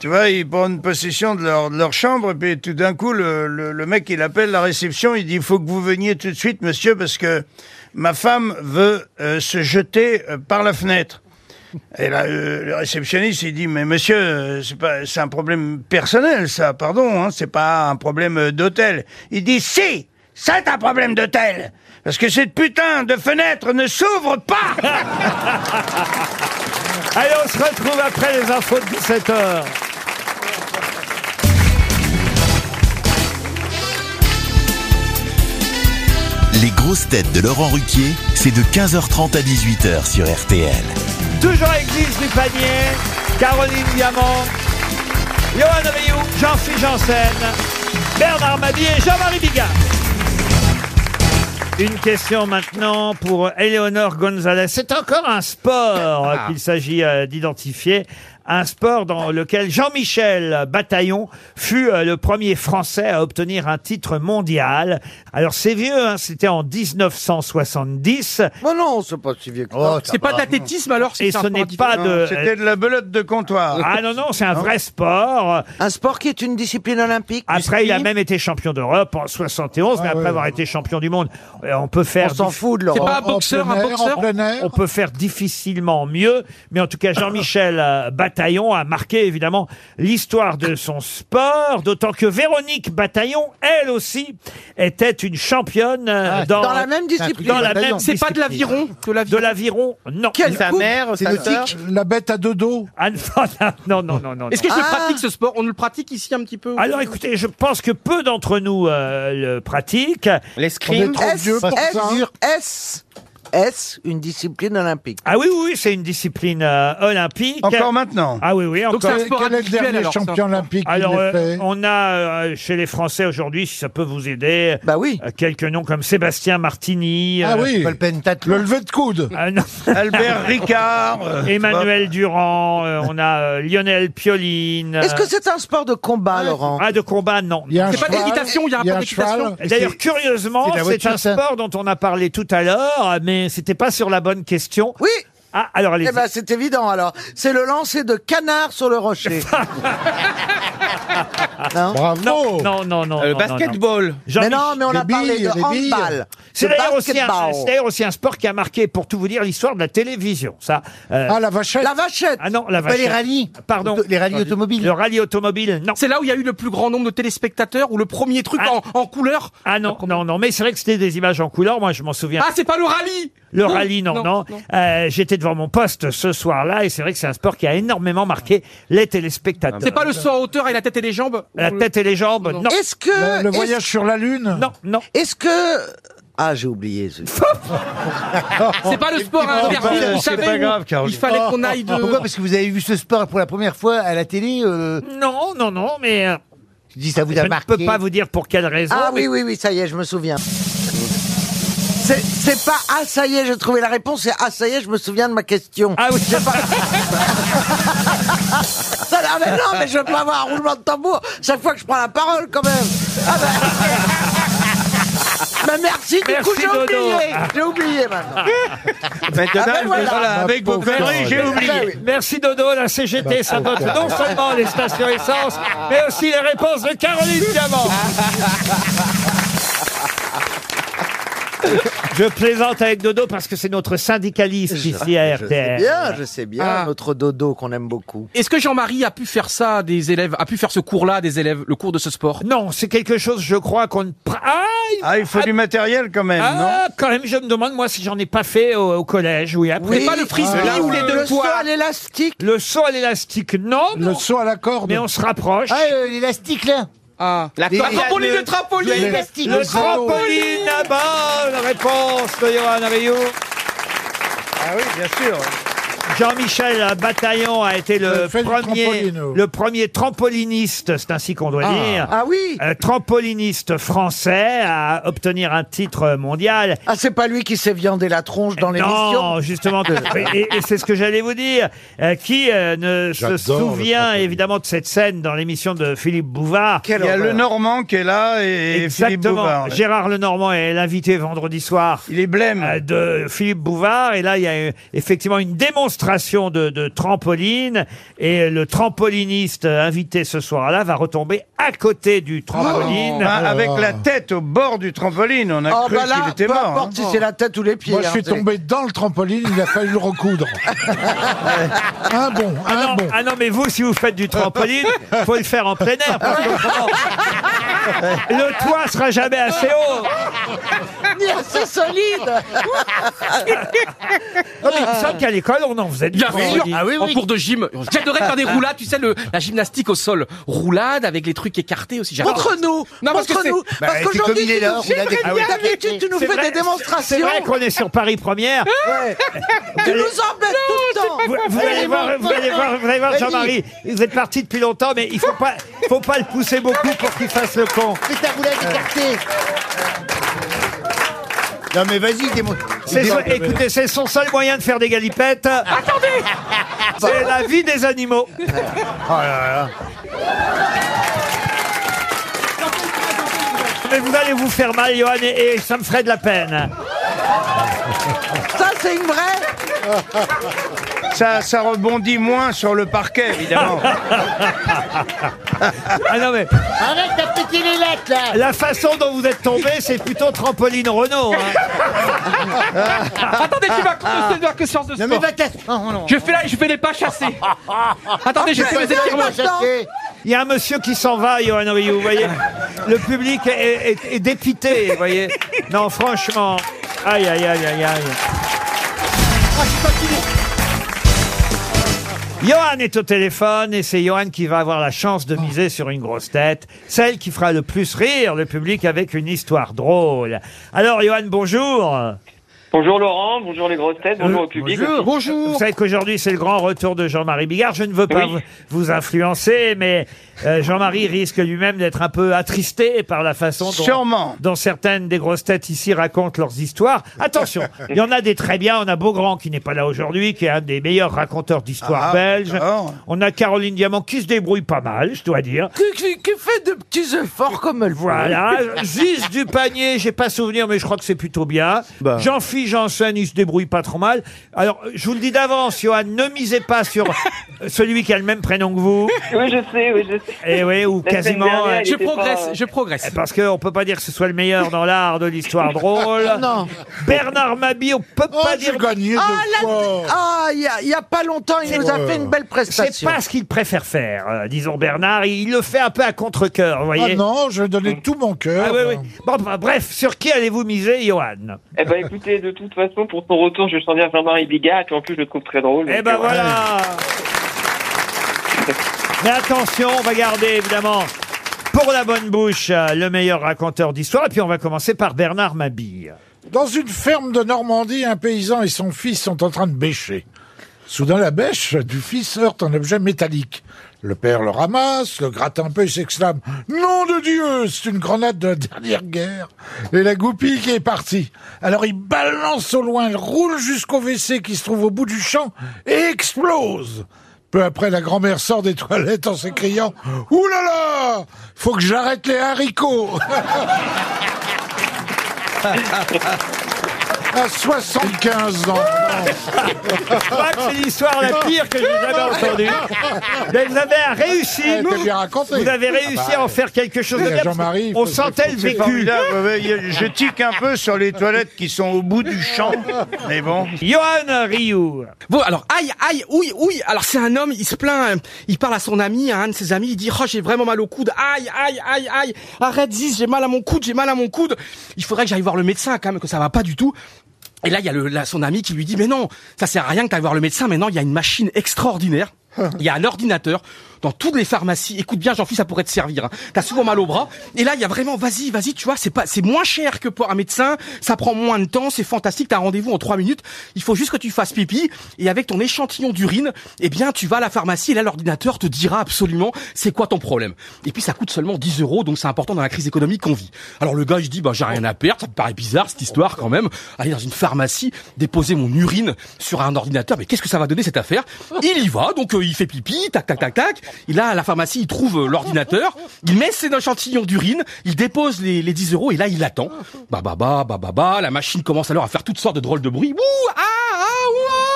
[SPEAKER 3] Tu vois, ils prennent possession de leur, de leur chambre, et puis tout d'un coup, le, le- le mec, il appelle la réception, il dit, il faut que vous veniez tout de suite, monsieur, parce que ma femme veut euh, se jeter euh, par la fenêtre. Et là, euh, le réceptionniste, il dit, mais monsieur, euh, c'est pas, c'est un problème personnel, ça, pardon, hein, c'est pas un problème euh, d'hôtel. Il dit, si, c'est un problème d'hôtel, parce que cette putain de fenêtre ne s'ouvre pas
[SPEAKER 2] Allez, on se retrouve après les infos de 17h.
[SPEAKER 1] Les grosses têtes de Laurent Ruquier, c'est de 15h30 à 18h sur RTL.
[SPEAKER 2] Toujours avec Lise du panier, Caroline Diamant, Johan Rioux, Jean-Philippe Janssen, Bernard Mabie et Jean-Marie Bigard. Une question maintenant pour Eleonore Gonzalez. C'est encore un sport
[SPEAKER 9] Ah.
[SPEAKER 2] euh, qu'il s'agit euh, d'identifier. Un sport dans lequel Jean-Michel Bataillon fut euh, le premier Français à obtenir un titre mondial. Alors c'est vieux, hein, c'était en 1970.
[SPEAKER 13] Mais non, c'est pas si vieux que
[SPEAKER 6] Oh,
[SPEAKER 2] Oh, ça.
[SPEAKER 9] C'est pas d'athlétisme alors
[SPEAKER 2] Et ce n'est pas de...
[SPEAKER 3] C'était de la belote de comptoir.
[SPEAKER 2] Ah non, non, c'est un vrai sport.
[SPEAKER 13] Un sport qui est une discipline olympique.
[SPEAKER 2] Après, il a même été champion d'Europe en 71, mais après avoir été champion du monde, euh, on peut faire.
[SPEAKER 13] On s'en
[SPEAKER 2] dif-
[SPEAKER 13] fout de l'Europe. Ah C'est pas un En- en boxeur, plein un air, boxeur en
[SPEAKER 2] On peut faire difficilement mieux, mais en tout cas, Jean-Michel euh, Bataillon a marqué évidemment l'histoire de son sport, d'autant que Véronique Bataillon, elle aussi, était une championne euh,
[SPEAKER 13] Ah,
[SPEAKER 2] dans,
[SPEAKER 13] dans la même discipline.
[SPEAKER 2] Dans la
[SPEAKER 13] Bataillon.
[SPEAKER 2] même
[SPEAKER 13] C'est pas de
[SPEAKER 2] discipline.
[SPEAKER 13] l'aviron
[SPEAKER 2] De l'aviron, non.
[SPEAKER 13] Quelle Sa coupe mère,
[SPEAKER 6] C'est le tic, la bête à deux dos.
[SPEAKER 2] Ah, non, non, non, non, non.
[SPEAKER 9] Est-ce que je le
[SPEAKER 2] Ah.
[SPEAKER 9] pratique ce sport On le pratique ici un petit peu ou-
[SPEAKER 2] Alors écoutez, je pense que peu d'entre nous euh, le pratiquent.
[SPEAKER 9] L'escrime. On est trop
[SPEAKER 13] Est-ce est-ce- est-ce une discipline olympique
[SPEAKER 2] Ah oui, oui, oui, c'est une discipline euh, olympique.
[SPEAKER 13] Encore
[SPEAKER 3] maintenant
[SPEAKER 2] Ah oui, oui,
[SPEAKER 13] Donc
[SPEAKER 2] encore.
[SPEAKER 13] c'est un Quel- sport quel est le individuel, dernier alors, champion ça olympique qui
[SPEAKER 2] Alors,
[SPEAKER 13] l'ait
[SPEAKER 2] euh,
[SPEAKER 13] fait
[SPEAKER 2] on a euh, chez les Français aujourd'hui, si ça peut vous aider, bah oui. quelques noms comme Sébastien Martini. euh,
[SPEAKER 6] Ah oui. Le
[SPEAKER 2] le lever de coude.
[SPEAKER 3] Albert Ricard. euh,
[SPEAKER 2] Emmanuel Durand, euh, on a euh, Lionel Pioline.
[SPEAKER 13] Est-ce que c'est un sport de combat, Laurent
[SPEAKER 2] Ah, de combat, non.
[SPEAKER 13] un C'est pas cheval, d'équitation, il y a un il y a peu un d'équitation. cheval. Et
[SPEAKER 2] D'ailleurs,
[SPEAKER 13] c'est-
[SPEAKER 2] curieusement,
[SPEAKER 13] c'est la
[SPEAKER 2] c'est
[SPEAKER 13] voiture,
[SPEAKER 2] un
[SPEAKER 13] ça.
[SPEAKER 2] sport dont on a parlé tout à l'heure, mais c'était pas sur la bonne question.
[SPEAKER 13] Oui
[SPEAKER 2] Ah, alors allez
[SPEAKER 13] Eh ben, c'est évident, alors. C'est le lancer de canard sur le rocher.
[SPEAKER 2] Ah.
[SPEAKER 6] Bravo
[SPEAKER 2] Non, non, non, non.
[SPEAKER 13] Euh, le
[SPEAKER 2] non, non, non.
[SPEAKER 13] basketball.
[SPEAKER 2] Jean-Michel-
[SPEAKER 13] Mais non, mais on a Les parlé de billes, les billes. handball,
[SPEAKER 2] C'est
[SPEAKER 13] de
[SPEAKER 2] d'ailleurs aussi, un-
[SPEAKER 13] basketball.
[SPEAKER 2] c'est d'ailleurs aussi un sport qui a marqué, pour tout vous dire, l'histoire de la télévision. Ça,
[SPEAKER 6] Ah, la vachette
[SPEAKER 13] La vachette
[SPEAKER 2] Ah non, la
[SPEAKER 13] Pas
[SPEAKER 2] vachette.
[SPEAKER 13] les rallyes.
[SPEAKER 2] Pardon.
[SPEAKER 13] Les rallyes automobiles.
[SPEAKER 2] Le rallye automobile, non.
[SPEAKER 9] C'est là où il y a eu le plus grand nombre de téléspectateurs ou le premier truc en, en couleur
[SPEAKER 2] Ah non, non, non, mais c'est vrai que c'était des images en couleur, moi je m'en souviens.
[SPEAKER 9] Ah, c'est pas le rallye
[SPEAKER 2] Le
[SPEAKER 9] Non,
[SPEAKER 2] rallye, non, non.
[SPEAKER 9] non,
[SPEAKER 2] Euh, J'étais devant mon poste ce soir-là et c'est vrai que c'est un sport qui a énormément marqué les téléspectateurs.
[SPEAKER 9] C'est pas le saut en hauteur et la tête et les jambes
[SPEAKER 2] La tête et les jambes, non.
[SPEAKER 13] Est-ce que... est-ce-
[SPEAKER 6] sur la Lune
[SPEAKER 2] Non, non.
[SPEAKER 13] Est-ce que... Ah, j'ai oublié. ce-
[SPEAKER 9] C'est pas le sport à interdire, vous savez. où Il fallait qu'on aille de...
[SPEAKER 5] Oh, Pourquoi Parce que vous avez vu ce sport pour la première fois à la télé euh,
[SPEAKER 2] Non, non, non, mais... euh,
[SPEAKER 5] Je dis, ça vous
[SPEAKER 2] je
[SPEAKER 5] a
[SPEAKER 2] ne
[SPEAKER 5] marqué.
[SPEAKER 2] peux pas vous dire pour quelle raison.
[SPEAKER 13] Ah oui,
[SPEAKER 2] mais-
[SPEAKER 13] oui, oui, ça y est, je me souviens. C'est c'est pas « Ah, ça y est, j'ai trouvé la réponse », c'est « Ah, ça y est, je me souviens de ma question ».
[SPEAKER 2] Ah oui,
[SPEAKER 13] pas... ça, ah, mais non, mais je veux pas avoir un roulement de tambour chaque fois que je prends la parole, quand même. Ah bah... Mais merci, du coup,
[SPEAKER 4] Merci,
[SPEAKER 13] j'ai
[SPEAKER 4] Dodo.
[SPEAKER 13] oublié. J'ai oublié,
[SPEAKER 2] Ah.
[SPEAKER 13] maintenant.
[SPEAKER 4] Maintenant,
[SPEAKER 13] Ah, ben
[SPEAKER 4] je
[SPEAKER 13] voilà.
[SPEAKER 4] vais pas la-
[SPEAKER 13] Ma
[SPEAKER 4] avec vos
[SPEAKER 13] pauvre
[SPEAKER 4] conneries, j'ai
[SPEAKER 13] Dodo.
[SPEAKER 4] oublié.
[SPEAKER 13] Ah, ben oui. Ben
[SPEAKER 2] Merci Dodo, la CGT, ça note non seulement les stations essence, mais aussi les réponses de Caroline Diamant. Je plaisante avec Dodo parce que c'est notre syndicaliste ici à RTL.
[SPEAKER 13] Je sais bien, je sais bien,
[SPEAKER 9] Ah.
[SPEAKER 13] notre dodo qu'on aime beaucoup.
[SPEAKER 9] Est-ce que Jean-Marie a pu faire ça à des élèves, a pu faire ce cours-là à des élèves, le cours de ce sport
[SPEAKER 2] Non, c'est quelque chose, je crois, qu'on ne... pra- Ah, il-
[SPEAKER 3] Ah, il faut du matériel quand même, non
[SPEAKER 2] Ah, quand même, je me demande, moi, si j'en ai pas fait au, au collège, oui. Après,
[SPEAKER 3] Oui,
[SPEAKER 2] pas le frisbee
[SPEAKER 3] ah,
[SPEAKER 2] ou les deux
[SPEAKER 13] le saut
[SPEAKER 2] poids.
[SPEAKER 13] à l'élastique
[SPEAKER 2] Le saut à l'élastique, non. Le
[SPEAKER 6] saut à la corde.
[SPEAKER 2] Mais on se rapproche.
[SPEAKER 5] Ah, euh, l'élastique, là
[SPEAKER 9] Ah, la
[SPEAKER 5] Les-
[SPEAKER 9] trampoline,
[SPEAKER 5] le-
[SPEAKER 9] le trampoline
[SPEAKER 5] le-
[SPEAKER 2] Le, trampoline, la bonne réponse de Johan Rioux.
[SPEAKER 3] Ah oui, bien sûr.
[SPEAKER 2] Jean-Michel Bataillon a été
[SPEAKER 8] Euh,
[SPEAKER 2] le
[SPEAKER 6] Fais le
[SPEAKER 2] premier,
[SPEAKER 6] trampolino.
[SPEAKER 2] le premier trampoliniste, c'est ainsi qu'on doit
[SPEAKER 6] Ah.
[SPEAKER 2] dire.
[SPEAKER 6] Ah
[SPEAKER 2] oui. trampoliniste français à obtenir un titre mondial.
[SPEAKER 8] Ah, c'est pas lui qui s'est viandé la tronche dans l'émission
[SPEAKER 2] Non, justement, de- et, et c'est ce que j'allais vous dire. Euh, qui euh, ne se
[SPEAKER 3] J'adore
[SPEAKER 2] souvient évidemment de cette scène dans l'émission de Philippe Bouvard
[SPEAKER 3] Il y a le Normand qui est là et Philippe
[SPEAKER 2] Exactement.
[SPEAKER 3] Bouvard.
[SPEAKER 2] Gérard Lenormand est l'invité vendredi soir. euh,
[SPEAKER 3] Il est blême.
[SPEAKER 2] de Philippe Bouvard. Et là, il y a euh, effectivement une démonstration de, de trampoline. Et euh, le trampoliniste euh, invité ce soir-là va retomber à côté du trampoline.
[SPEAKER 3] Enfin, Oh, bah, avec la tête au bord du trampoline, on a
[SPEAKER 2] Ah,
[SPEAKER 3] cru
[SPEAKER 2] bah là,
[SPEAKER 3] qu'il était
[SPEAKER 2] peu
[SPEAKER 3] mort. hein.
[SPEAKER 2] importe si hein, c'est la
[SPEAKER 8] tête ou les
[SPEAKER 6] Moi, je suis tombé dans le trampoline, il a fallu le recoudre. un bon, un
[SPEAKER 2] Ah non,
[SPEAKER 6] bon.
[SPEAKER 2] ah non, mais vous, si vous faites du trampoline, faut le faire en plein air. parce qu'autrement, le toit sera jamais assez haut.
[SPEAKER 4] Ni assez solide
[SPEAKER 2] Non, mais il me semble qu'à l'école, on en faisait du
[SPEAKER 9] Bien sûr,
[SPEAKER 2] trampoline.
[SPEAKER 9] en cours de gym. J'adorais faire des roulades, tu sais, le, la gymnastique au sol. Roulade avec les trucs écartés aussi. j'adore.
[SPEAKER 8] Montre-nous
[SPEAKER 9] Non, parce que
[SPEAKER 8] Montre-nous
[SPEAKER 9] c'est-
[SPEAKER 3] Bah,
[SPEAKER 8] Parce qu'aujourd'hui, tu nous- j'aimerais
[SPEAKER 2] Ah ouais.
[SPEAKER 8] bien d'habitude, tu nous
[SPEAKER 2] C'est
[SPEAKER 8] fais
[SPEAKER 2] vrai-
[SPEAKER 8] des démonstrations
[SPEAKER 2] C'est vrai qu'on est sur Paris Première.
[SPEAKER 8] Tu nous embêtes tout le temps
[SPEAKER 2] Vous, vous allez voir, vous allez voir, vous allez voir, Jean-Marie, vous êtes parti depuis longtemps, mais il faut pas, faut pas le pousser beaucoup pour qu'il fasse le con.
[SPEAKER 5] C'est ta roulette
[SPEAKER 2] Euh.
[SPEAKER 5] écartée.
[SPEAKER 2] Non mais vas-y,
[SPEAKER 5] il démontre.
[SPEAKER 2] Écoutez, c'est son seul moyen de faire des galipettes. Attendez C'est la vie des animaux. Oh Mais vous allez vous faire mal, Johan, et, et ça me ferait de la peine.
[SPEAKER 8] Ça, c'est une vraie
[SPEAKER 3] Ça, ça rebondit moins sur le parquet, évidemment.
[SPEAKER 2] Ah non mais
[SPEAKER 5] Arrête de péter les lettres, là
[SPEAKER 2] la façon dont vous êtes tombé, c'est plutôt trampoline Renault. hein.
[SPEAKER 9] Attendez, tu vas commencer de que science de sport. Je fais là, je fais les pas chassés. Attendez,
[SPEAKER 2] Ah,
[SPEAKER 9] je fais les étirements.
[SPEAKER 2] Il y a un monsieur qui s'en va, Johan Rioux, vous voyez. Le public est, est- est dépité, vous voyez. Non, franchement. Aïe, aïe, aïe, aïe, aïe. Johan est au téléphone et c'est Johan qui va avoir la chance de miser sur une grosse tête, celle qui fera le plus rire le public avec une histoire drôle. Alors Johan, bonjour.
[SPEAKER 15] Bonjour Laurent, bonjour les grosses têtes, bonjour au public. aussi.
[SPEAKER 2] Vous savez qu'aujourd'hui, c'est le grand retour de Jean-Marie Bigard. Je ne veux pas vous- vous influencer, mais euh, Jean-Marie risque lui-même d'être un peu attristé par la façon dont,
[SPEAKER 3] Sûrement.
[SPEAKER 2] dont certaines des grosses têtes ici racontent leurs histoires. Attention, il y en a des très bien. On a Beaugrand qui n'est pas là aujourd'hui, qui est un des meilleurs raconteurs d'histoires
[SPEAKER 8] Ah,
[SPEAKER 2] belges.
[SPEAKER 8] d'accord.
[SPEAKER 2] On a Caroline Diamant qui se débrouille pas mal, je dois dire.
[SPEAKER 8] Qui, qui- qui fait de petits efforts comme elle veut.
[SPEAKER 2] Voilà, Ziz du panier, j'ai pas souvenir, mais je crois que c'est plutôt bien. Jean-Philippe Janssen, il se débrouille pas trop mal. Alors, je vous le dis d'avance, Johan, ne misez pas sur celui qui a le même prénom que vous.
[SPEAKER 15] Oui, je sais, oui, je sais.
[SPEAKER 2] Et oui, ou
[SPEAKER 15] La semaine
[SPEAKER 2] quasiment.
[SPEAKER 15] dernière,
[SPEAKER 2] euh,
[SPEAKER 15] il était pas-
[SPEAKER 2] progresse. Parce qu'on peut pas dire que ce soit le meilleur dans l'art de l'histoire drôle.
[SPEAKER 8] Non.
[SPEAKER 2] Bernard Mabie, on peut pas dire.
[SPEAKER 8] Ah, la- ah, il y a- il y a, pas longtemps, il nous a fait une belle prestation.
[SPEAKER 2] C'est pas ce qu'il préfère faire, euh, disons Bernard. Il le fait un peu à contre-coeur, vous voyez.
[SPEAKER 6] Ah non, je donnais tout mon cœur.
[SPEAKER 2] Ah oui, oui. Bon, bah, bref, sur qui allez-vous miser, Johan
[SPEAKER 15] Eh ben écoutez, de toute façon, pour ton retour, je vais dire Jean-Marie Bigard, et puis en plus, je le trouve très drôle.
[SPEAKER 2] Eh
[SPEAKER 15] donc,
[SPEAKER 2] ben
[SPEAKER 15] euh,
[SPEAKER 2] voilà Mais attention, on va garder évidemment pour la bonne bouche euh, le meilleur raconteur d'histoire. Et puis on va commencer par Bernard Mabille.
[SPEAKER 6] Dans une ferme de Normandie, un paysan et son fils sont en train de bêcher. Soudain, la bêche du fils heurte un objet métallique. Le père le ramasse, le gratte un peu et s'exclame « Nom de Dieu C'est une grenade de la dernière guerre !» Et la goupille qui est partie. Alors il balance au loin, il roule jusqu'au WC qui se trouve au bout du champ et explose peu après, la grand-mère sort des toilettes en s'écriant « Ouh là là Faut que j'arrête les haricots !» À 75 ans.
[SPEAKER 2] Je crois que Ah, c'est
[SPEAKER 6] Ah.
[SPEAKER 2] l'histoire la pire que j'ai jamais entendue. Mais vous avez réussi.
[SPEAKER 6] Ah, Elle était Eh, bien racontée.
[SPEAKER 2] Vous avez réussi
[SPEAKER 6] Ah bah,
[SPEAKER 2] à en faire quelque chose de
[SPEAKER 6] oui,
[SPEAKER 2] bien.
[SPEAKER 6] Jean-Marie,
[SPEAKER 2] On
[SPEAKER 6] faut-
[SPEAKER 2] sentait le
[SPEAKER 3] C'est
[SPEAKER 2] vécu.
[SPEAKER 3] formidable. ouais, ouais, Je tique un peu sur les toilettes qui sont au bout du champ. Mais bon.
[SPEAKER 2] Johan Rioux.
[SPEAKER 9] Bon, alors, aïe, aïe, ouille, ouille. Alors, c'est un homme, il se plaint, euh, il parle à son ami, à un de ses amis, il dit, oh, j'ai vraiment mal au coude. Aïe, aïe, aïe, aïe. Arrête, Ziz, j'ai mal à mon coude, j'ai mal à mon coude. Il faudrait que j'aille voir le médecin, quand même, que ça va pas du tout. Et là, il y a le, là, son ami qui lui dit, mais non, ça sert à rien que t'ailles voir le médecin, mais non, il y a une machine extraordinaire Il y a un ordinateur dans toutes les pharmacies. Écoute bien, Jean-Philippe, ça pourrait te servir. hein. T'as souvent mal au bras. Et là, il y a vraiment, vas-y, vas-y, tu vois, c'est pas, c'est moins cher que pour un médecin. Ça prend moins de temps. C'est fantastique. T'as un rendez-vous en trois minutes. Il faut juste que tu fasses pipi. Et avec ton échantillon d'urine, eh bien, tu vas à la pharmacie. Et là, l'ordinateur te dira absolument c'est quoi ton problème. Et puis, ça coûte seulement 10 euros. Donc, c'est important dans la crise économique qu'on vit. Alors, le gars, il se dit, bah, j'ai rien à perdre. Ça me paraît bizarre, cette histoire, quand même. Aller dans une pharmacie, déposer mon urine sur un ordinateur. Mais qu'est-ce que ça va donner, cette affaire? Il y va. Donc, euh, il fait pipi. Tac, tac, tac, tac. Il a à la pharmacie, il trouve euh, l'ordinateur. Il met ses échantillons d'urine. Il dépose les, les 10 euros. Et là, il attend. Bah, bah, bah, bah, bah, bah. La machine commence alors à faire toutes sortes de drôles de bruits. Ouh, ah, ah,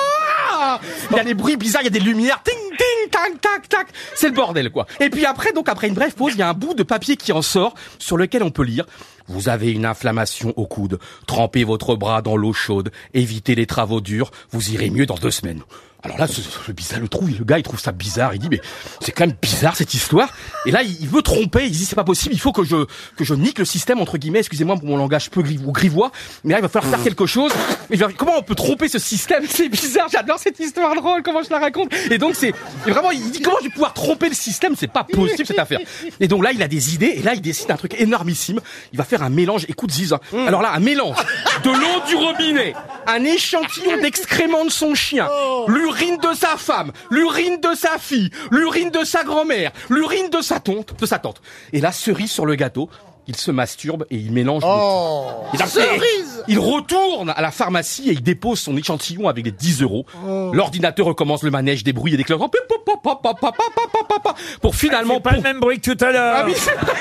[SPEAKER 9] ouah Il y a des bruits bizarres, il y a des lumières. Ting, ting, tac, tac, tac. C'est le bordel, quoi. Et puis après, donc après une brève pause, il y a un bout de papier qui en sort sur lequel on peut lire. Vous avez une inflammation au coude. Trempez votre bras dans l'eau chaude. Évitez les travaux durs. Vous irez mieux dans deux semaines. Alors là, ce, ce bizarre, le trou, le gars, il trouve ça bizarre. Il dit, mais c'est quand même bizarre cette histoire. Et là, il il veut tromper. Il dit, c'est pas possible. Il faut que je que je nique le système entre guillemets. Excusez-moi pour mon langage peu gri- ou grivois, mais là, il va falloir faire quelque chose. Mais je- comment on peut tromper ce système C'est bizarre. J'adore cette histoire drôle. Comment je la raconte Et donc c'est et vraiment, il dit, comment je vais pouvoir tromper le système C'est pas possible cette affaire. Et donc là, il a des idées. Et là, il décide un truc énormissime. Il va faire un mélange. Écoute, Ziz. hein. Alors là, un mélange de l'eau du robinet, un échantillon d'excréments de son chien, l'urine de sa femme, l'urine de sa fille, l'urine de sa grand-mère, l'urine de sa tante, de sa tante. Et là, cerise sur le gâteau. Il se masturbe et il mélange. le tout. Et d'un coup,
[SPEAKER 4] Cerise
[SPEAKER 9] Il retourne à la pharmacie et il dépose son échantillon avec les 10 euros.
[SPEAKER 4] Oh.
[SPEAKER 9] L'ordinateur recommence le manège des bruits et des cloches. Pop, pop, pop, pop, pop, pop, pop, pop, pop, pop, Pour finalement. pas le
[SPEAKER 2] même bruit que tout à l'heure.
[SPEAKER 9] Ah oui, c'est vrai.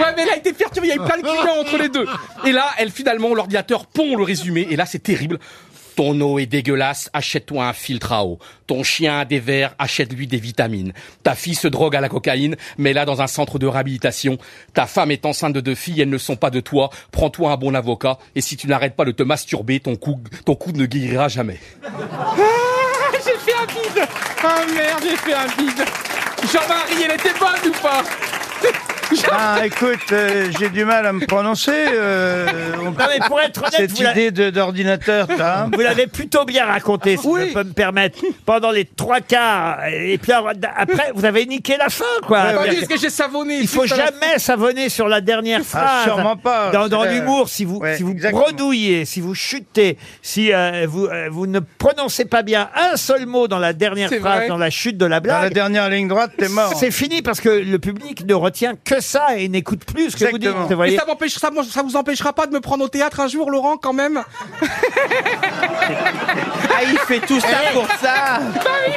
[SPEAKER 9] Ouais, mais elle a été perturbée. Il y a eu plein de clients entre les deux. Et là, elle finalement, l'ordinateur pond le résumé. Et là, c'est terrible. Ton eau est dégueulasse, achète-toi un filtre à eau. Ton chien a des verres, achète-lui des vitamines. Ta fille se drogue à la cocaïne, mets-la dans un centre de réhabilitation. Ta femme est enceinte de deux filles, elles ne sont pas de toi. Prends-toi un bon avocat, et si tu n'arrêtes pas de te masturber, ton coup, ton coup ne guérira jamais. Ah, j'ai fait un bide Ah merde, j'ai fait un bide Jean-Marie, elle était bonne ou pas
[SPEAKER 3] Ah, écoute, euh, j'ai du mal à me prononcer. euh, on-
[SPEAKER 2] Non, mais pour être honnête,
[SPEAKER 3] cette
[SPEAKER 2] vous la-
[SPEAKER 3] idée de- d'ordinateur, t'as, hein.
[SPEAKER 2] Vous l'avez plutôt bien raconté, si je peux me permettre, pendant les trois quarts. Et puis alors, d- après, vous avez niqué la fin, quoi.
[SPEAKER 9] Ah,
[SPEAKER 2] C'est-à-dire
[SPEAKER 9] oui, est-ce que j'ai savonné
[SPEAKER 2] Il faut
[SPEAKER 9] tout à l'heure
[SPEAKER 2] jamais savonner sur la dernière phrase.
[SPEAKER 3] Ah, sûrement pas.
[SPEAKER 2] Dans, dans
[SPEAKER 3] C'est la-
[SPEAKER 2] l'humour, si vous,
[SPEAKER 3] Ouais,
[SPEAKER 2] si vous
[SPEAKER 3] exactement.
[SPEAKER 2] bredouillez, si vous chutez, si euh, vous, euh, vous ne prononcez pas bien un seul mot dans la dernière
[SPEAKER 3] C'est
[SPEAKER 2] phrase,
[SPEAKER 3] vrai.
[SPEAKER 2] dans la chute de la blague.
[SPEAKER 3] Dans la dernière ligne droite, t'es mort.
[SPEAKER 2] C'est fini parce que le public ne retient que ça et n'écoute plus ce que vous dites. vous voyez.
[SPEAKER 9] Mais ça, m'empêche- ça, m'en- ça vous empêchera pas de me prendre au théâtre un jour, Laurent, quand même Ah, il fait tout
[SPEAKER 4] ça pour
[SPEAKER 9] ça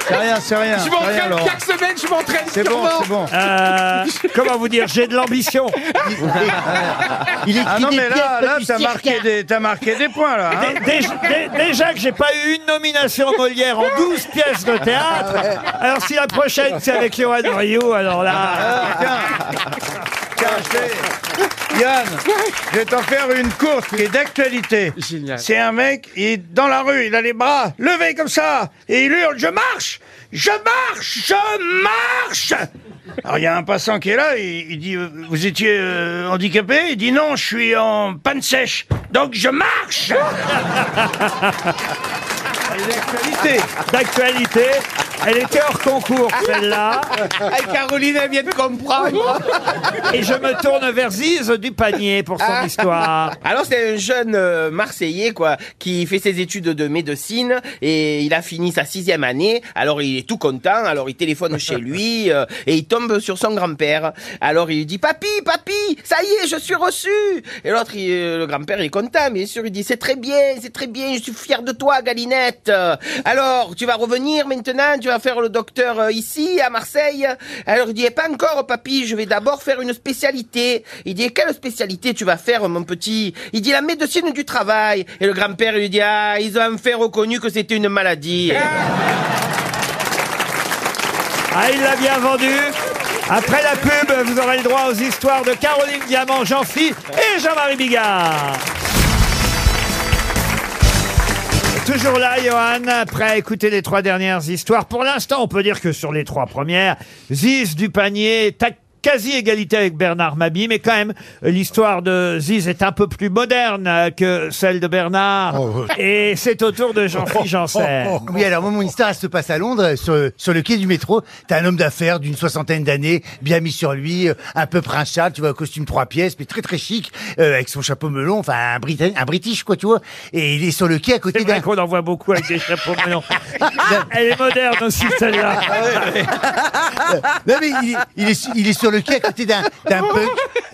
[SPEAKER 4] C'est rien, c'est rien,
[SPEAKER 9] Je
[SPEAKER 4] c'est rien,
[SPEAKER 9] m'entraîne
[SPEAKER 4] Laurent.
[SPEAKER 9] chaque semaine, je m'entraîne
[SPEAKER 4] C'est bon,
[SPEAKER 9] sûrement.
[SPEAKER 4] c'est bon.
[SPEAKER 2] Euh, comment vous dire, j'ai de l'ambition.
[SPEAKER 3] ah non, mais là, là t'as marqué, des- t'as marqué des points, là. hein.
[SPEAKER 2] Dé- dé- dé- Déjà que j'ai pas eu une nomination Molière en 12 pièces de théâtre. Alors si la prochaine c'est avec Johan Rio, alors là.
[SPEAKER 3] Tiens, je vais- Yann, je vais t'en faire une courte qui est d'actualité. C'est un mec, il est dans la rue, il a les bras levés comme ça, et il hurle Je marche Je marche Je marche Alors il y a un passant qui est là, il, il dit euh, Vous étiez euh, handicapé Il dit Non, je suis en panne sèche, donc je marche Ah, D'actualité
[SPEAKER 2] D'actualité Elle était hors concours celle-là.
[SPEAKER 4] Ah,
[SPEAKER 9] Caroline, elle vient de comprendre.
[SPEAKER 2] Et je me tourne vers Ziz du panier pour son
[SPEAKER 7] Ah.
[SPEAKER 2] histoire.
[SPEAKER 7] Alors c'est un jeune euh, Marseillais quoi qui fait ses études de médecine et il a fini sa sixième année. Alors il est tout content. Alors il téléphone chez lui euh, et il tombe sur son grand-père. Alors il lui dit papy papy ça y est je suis reçu. Et l'autre il- euh, le grand-père il est content bien sûr il dit c'est très bien c'est très bien je suis fier de toi Galinette. Euh, Alors tu vas revenir maintenant tu vas faire le docteur euh, ici à Marseille. Alors il dit Eh, pas encore papy je vais d'abord faire une spécialité. Il dit quelle spécialité tu vas faire mon petit Il dit la médecine du travail. Et le grand-père lui dit ah ils ont enfin reconnu que c'était une maladie.
[SPEAKER 2] Ah, il l'a bien vendu. Après la pub, vous aurez le droit aux histoires de Caroline Diamant, Jean-Phi et Jean-Marie Bigard. Toujours là, Johan, après à écouter les trois dernières histoires. Pour l'instant, on peut dire que sur les trois premières, Ziz du panier, tac, quasi égalité avec Bernard Mabie, mais quand même, l'histoire de Ziz est un peu plus moderne euh, que celle de Bernard. Et c'est au tour de Jean-Philippe Janssen.
[SPEAKER 5] Oui, alors mon histoire elle se passe à Londres, sur, sur le quai du métro. T'as un homme d'affaires d'une soixantaine d'années, bien mis sur lui, euh, un peu prince Charles, tu vois, costume trois pièces, mais très très chic, euh, avec son chapeau melon, enfin un, Britannique, un British quoi, tu vois. Et il est sur le quai à côté d'un...
[SPEAKER 2] qu'on en voit beaucoup avec des chapeaux melons. Ah, Elle est moderne aussi celle-là.
[SPEAKER 5] Ah
[SPEAKER 3] Ah
[SPEAKER 5] non mais il, est- il est, il est sur le quai à côté d'un d'un punk,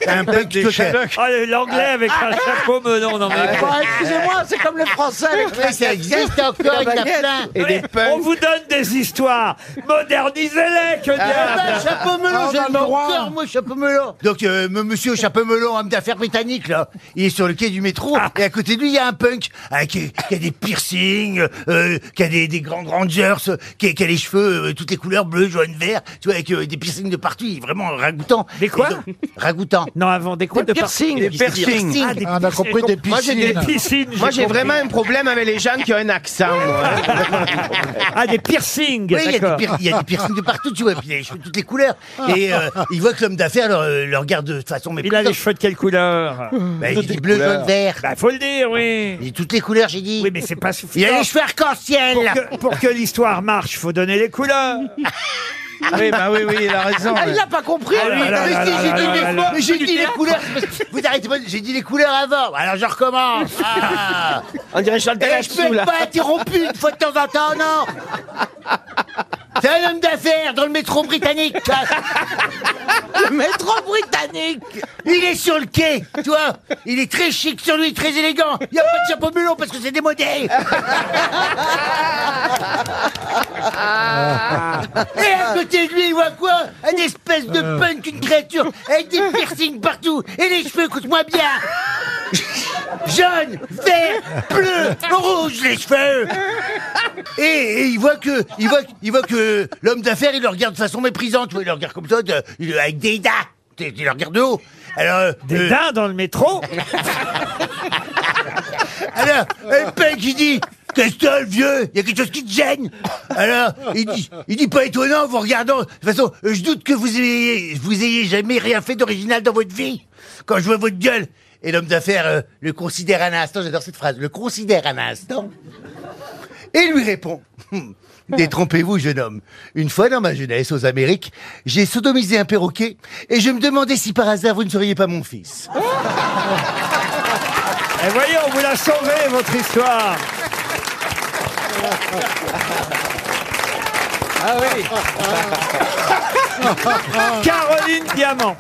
[SPEAKER 5] un punk
[SPEAKER 2] Des
[SPEAKER 5] coquin.
[SPEAKER 2] Sherlock. Ah, L'anglais avec un chapeau melon, non mais...
[SPEAKER 4] Bon, excusez-moi, c'est comme le français avec la-
[SPEAKER 5] Mais ça existe encore, il y en a plein.
[SPEAKER 4] Et des
[SPEAKER 2] Oui, On vous donne des histoires. Modernisez-les, que diable
[SPEAKER 5] Ah, chapeau melon, j'ai le corps, moi, chapeau melon. Donc, euh, m- monsieur chapeau melon, homme d'affaires britannique, là, il est sur le quai du métro, et à côté de lui, il y a un punk, hein, qui, qui a des piercings, euh, qui a des, des grands rangers, qui, qui a les cheveux, euh, toutes les couleurs, bleu, jaune, vert, tu vois, avec euh, des piercings de partout, il est vraiment ragoûtant. Des quoi Ragoûtant.
[SPEAKER 2] Non, avant, des quoi
[SPEAKER 5] Des
[SPEAKER 7] de par-
[SPEAKER 5] piercings.
[SPEAKER 7] Des piercings.
[SPEAKER 5] Ah, des piercings.
[SPEAKER 7] Moi, j'ai des- Moi, j'ai vraiment un problème avec les gens qui ont un accent.
[SPEAKER 2] ah, des piercings.
[SPEAKER 5] Oui, il y a des pier- il y a des piercings de partout, tu vois, puis il a les cheveux de toutes les couleurs. Et euh, il voit que l'homme d'affaires le, euh, le regarde de façon
[SPEAKER 2] Il a les cheveux de quelle Ah. couleur
[SPEAKER 5] Bah, il dit bleu, jaune, vert.
[SPEAKER 2] Bah, faut le dire, oui.
[SPEAKER 5] Il toutes les couleurs, j'ai dit.
[SPEAKER 2] Oui, mais c'est pas suffisant.
[SPEAKER 5] Il a les cheveux arc-en-ciel.
[SPEAKER 2] Pour que, pour que l'histoire marche, faut donner les couleurs. Ah
[SPEAKER 5] Oui, bah oui, oui, il a raison,
[SPEAKER 4] Ah, il mais- l'a pas compris,
[SPEAKER 5] Ah,
[SPEAKER 4] lui.
[SPEAKER 5] oui,
[SPEAKER 4] Ah,
[SPEAKER 5] mais
[SPEAKER 4] là,
[SPEAKER 5] si, j'ai
[SPEAKER 4] là, là,
[SPEAKER 5] dit
[SPEAKER 4] là,
[SPEAKER 5] des
[SPEAKER 4] là,
[SPEAKER 5] fois,
[SPEAKER 4] là.
[SPEAKER 5] mais j'ai
[SPEAKER 4] Tu
[SPEAKER 5] dit les
[SPEAKER 4] l'as
[SPEAKER 5] couleurs. parce que Vous arrêtez pas, de- j'ai dit les couleurs avant. Alors je recommence. Ah.
[SPEAKER 7] On dirait Charles
[SPEAKER 5] Et je peux
[SPEAKER 7] Delachou,
[SPEAKER 5] être
[SPEAKER 7] là.
[SPEAKER 5] pas interrompu une fois de temps en temps, non. C'est un homme d'affaires dans le métro britannique. tu vois.
[SPEAKER 4] Le métro britannique
[SPEAKER 5] Il est sur le quai, tu vois. Il est très chic sur lui, très élégant. Il n'y a pas de chapeau melon parce que c'est démodé. Et à côté de lui, il voit quoi Un espèce de
[SPEAKER 4] Euh.
[SPEAKER 5] punk, une créature, avec des piercings partout, et les cheveux, écoute-moi bien Jaune, vert, bleu, rouge, les cheveux et, et il voit que, il voit, il voit que l'homme d'affaires, il le regarde de façon méprisante, tu vois, il le regarde comme ça, de- il- avec des dents, Tu- il le regarde de haut. Alors, euh,
[SPEAKER 2] Des
[SPEAKER 5] euh,
[SPEAKER 2] dindes dans le métro
[SPEAKER 5] Alors, le punk, il dit Qu'est-ce que t'as, le vieux Il y a quelque chose qui te gêne Alors, il dit, il dit pas étonnant en vous regardant. De toute façon, euh, je doute que vous ayez, vous ayez jamais rien fait d'original dans votre vie. Quand je vois votre gueule. Et l'homme d'affaires euh, le considère un instant, j'adore cette phrase, le considère un instant. Et lui répond Hum, Détrompez-vous, jeune homme. Une fois dans ma jeunesse aux Amériques, j'ai sodomisé un perroquet et je me demandais si par hasard vous ne seriez pas mon fils.
[SPEAKER 2] Et voyons, vous la sauvez, votre histoire.
[SPEAKER 4] Ah oui
[SPEAKER 2] Caroline Diamant.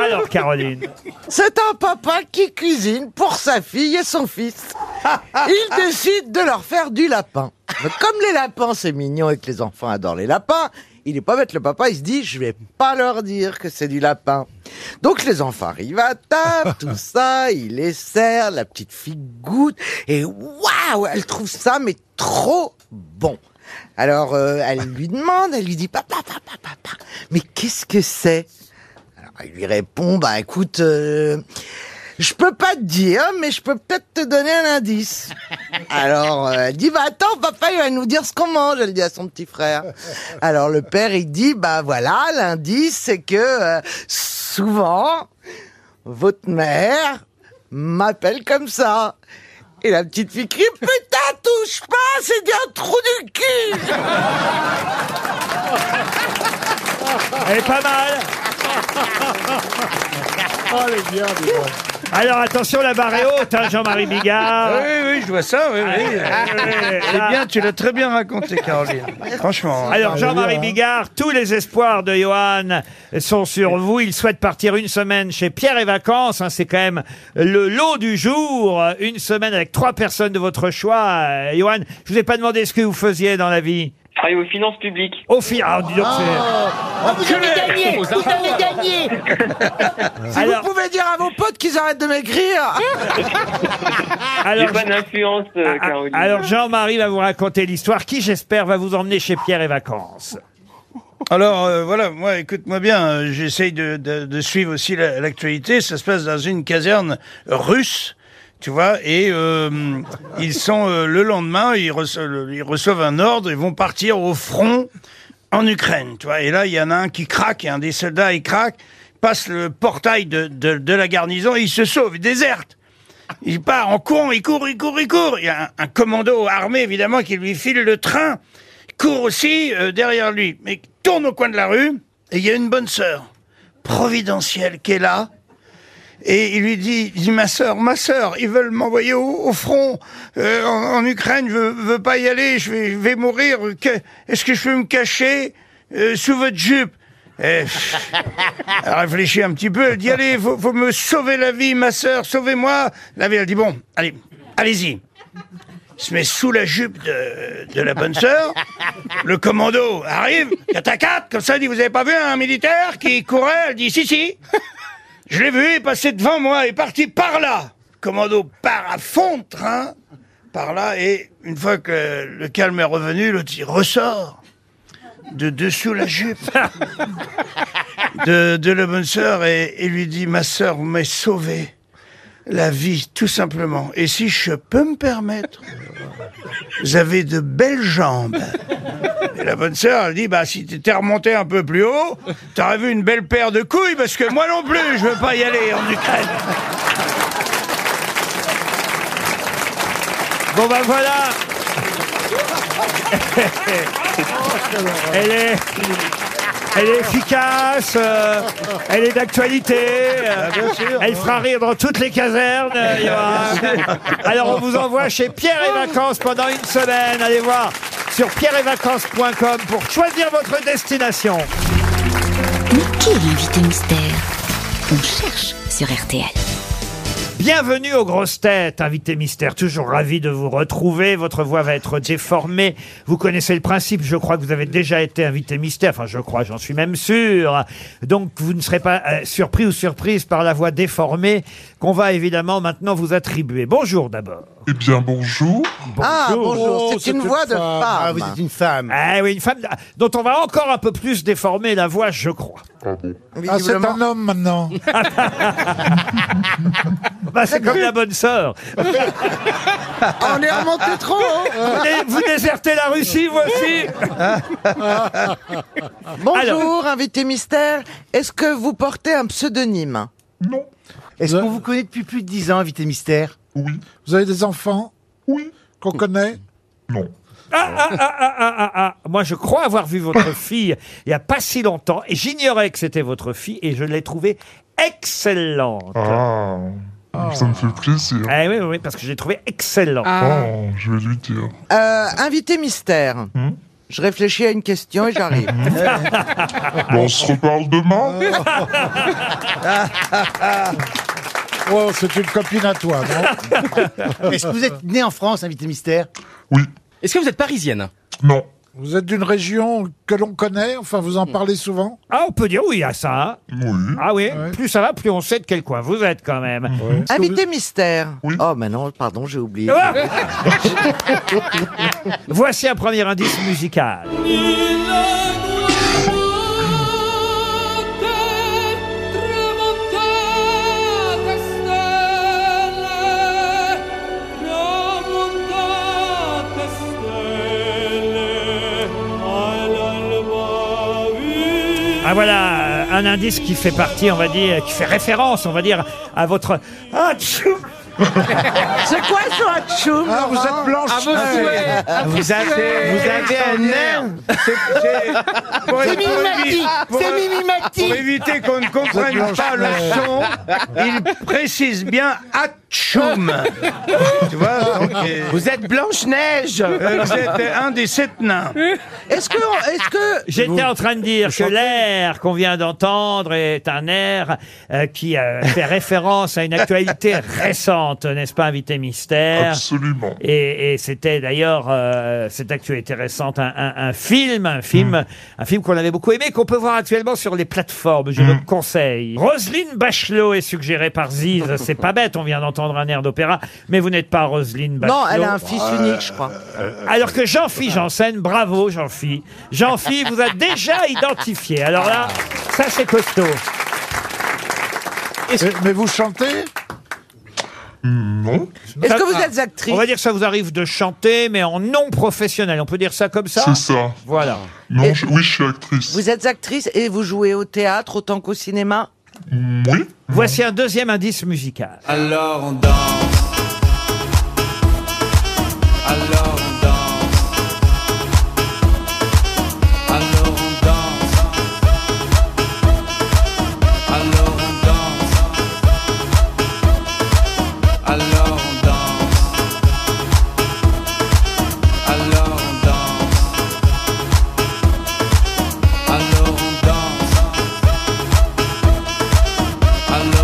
[SPEAKER 2] Alors, Caroline.
[SPEAKER 13] C'est un papa qui cuisine pour sa fille et son fils. Il décide de leur faire du lapin. Mais comme les lapins, c'est mignon et que les enfants adorent les lapins, il est pas bête le papa, il se dit, je vais pas leur dire que c'est du lapin. Donc les enfants arrivent à table, tout ça, il les sert, la petite fille goûte, et waouh, elle trouve ça, mais trop bon. Alors euh, elle lui demande, elle lui dit, papa, papa, papa, mais qu'est-ce que c'est alors, il lui répond, bah écoute, euh, je peux pas te dire, mais je peux peut-être te donner un indice. Alors, euh, elle dit, bah attends, papa, il va nous dire ce qu'on mange, elle dit à son petit frère. Alors, le père, il dit, bah voilà, l'indice, c'est que euh, souvent, votre mère m'appelle comme ça. Et la petite fille crie, putain, touche pas, c'est bien un trou du cul
[SPEAKER 2] Elle est pas mal. Oh, Alors, attention, la barre est haute, hein, Jean-Marie Bigard. Ah,
[SPEAKER 3] Oui, oui, je vois ça, oui, oui. C'est bien, tu l'as très bien raconté, Caroline. Franchement. hein.
[SPEAKER 2] Alors Jean-Marie Bigard, tous les espoirs de Johan sont sur vous. Il souhaite partir une semaine chez Pierre et Vacances. hein, c'est quand même le lot du jour. Euh, Une semaine avec trois personnes de votre choix. Euh, Johan, je vous ai pas demandé ce que vous faisiez dans la vie.
[SPEAKER 15] Je travaille aux finances publiques.
[SPEAKER 2] Au fi- ah, dis donc, c'est-
[SPEAKER 5] Ah, vous avez gagné Vous avez gagné
[SPEAKER 8] Si vous pouvez dire à vos potes qu'ils arrêtent de m'écrire
[SPEAKER 2] alors, Ah,
[SPEAKER 15] J'ai pas d'influence, euh, Caroline.
[SPEAKER 2] alors Jean-Marie va vous raconter l'histoire qui, j'espère, va vous emmener chez Pierre et Vacances.
[SPEAKER 3] Alors euh, voilà, moi écoute-moi bien, euh, j'essaye de, de- de suivre aussi la- l'actualité. Ça se passe dans une caserne russe, tu vois, et euh, ils sont euh, le lendemain, ils, reço- le- ils reçoivent un ordre, ils vont partir au front en Ukraine, tu vois. Et là, il y en a un qui craque, et un des soldats, il craque, passe le portail de, de- de la garnison, et il se sauve, il déserte. Il part en courant, il court, il court, il court. Il y a un, un commando armé, évidemment, qui lui file le train. Il court aussi euh, derrière lui, mais il tourne au coin de la rue, et il y a une bonne sœur, providentielle, qui est là. Et il lui dit, il dit, ma sœur, ma sœur, ils veulent m'envoyer au, au front euh, en, en Ukraine, je veux, veux pas y aller, je vais, je vais mourir. Que- Est-ce que je peux me cacher euh, sous votre jupe Eh, pff, elle réfléchit un petit peu, elle dit, allez, faut, faut me sauver la vie, ma sœur, sauvez-moi. La vie, elle dit, bon, allez, allez-y. Il se met sous la jupe de, de la bonne sœur. Le commando arrive, 4 à 4, comme ça, il dit, vous avez pas vu un militaire qui courait Elle dit, si, si. Je l'ai vu, il est passé devant moi, il est parti par là. Commando part à fond de train, par là, et une fois que le calme est revenu, l'autre il ressort de dessous la jupe de, de la bonne sœur et, et lui dit Ma sœur, vous m'avez sauvé la vie, tout simplement. Et si je peux me permettre, vous avez de belles jambes. Et la bonne sœur, elle dit, bah, si t'étais remonté un peu plus haut, t'aurais vu une belle paire de couilles, parce que moi non plus, je veux pas y aller en Ukraine. Bon,
[SPEAKER 2] ben,
[SPEAKER 3] bah, voilà.
[SPEAKER 2] Elle est, elle est efficace, euh, elle est d'actualité, euh,
[SPEAKER 4] Bah, bien sûr,
[SPEAKER 2] elle fera rire dans toutes les casernes. euh, Johan.
[SPEAKER 4] Bien sûr.
[SPEAKER 2] Alors on vous envoie chez Pierre et Vacances pendant une semaine. Allez voir sur pierreetvacances.com pour choisir votre destination.
[SPEAKER 12] Mais qui est l'invité mystère On cherche sur RTL.
[SPEAKER 2] Bienvenue aux grosses têtes, invité mystère. Toujours ravi de vous retrouver. Votre voix va être déformée. Vous connaissez le principe. Je crois que vous avez déjà été invité mystère. Enfin, je crois, j'en suis même sûr. Donc, vous ne serez pas euh, surpris ou surprise par la voix déformée qu'on va évidemment maintenant vous attribuer. Bonjour d'abord.
[SPEAKER 16] Eh bien, bonjour.
[SPEAKER 13] Ah, bonjour, c'est une voix de femme.
[SPEAKER 2] Ah, vous êtes une femme. Ah oui, une femme dont on va encore un peu plus déformer la voix, je crois.
[SPEAKER 6] Ah, c'est un homme maintenant.
[SPEAKER 5] Ah,
[SPEAKER 2] Bah, c'est comme la bonne sœur.
[SPEAKER 13] Ah, On est remonté trop euh. haut.
[SPEAKER 2] Vous dé- vous désertez la Russie, voici.
[SPEAKER 13] Bonjour, invité mystère. Est-ce que vous portez un pseudonyme
[SPEAKER 16] Non.
[SPEAKER 5] Est-ce qu'on vous connaît depuis plus de 10 ans, invité mystère
[SPEAKER 16] Oui.
[SPEAKER 6] Vous avez des enfants Oui. Qu'on connaît
[SPEAKER 16] Non.
[SPEAKER 2] Ah, ah, ah, ah, ah, ah, ah. Moi, je crois avoir vu votre fille il n'y a pas si longtemps, et j'ignorais que c'était votre fille, et je l'ai trouvée excellente.
[SPEAKER 16] Ah, ça me fait plaisir.
[SPEAKER 2] Eh oui, oui, oui, parce que je l'ai trouvée excellente.
[SPEAKER 16] Oh, je vais lui dire.
[SPEAKER 13] Euh, invité mystère.
[SPEAKER 5] Hmm.
[SPEAKER 13] Je réfléchis à une question et j'arrive.
[SPEAKER 16] Bon, on se reparle
[SPEAKER 5] Hmm.
[SPEAKER 16] demain
[SPEAKER 6] Oh, c'est une copine à toi, non
[SPEAKER 5] Est-ce que vous êtes né en France, invité mystère
[SPEAKER 16] Oui.
[SPEAKER 5] Est-ce que vous êtes parisienne
[SPEAKER 16] Non.
[SPEAKER 6] Vous êtes d'une région que l'on connaît Enfin, vous en parlez souvent
[SPEAKER 2] Ah, on peut dire oui à ça. hein. Ah oui, plus ça va, plus on sait de quel coin vous êtes quand même.
[SPEAKER 13] Invité mystère. Oh, mais non, pardon, j'ai oublié.
[SPEAKER 2] Ah Voici un premier indice musical. Ah voilà, euh, un indice qui fait partie, on va dire, qui fait référence, on va dire, à votre... Ah, tchou
[SPEAKER 13] C'est quoi ça, Tchoum
[SPEAKER 6] Ah, vous êtes blanche.
[SPEAKER 4] À vos souhaits. À vos Vous avez- souhaits. vous avez un air.
[SPEAKER 3] Pour-
[SPEAKER 4] C'est
[SPEAKER 3] pour
[SPEAKER 4] mimimati.
[SPEAKER 3] évi- pour-
[SPEAKER 4] C'est mimimati.
[SPEAKER 3] Pour éviter qu'on ne comprenne
[SPEAKER 4] Blanche
[SPEAKER 3] pas le
[SPEAKER 4] Neige.
[SPEAKER 3] son, il précise bien Atchoum. tu vois donc, euh,
[SPEAKER 8] Vous êtes Blanche-Neige
[SPEAKER 3] euh, Vous êtes euh, un des sept nains.
[SPEAKER 13] Est-ce que, est-ce que
[SPEAKER 2] J'étais en train de dire que l'air qu'on vient d'entendre est un air euh, qui euh, fait référence à une actualité récente, n'est-ce pas, invité mystère
[SPEAKER 16] Absolument.
[SPEAKER 2] Et, et c'était d'ailleurs euh, cette actualité récente, un, un- un film, un film, un film qu'on avait beaucoup aimé, qu'on peut voir actuellement sur les plateformes. Je le conseille. Roselyne Bachelot est suggérée par Ziz. C'est pas bête, on vient d'entendre un air d'opéra, mais vous n'êtes pas Roselyne Bachelot.
[SPEAKER 13] Non, elle a un fils unique, je crois.
[SPEAKER 2] Alors que Jean-Phi Janssen, bravo Jean-Phi. Jean-Phi vous a déjà identifié. Alors là, ça c'est costaud.
[SPEAKER 6] Mais vous chantez
[SPEAKER 16] Non.
[SPEAKER 2] Est-ce que vous êtes actrice Ah. On va dire que ça vous arrive de chanter, mais en non professionnel. On peut dire ça comme ça
[SPEAKER 16] C'est ça.
[SPEAKER 2] Voilà.
[SPEAKER 16] Non, je- oui, je suis actrice.
[SPEAKER 13] Vous êtes actrice et vous jouez au théâtre autant qu'au cinéma
[SPEAKER 16] Oui.
[SPEAKER 2] Voici un deuxième indice musical.
[SPEAKER 4] Alors on danse. Alors on danse. Alors on danse. Alors on danse. Alors on danse. Alors on danse. Alors on danse. Alors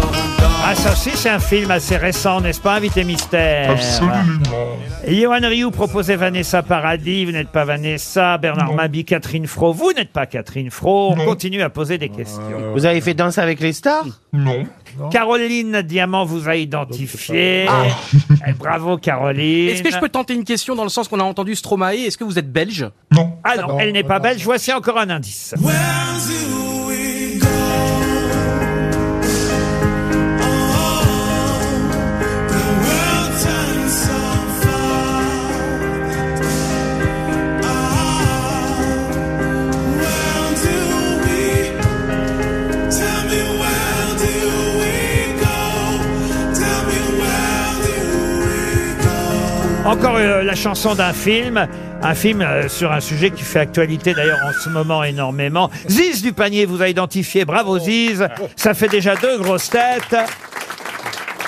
[SPEAKER 4] on danse.
[SPEAKER 2] Ah, ça aussi, c'est un film assez récent, n'est-ce pas, Invité Mystère
[SPEAKER 16] Absolument.
[SPEAKER 2] Johan Rioux proposait Vanessa Paradis, vous n'êtes pas Vanessa, Bernard Mabi, Catherine Fro, vous n'êtes pas Catherine Fro, on continue à poser des questions.
[SPEAKER 7] Vous avez fait danser avec les stars
[SPEAKER 16] Non.
[SPEAKER 2] Caroline Diamant vous a identifié. Eh, Bravo Caroline.
[SPEAKER 9] Est-ce que je peux tenter une question dans le sens qu'on a entendu Stromae Est-ce que vous êtes belge
[SPEAKER 16] Non.
[SPEAKER 2] Ah non, elle n'est pas belge, voici encore un indice. Encore euh, la chanson d'un film, un film euh, sur un sujet qui fait actualité d'ailleurs en ce moment énormément. Ziz du panier vous a identifié, bravo Ziz, ça fait déjà deux grosses têtes.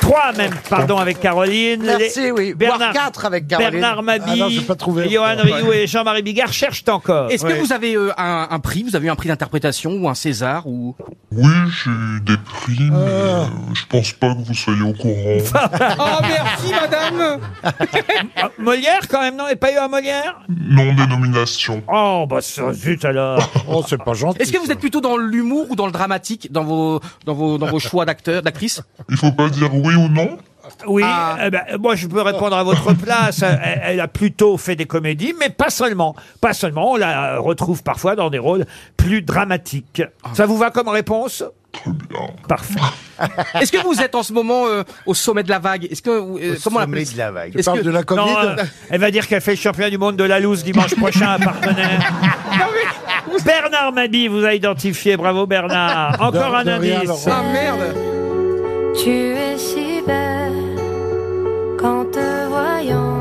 [SPEAKER 2] Trois même, pardon, avec Caroline.
[SPEAKER 13] Merci,
[SPEAKER 2] Les-
[SPEAKER 13] oui. Voire quatre avec Caroline.
[SPEAKER 2] Bernard Mabie,
[SPEAKER 9] Ah non, j'ai pas trouvé.
[SPEAKER 2] Johan Rioux et Jean-Marie Bigard cherchent encore.
[SPEAKER 9] Est-ce que vous avez euh, un, un prix Vous avez eu un prix d'interprétation ou un César ou
[SPEAKER 16] Oui, j'ai eu des prix, mais
[SPEAKER 13] Ah.
[SPEAKER 16] euh, je pense pas que vous soyez au courant.
[SPEAKER 4] Oh merci madame
[SPEAKER 2] Molière quand même, non Et pas eu un Molière
[SPEAKER 16] non des nominations.
[SPEAKER 2] Oh, bah ça, zut alors
[SPEAKER 6] Oh, c'est pas gentil.
[SPEAKER 9] Est-ce que vous êtes plutôt dans l'humour ou dans le dramatique dans vos dans vos dans vos choix d'acteurs d'actrices
[SPEAKER 16] Il faut pas dire oui ou non.
[SPEAKER 2] Oui,
[SPEAKER 4] Ah.
[SPEAKER 2] eh ben, moi je peux répondre à votre place. Elle, elle a plutôt fait des comédies, mais pas seulement. Pas seulement, on la retrouve parfois dans des rôles plus dramatiques.
[SPEAKER 4] Ah.
[SPEAKER 2] Ça vous va comme réponse Parfait.
[SPEAKER 9] Est-ce que vous êtes en ce moment euh, au sommet de la vague Est-ce que euh, comment on
[SPEAKER 2] sommet
[SPEAKER 9] l'appelle-
[SPEAKER 2] de la vague.
[SPEAKER 9] Est-ce que-
[SPEAKER 2] Non, euh, elle va dire qu'elle fait le champion du monde de la loose dimanche prochain à Partenaire. Bernard Mabi vous a identifié, bravo Bernard. Encore
[SPEAKER 4] De-
[SPEAKER 2] un
[SPEAKER 4] de rien,
[SPEAKER 2] indice.
[SPEAKER 4] Laurent. Ah,
[SPEAKER 9] merde
[SPEAKER 17] Tu es si belle qu'en te voyant,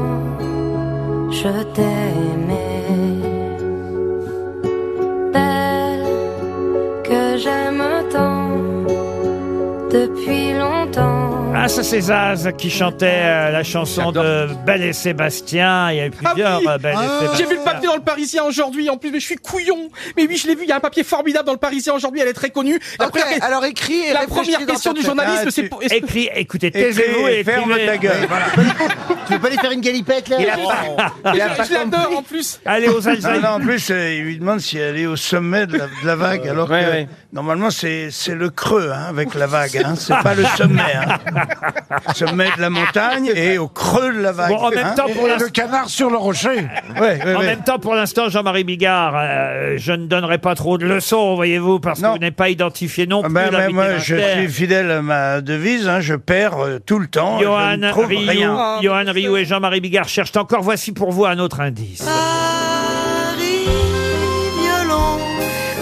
[SPEAKER 17] je t'ai aimé. Belle que j'aime tant depuis longtemps.
[SPEAKER 2] Ah, ça c'est Zaz qui chantait euh, la chanson de Belle et Sébastien.
[SPEAKER 4] Ah
[SPEAKER 2] Il y a eu plusieurs euh, Belle
[SPEAKER 13] Ah.
[SPEAKER 2] et Sébastien.
[SPEAKER 9] J'ai vu le papier dans le Parisien aujourd'hui. En plus, mais je suis couillon. Mais oui, je l'ai vu. Il y a un papier formidable dans le Parisien aujourd'hui. Elle est très connue. La
[SPEAKER 13] Ok, alors écris et
[SPEAKER 9] La
[SPEAKER 13] réfléchis
[SPEAKER 9] première
[SPEAKER 13] dans
[SPEAKER 9] question
[SPEAKER 13] ta
[SPEAKER 9] du
[SPEAKER 13] tête.
[SPEAKER 9] journaliste,
[SPEAKER 13] Ah,
[SPEAKER 9] c'est
[SPEAKER 13] tu-
[SPEAKER 9] pour.
[SPEAKER 2] Écris, écoutez,
[SPEAKER 13] Taisez-vous et écrivez.
[SPEAKER 5] Tu veux pas lui faire une galipette, là
[SPEAKER 13] Il a
[SPEAKER 9] Je- je l'adore en plus.
[SPEAKER 3] Non, non, en plus, euh, il lui demande si elle est au sommet de la, de la vague, alors que normalement, c'est c'est le creux hein, avec la vague. Hein, c'est pas le sommet. Hein. sommet de la montagne et au creux de la vague.
[SPEAKER 2] Bon, en même
[SPEAKER 3] hein.
[SPEAKER 2] temps, pour l'instant-
[SPEAKER 6] canard sur le rocher.
[SPEAKER 2] en même temps, pour l'instant, Jean-Marie Bigard, euh, je ne donnerai pas trop de leçons, voyez-vous, parce que vous n'êtes pas identifié non
[SPEAKER 3] Ah
[SPEAKER 2] plus.
[SPEAKER 3] ben, ben,
[SPEAKER 2] l'invité
[SPEAKER 3] moi, je
[SPEAKER 2] mystère.
[SPEAKER 3] suis fidèle à ma devise, hein, je perds euh, tout le temps. et je ne
[SPEAKER 2] Johan
[SPEAKER 3] trouve
[SPEAKER 2] Rioux,
[SPEAKER 3] rien.
[SPEAKER 13] Ah,
[SPEAKER 2] Johan Rioux et Jean-Marie Bigard cherchent encore. Voici pour vous un autre indice.
[SPEAKER 17] Paris violon,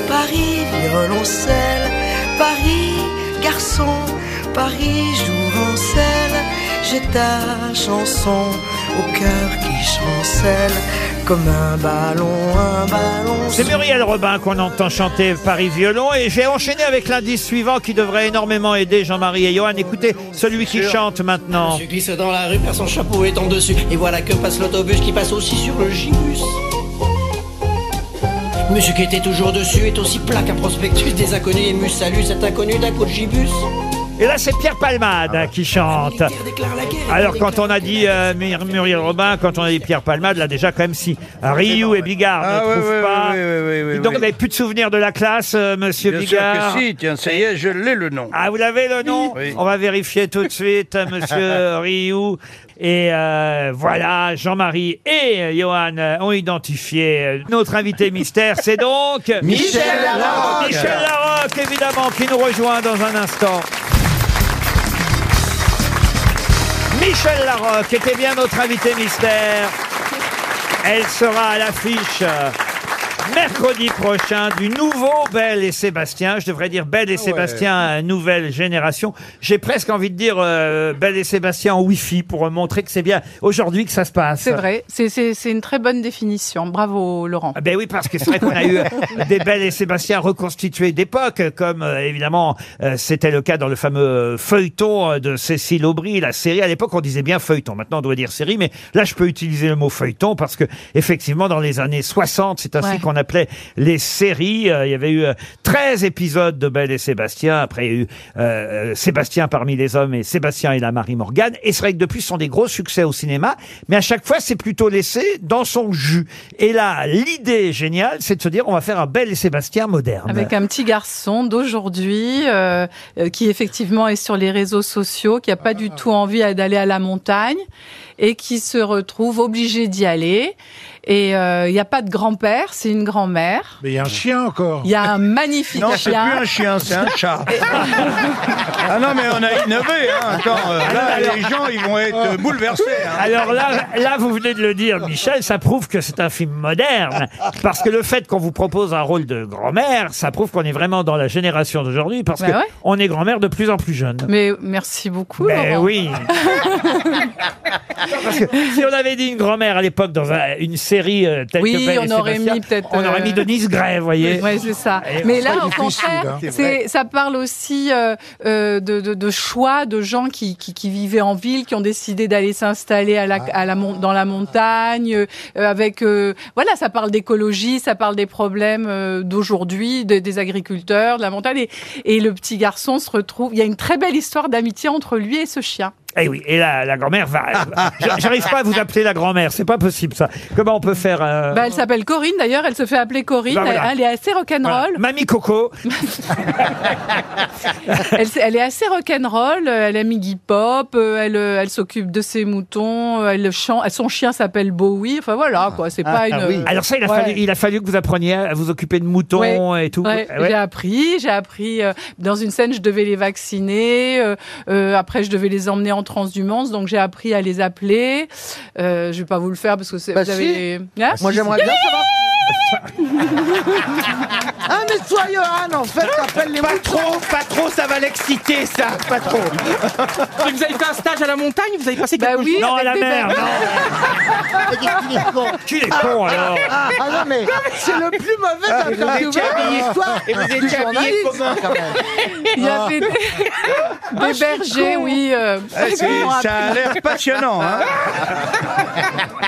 [SPEAKER 17] Paris violoncelle, Paris garçon, Paris jouvencelle. J'ai ta chanson au cœur qui chancelle comme un ballon, un ballon.
[SPEAKER 2] C'est Muriel Robin qu'on entend chanter Paris Violon et j'ai enchaîné avec l'indice suivant qui devrait énormément aider Jean-Marie et Johan. Écoutez, celui qui chante maintenant.
[SPEAKER 18] Je glisse dans la rue, perd son chapeau étant dessus. Et voilà que passe l'autobus qui passe aussi sur le gibus. Monsieur qui était toujours dessus est aussi plat qu'un prospectus des inconnus émus. Salut cet inconnu d'un coup de gibus.
[SPEAKER 19] Ah,
[SPEAKER 2] Et là, c'est Pierre
[SPEAKER 3] Ah
[SPEAKER 2] Palmade
[SPEAKER 3] bah.
[SPEAKER 2] hein, qui chante. Alors, quand on a dit euh, Mur- Muriel Robin, quand on a dit Pierre Palmade, là, déjà, quand même, si Ryu et Bigard
[SPEAKER 3] Ah,
[SPEAKER 2] ne
[SPEAKER 3] ouais,
[SPEAKER 2] trouvent
[SPEAKER 3] ouais,
[SPEAKER 2] pas.
[SPEAKER 3] ouais, ouais, ouais, ouais,
[SPEAKER 2] Dites donc,
[SPEAKER 3] ouais.
[SPEAKER 2] vous n'avez plus de souvenirs de la classe, euh, monsieur
[SPEAKER 3] Bien sûr
[SPEAKER 2] Bigard
[SPEAKER 3] que si, tiens, ça y est, je l'ai le nom.
[SPEAKER 2] Ah, vous l'avez le nom
[SPEAKER 3] Oui.
[SPEAKER 2] On va vérifier tout de suite, hein, monsieur Rioux. Et euh, voilà, Jean-Marie et euh, Johan euh, ont identifié euh, notre invité mystère. C'est donc
[SPEAKER 4] Michel Larocque.
[SPEAKER 2] Michel Larocque, évidemment, qui nous rejoint dans un instant. Michel Larocque était bien notre invité mystère. Elle sera à l'affiche euh, mercredi prochain du nouveau Belle et Sébastien. Je devrais dire
[SPEAKER 19] Ah
[SPEAKER 2] Belle et Sébastien euh, nouvelle génération. J'ai presque envie de dire euh, Belle et Sébastien en Wi-Fi pour euh, montrer que c'est bien aujourd'hui que ça se passe.
[SPEAKER 19] C'est vrai, c'est- c'est c'est une très bonne définition. Bravo Laurent.
[SPEAKER 2] Ben oui, parce que c'est vrai qu'on a eu euh, des belles et Sébastien reconstitués d'époque, comme euh, évidemment euh, c'était le cas dans le fameux euh, feuilleton euh, de Cécile Aubry, la série. À l'époque, on disait bien feuilleton. Maintenant, on doit dire série, mais là, je peux utiliser le mot feuilleton parce que effectivement, dans les années 60, c'est ainsi
[SPEAKER 19] Ouais.
[SPEAKER 2] qu'on appelait les séries. Euh, il y avait eu euh, 13 épisodes de Belle et Sébastien. Après, il y a eu euh, euh, Sébastien parmi les hommes et Sébastien et la Marie Morgane. Et c'est vrai que depuis, ce sont des gros succès au cinéma. Mais à chaque fois, c'est plutôt laissé dans son jus. Et là, l'idée géniale, c'est de se dire, on va faire un Belle et Sébastien moderne.
[SPEAKER 19] Avec un petit garçon d'aujourd'hui euh, euh, qui effectivement est sur les réseaux sociaux, qui a pas du tout envie à- d'aller à la montagne et qui se retrouve obligé d'y aller. Et euh, il n'y a pas de grand-père, c'est une grand-mère.
[SPEAKER 6] Mais il y a un chien encore.
[SPEAKER 19] Il y a un magnifique
[SPEAKER 3] Non, c'est plus
[SPEAKER 19] chien.
[SPEAKER 3] un chien, c'est un chat. ah non, mais on a innové. Hein. Attends, euh, là,
[SPEAKER 2] Alors-
[SPEAKER 3] les gens, ils vont être euh, bouleversés. hein.
[SPEAKER 2] Alors là, là, vous venez de le dire, Michel, ça prouve que c'est un film moderne. Parce que le fait qu'on vous propose un rôle de grand-mère, ça prouve qu'on est vraiment dans la génération d'aujourd'hui, parce
[SPEAKER 19] Bah
[SPEAKER 2] que
[SPEAKER 19] ouais.
[SPEAKER 2] on est grand-mère de plus en plus jeune.
[SPEAKER 19] Mais merci beaucoup.
[SPEAKER 2] Ben
[SPEAKER 19] Laurent.
[SPEAKER 2] oui. Parce que si on avait dit une grand-mère à l'époque dans un- une série euh, telle
[SPEAKER 19] Oui,
[SPEAKER 2] que Belle et
[SPEAKER 19] on aurait
[SPEAKER 2] Sébastien,
[SPEAKER 19] mis peut-être,
[SPEAKER 2] On aurait
[SPEAKER 19] euh,
[SPEAKER 2] mis Denise Gray, vous voyez.
[SPEAKER 19] Ouais, c'est ça.
[SPEAKER 2] Et
[SPEAKER 19] Mais
[SPEAKER 2] c'est
[SPEAKER 19] là,
[SPEAKER 2] pas
[SPEAKER 19] au
[SPEAKER 2] difficile,
[SPEAKER 19] contraire,
[SPEAKER 2] hein.
[SPEAKER 19] c'est, ça parle aussi euh, euh, de, de, de choix de gens qui, qui, qui vivaient en ville, qui ont décidé d'aller s'installer à la,
[SPEAKER 2] Ah.
[SPEAKER 19] à la, mon- dans la montagne, euh, avec euh, voilà, ça parle d'écologie, ça parle des problèmes euh, d'aujourd'hui, de- des agriculteurs, de la montagne, et, et le petit garçon se retrouve. Il y a une très belle histoire d'amitié entre lui et ce chien.
[SPEAKER 2] Eh oui, et la, la grand-mère va. J'a- J'arrive pas à vous appeler la grand-mère, c'est pas possible ça. Comment on peut faire euh,
[SPEAKER 19] Bah, elle s'appelle Corinne d'ailleurs, elle se fait appeler Corinne,
[SPEAKER 2] Bah, voilà.
[SPEAKER 19] elle, elle est assez
[SPEAKER 2] voilà,
[SPEAKER 19] rock'n'roll.
[SPEAKER 2] Mamie Coco.
[SPEAKER 19] elle, s- elle est assez rock'n'roll, euh, elle aime Iggy Pop, euh, elle, euh, elle s'occupe de ses moutons, euh, elle chante, son chien s'appelle Bowie, enfin voilà quoi, c'est pas
[SPEAKER 2] Ah,
[SPEAKER 19] une... euh,
[SPEAKER 2] ah oui. Alors ça, il a,
[SPEAKER 19] Ouais.
[SPEAKER 2] fallu, il a fallu que vous appreniez à vous occuper de moutons
[SPEAKER 19] Ouais.
[SPEAKER 2] et tout.
[SPEAKER 19] Ouais,
[SPEAKER 2] Eh ouais.
[SPEAKER 19] J'ai appris, j'ai appris euh, dans une scène, je devais les vacciner. euh, euh, après, je devais les emmener en transhumance, donc j'ai appris à les appeler. Euh, je vais pas vous le faire parce que c'est.
[SPEAKER 13] Bah
[SPEAKER 19] vous avez
[SPEAKER 13] si.
[SPEAKER 19] les-
[SPEAKER 13] Bah
[SPEAKER 19] Hein
[SPEAKER 13] si, Moi, j'aimerais bien savoir.
[SPEAKER 8] Ah, mais toi, Johan, en fait, t'appelles les Pas trop,
[SPEAKER 7] pas trop, ça va l'exciter, ça, pas trop.
[SPEAKER 9] Mais vous avez fait un stage à la montagne, vous avez passé quelques
[SPEAKER 2] oui,
[SPEAKER 9] jours
[SPEAKER 2] Non, à la mer, Ah,
[SPEAKER 13] Il est con.
[SPEAKER 2] Qui est con alors
[SPEAKER 13] Ah, ah, non, mais c'est le plus mauvais
[SPEAKER 4] Ah, vous
[SPEAKER 13] interview
[SPEAKER 4] étiez
[SPEAKER 13] de
[SPEAKER 4] habillés-
[SPEAKER 13] l'histoire
[SPEAKER 4] et vous étiez
[SPEAKER 13] du
[SPEAKER 4] habillés
[SPEAKER 13] journaliste, Ah,
[SPEAKER 4] comment
[SPEAKER 13] quand même.
[SPEAKER 19] Il y avait des,
[SPEAKER 13] Ah,
[SPEAKER 19] des
[SPEAKER 13] je suis
[SPEAKER 19] bergers,
[SPEAKER 13] con. Ah,
[SPEAKER 19] oui. euh,
[SPEAKER 3] Eh, c'est- ça a l'air passionnant. Hein.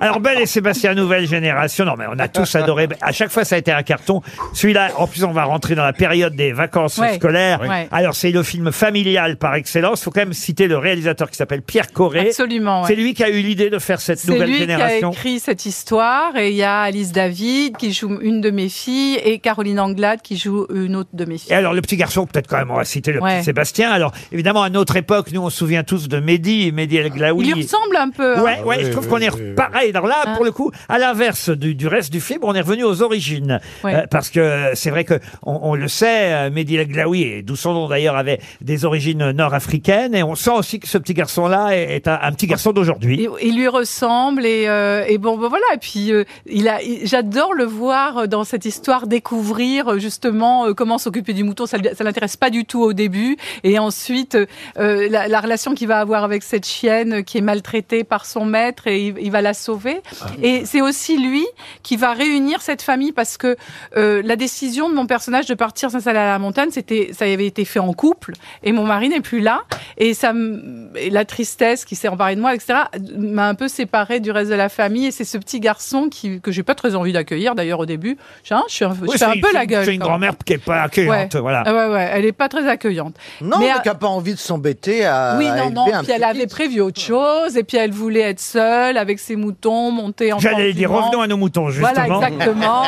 [SPEAKER 2] Alors Belle et Sébastien, nouvelle génération. Non mais on a tous adoré. À chaque fois, ça a été un carton. Celui-là, en plus, on va rentrer dans la période des vacances
[SPEAKER 4] Ouais.
[SPEAKER 2] scolaires.
[SPEAKER 4] Ouais.
[SPEAKER 2] Alors c'est le film familial par excellence. Faut quand même citer le réalisateur qui s'appelle Pierre Corré.
[SPEAKER 19] Absolument, ouais.
[SPEAKER 2] C'est lui qui a eu l'idée de faire cette
[SPEAKER 19] C'est
[SPEAKER 2] nouvelle
[SPEAKER 19] lui qui a
[SPEAKER 2] génération.
[SPEAKER 19] écrit cette histoire et il y a Alice David qui joue une de mes filles et Caroline Anglade qui joue une autre de mes filles.
[SPEAKER 2] Et alors, le petit garçon, peut-être quand même, on va citer le
[SPEAKER 19] Ouais.
[SPEAKER 2] petit Sébastien. Alors, évidemment, à notre époque, nous, on se souvient tous de Mehdi, Mehdi El Glaoui.
[SPEAKER 19] Il lui ressemble un peu. hein.
[SPEAKER 2] Ah
[SPEAKER 19] Ah.
[SPEAKER 2] Ouais, ouais, je trouve qu'on est pareil. Alors là, pour le coup, à l'inverse du, du reste du film, on est revenu aux origines.
[SPEAKER 19] Ouais.
[SPEAKER 2] Euh, parce que c'est vrai que on, on le sait, euh, Mehdi El Glaoui, et d'où son nom d'ailleurs, avait des origines nord-africaines. Et on sent aussi que ce petit garçon-là est, est un, un petit garçon d'aujourd'hui.
[SPEAKER 19] Il, il lui ressemble et, euh, et bon, ben voilà. Et puis euh, il a, il- j'adore le voir euh, dans cette histoire découvrir euh, justement euh, comment s'occuper du mouton. Ça, lui- ça l'intéresse pas du tout au début et ensuite euh, euh, la, la relation qu'il va avoir avec cette chienne euh, qui est maltraitée par son maître et il, il va la sauver. Et c'est aussi lui qui va réunir cette famille parce que euh, la décision de mon personnage de partir s'installer à la montagne, c'était, ça avait été fait en couple et mon mari n'est plus là et ça, m- et la tristesse qui s'est emparée de moi, etc., m'a un peu séparée du reste de la famille et c'est ce petit garçon qui que j'ai pas très envie d'accueillir d'ailleurs au début. Je, hein, je suis un, je
[SPEAKER 2] Oui,
[SPEAKER 19] fais un
[SPEAKER 2] c'est-
[SPEAKER 19] peu la
[SPEAKER 2] c'est-
[SPEAKER 19] gueule.
[SPEAKER 2] C'est une
[SPEAKER 19] quand même.
[SPEAKER 2] grand-mère qui est pas accueillante,
[SPEAKER 19] Ouais.
[SPEAKER 2] voilà.
[SPEAKER 19] Ah ouais, ouais, elle est pas très accueillante.
[SPEAKER 13] Non,
[SPEAKER 19] Mais
[SPEAKER 13] mais,
[SPEAKER 19] à-
[SPEAKER 13] qui n'a pas envie de s'embêter à.
[SPEAKER 19] oui, non,
[SPEAKER 13] à
[SPEAKER 19] non.
[SPEAKER 13] élever un
[SPEAKER 19] Puis Euh, elle
[SPEAKER 13] petit-
[SPEAKER 19] avait prévu autre chose, et puis elle voulait être seule avec ses moutons, monter en.
[SPEAKER 2] J'allais dire,
[SPEAKER 19] campement.
[SPEAKER 2] revenons à nos moutons, justement.
[SPEAKER 19] Voilà, exactement.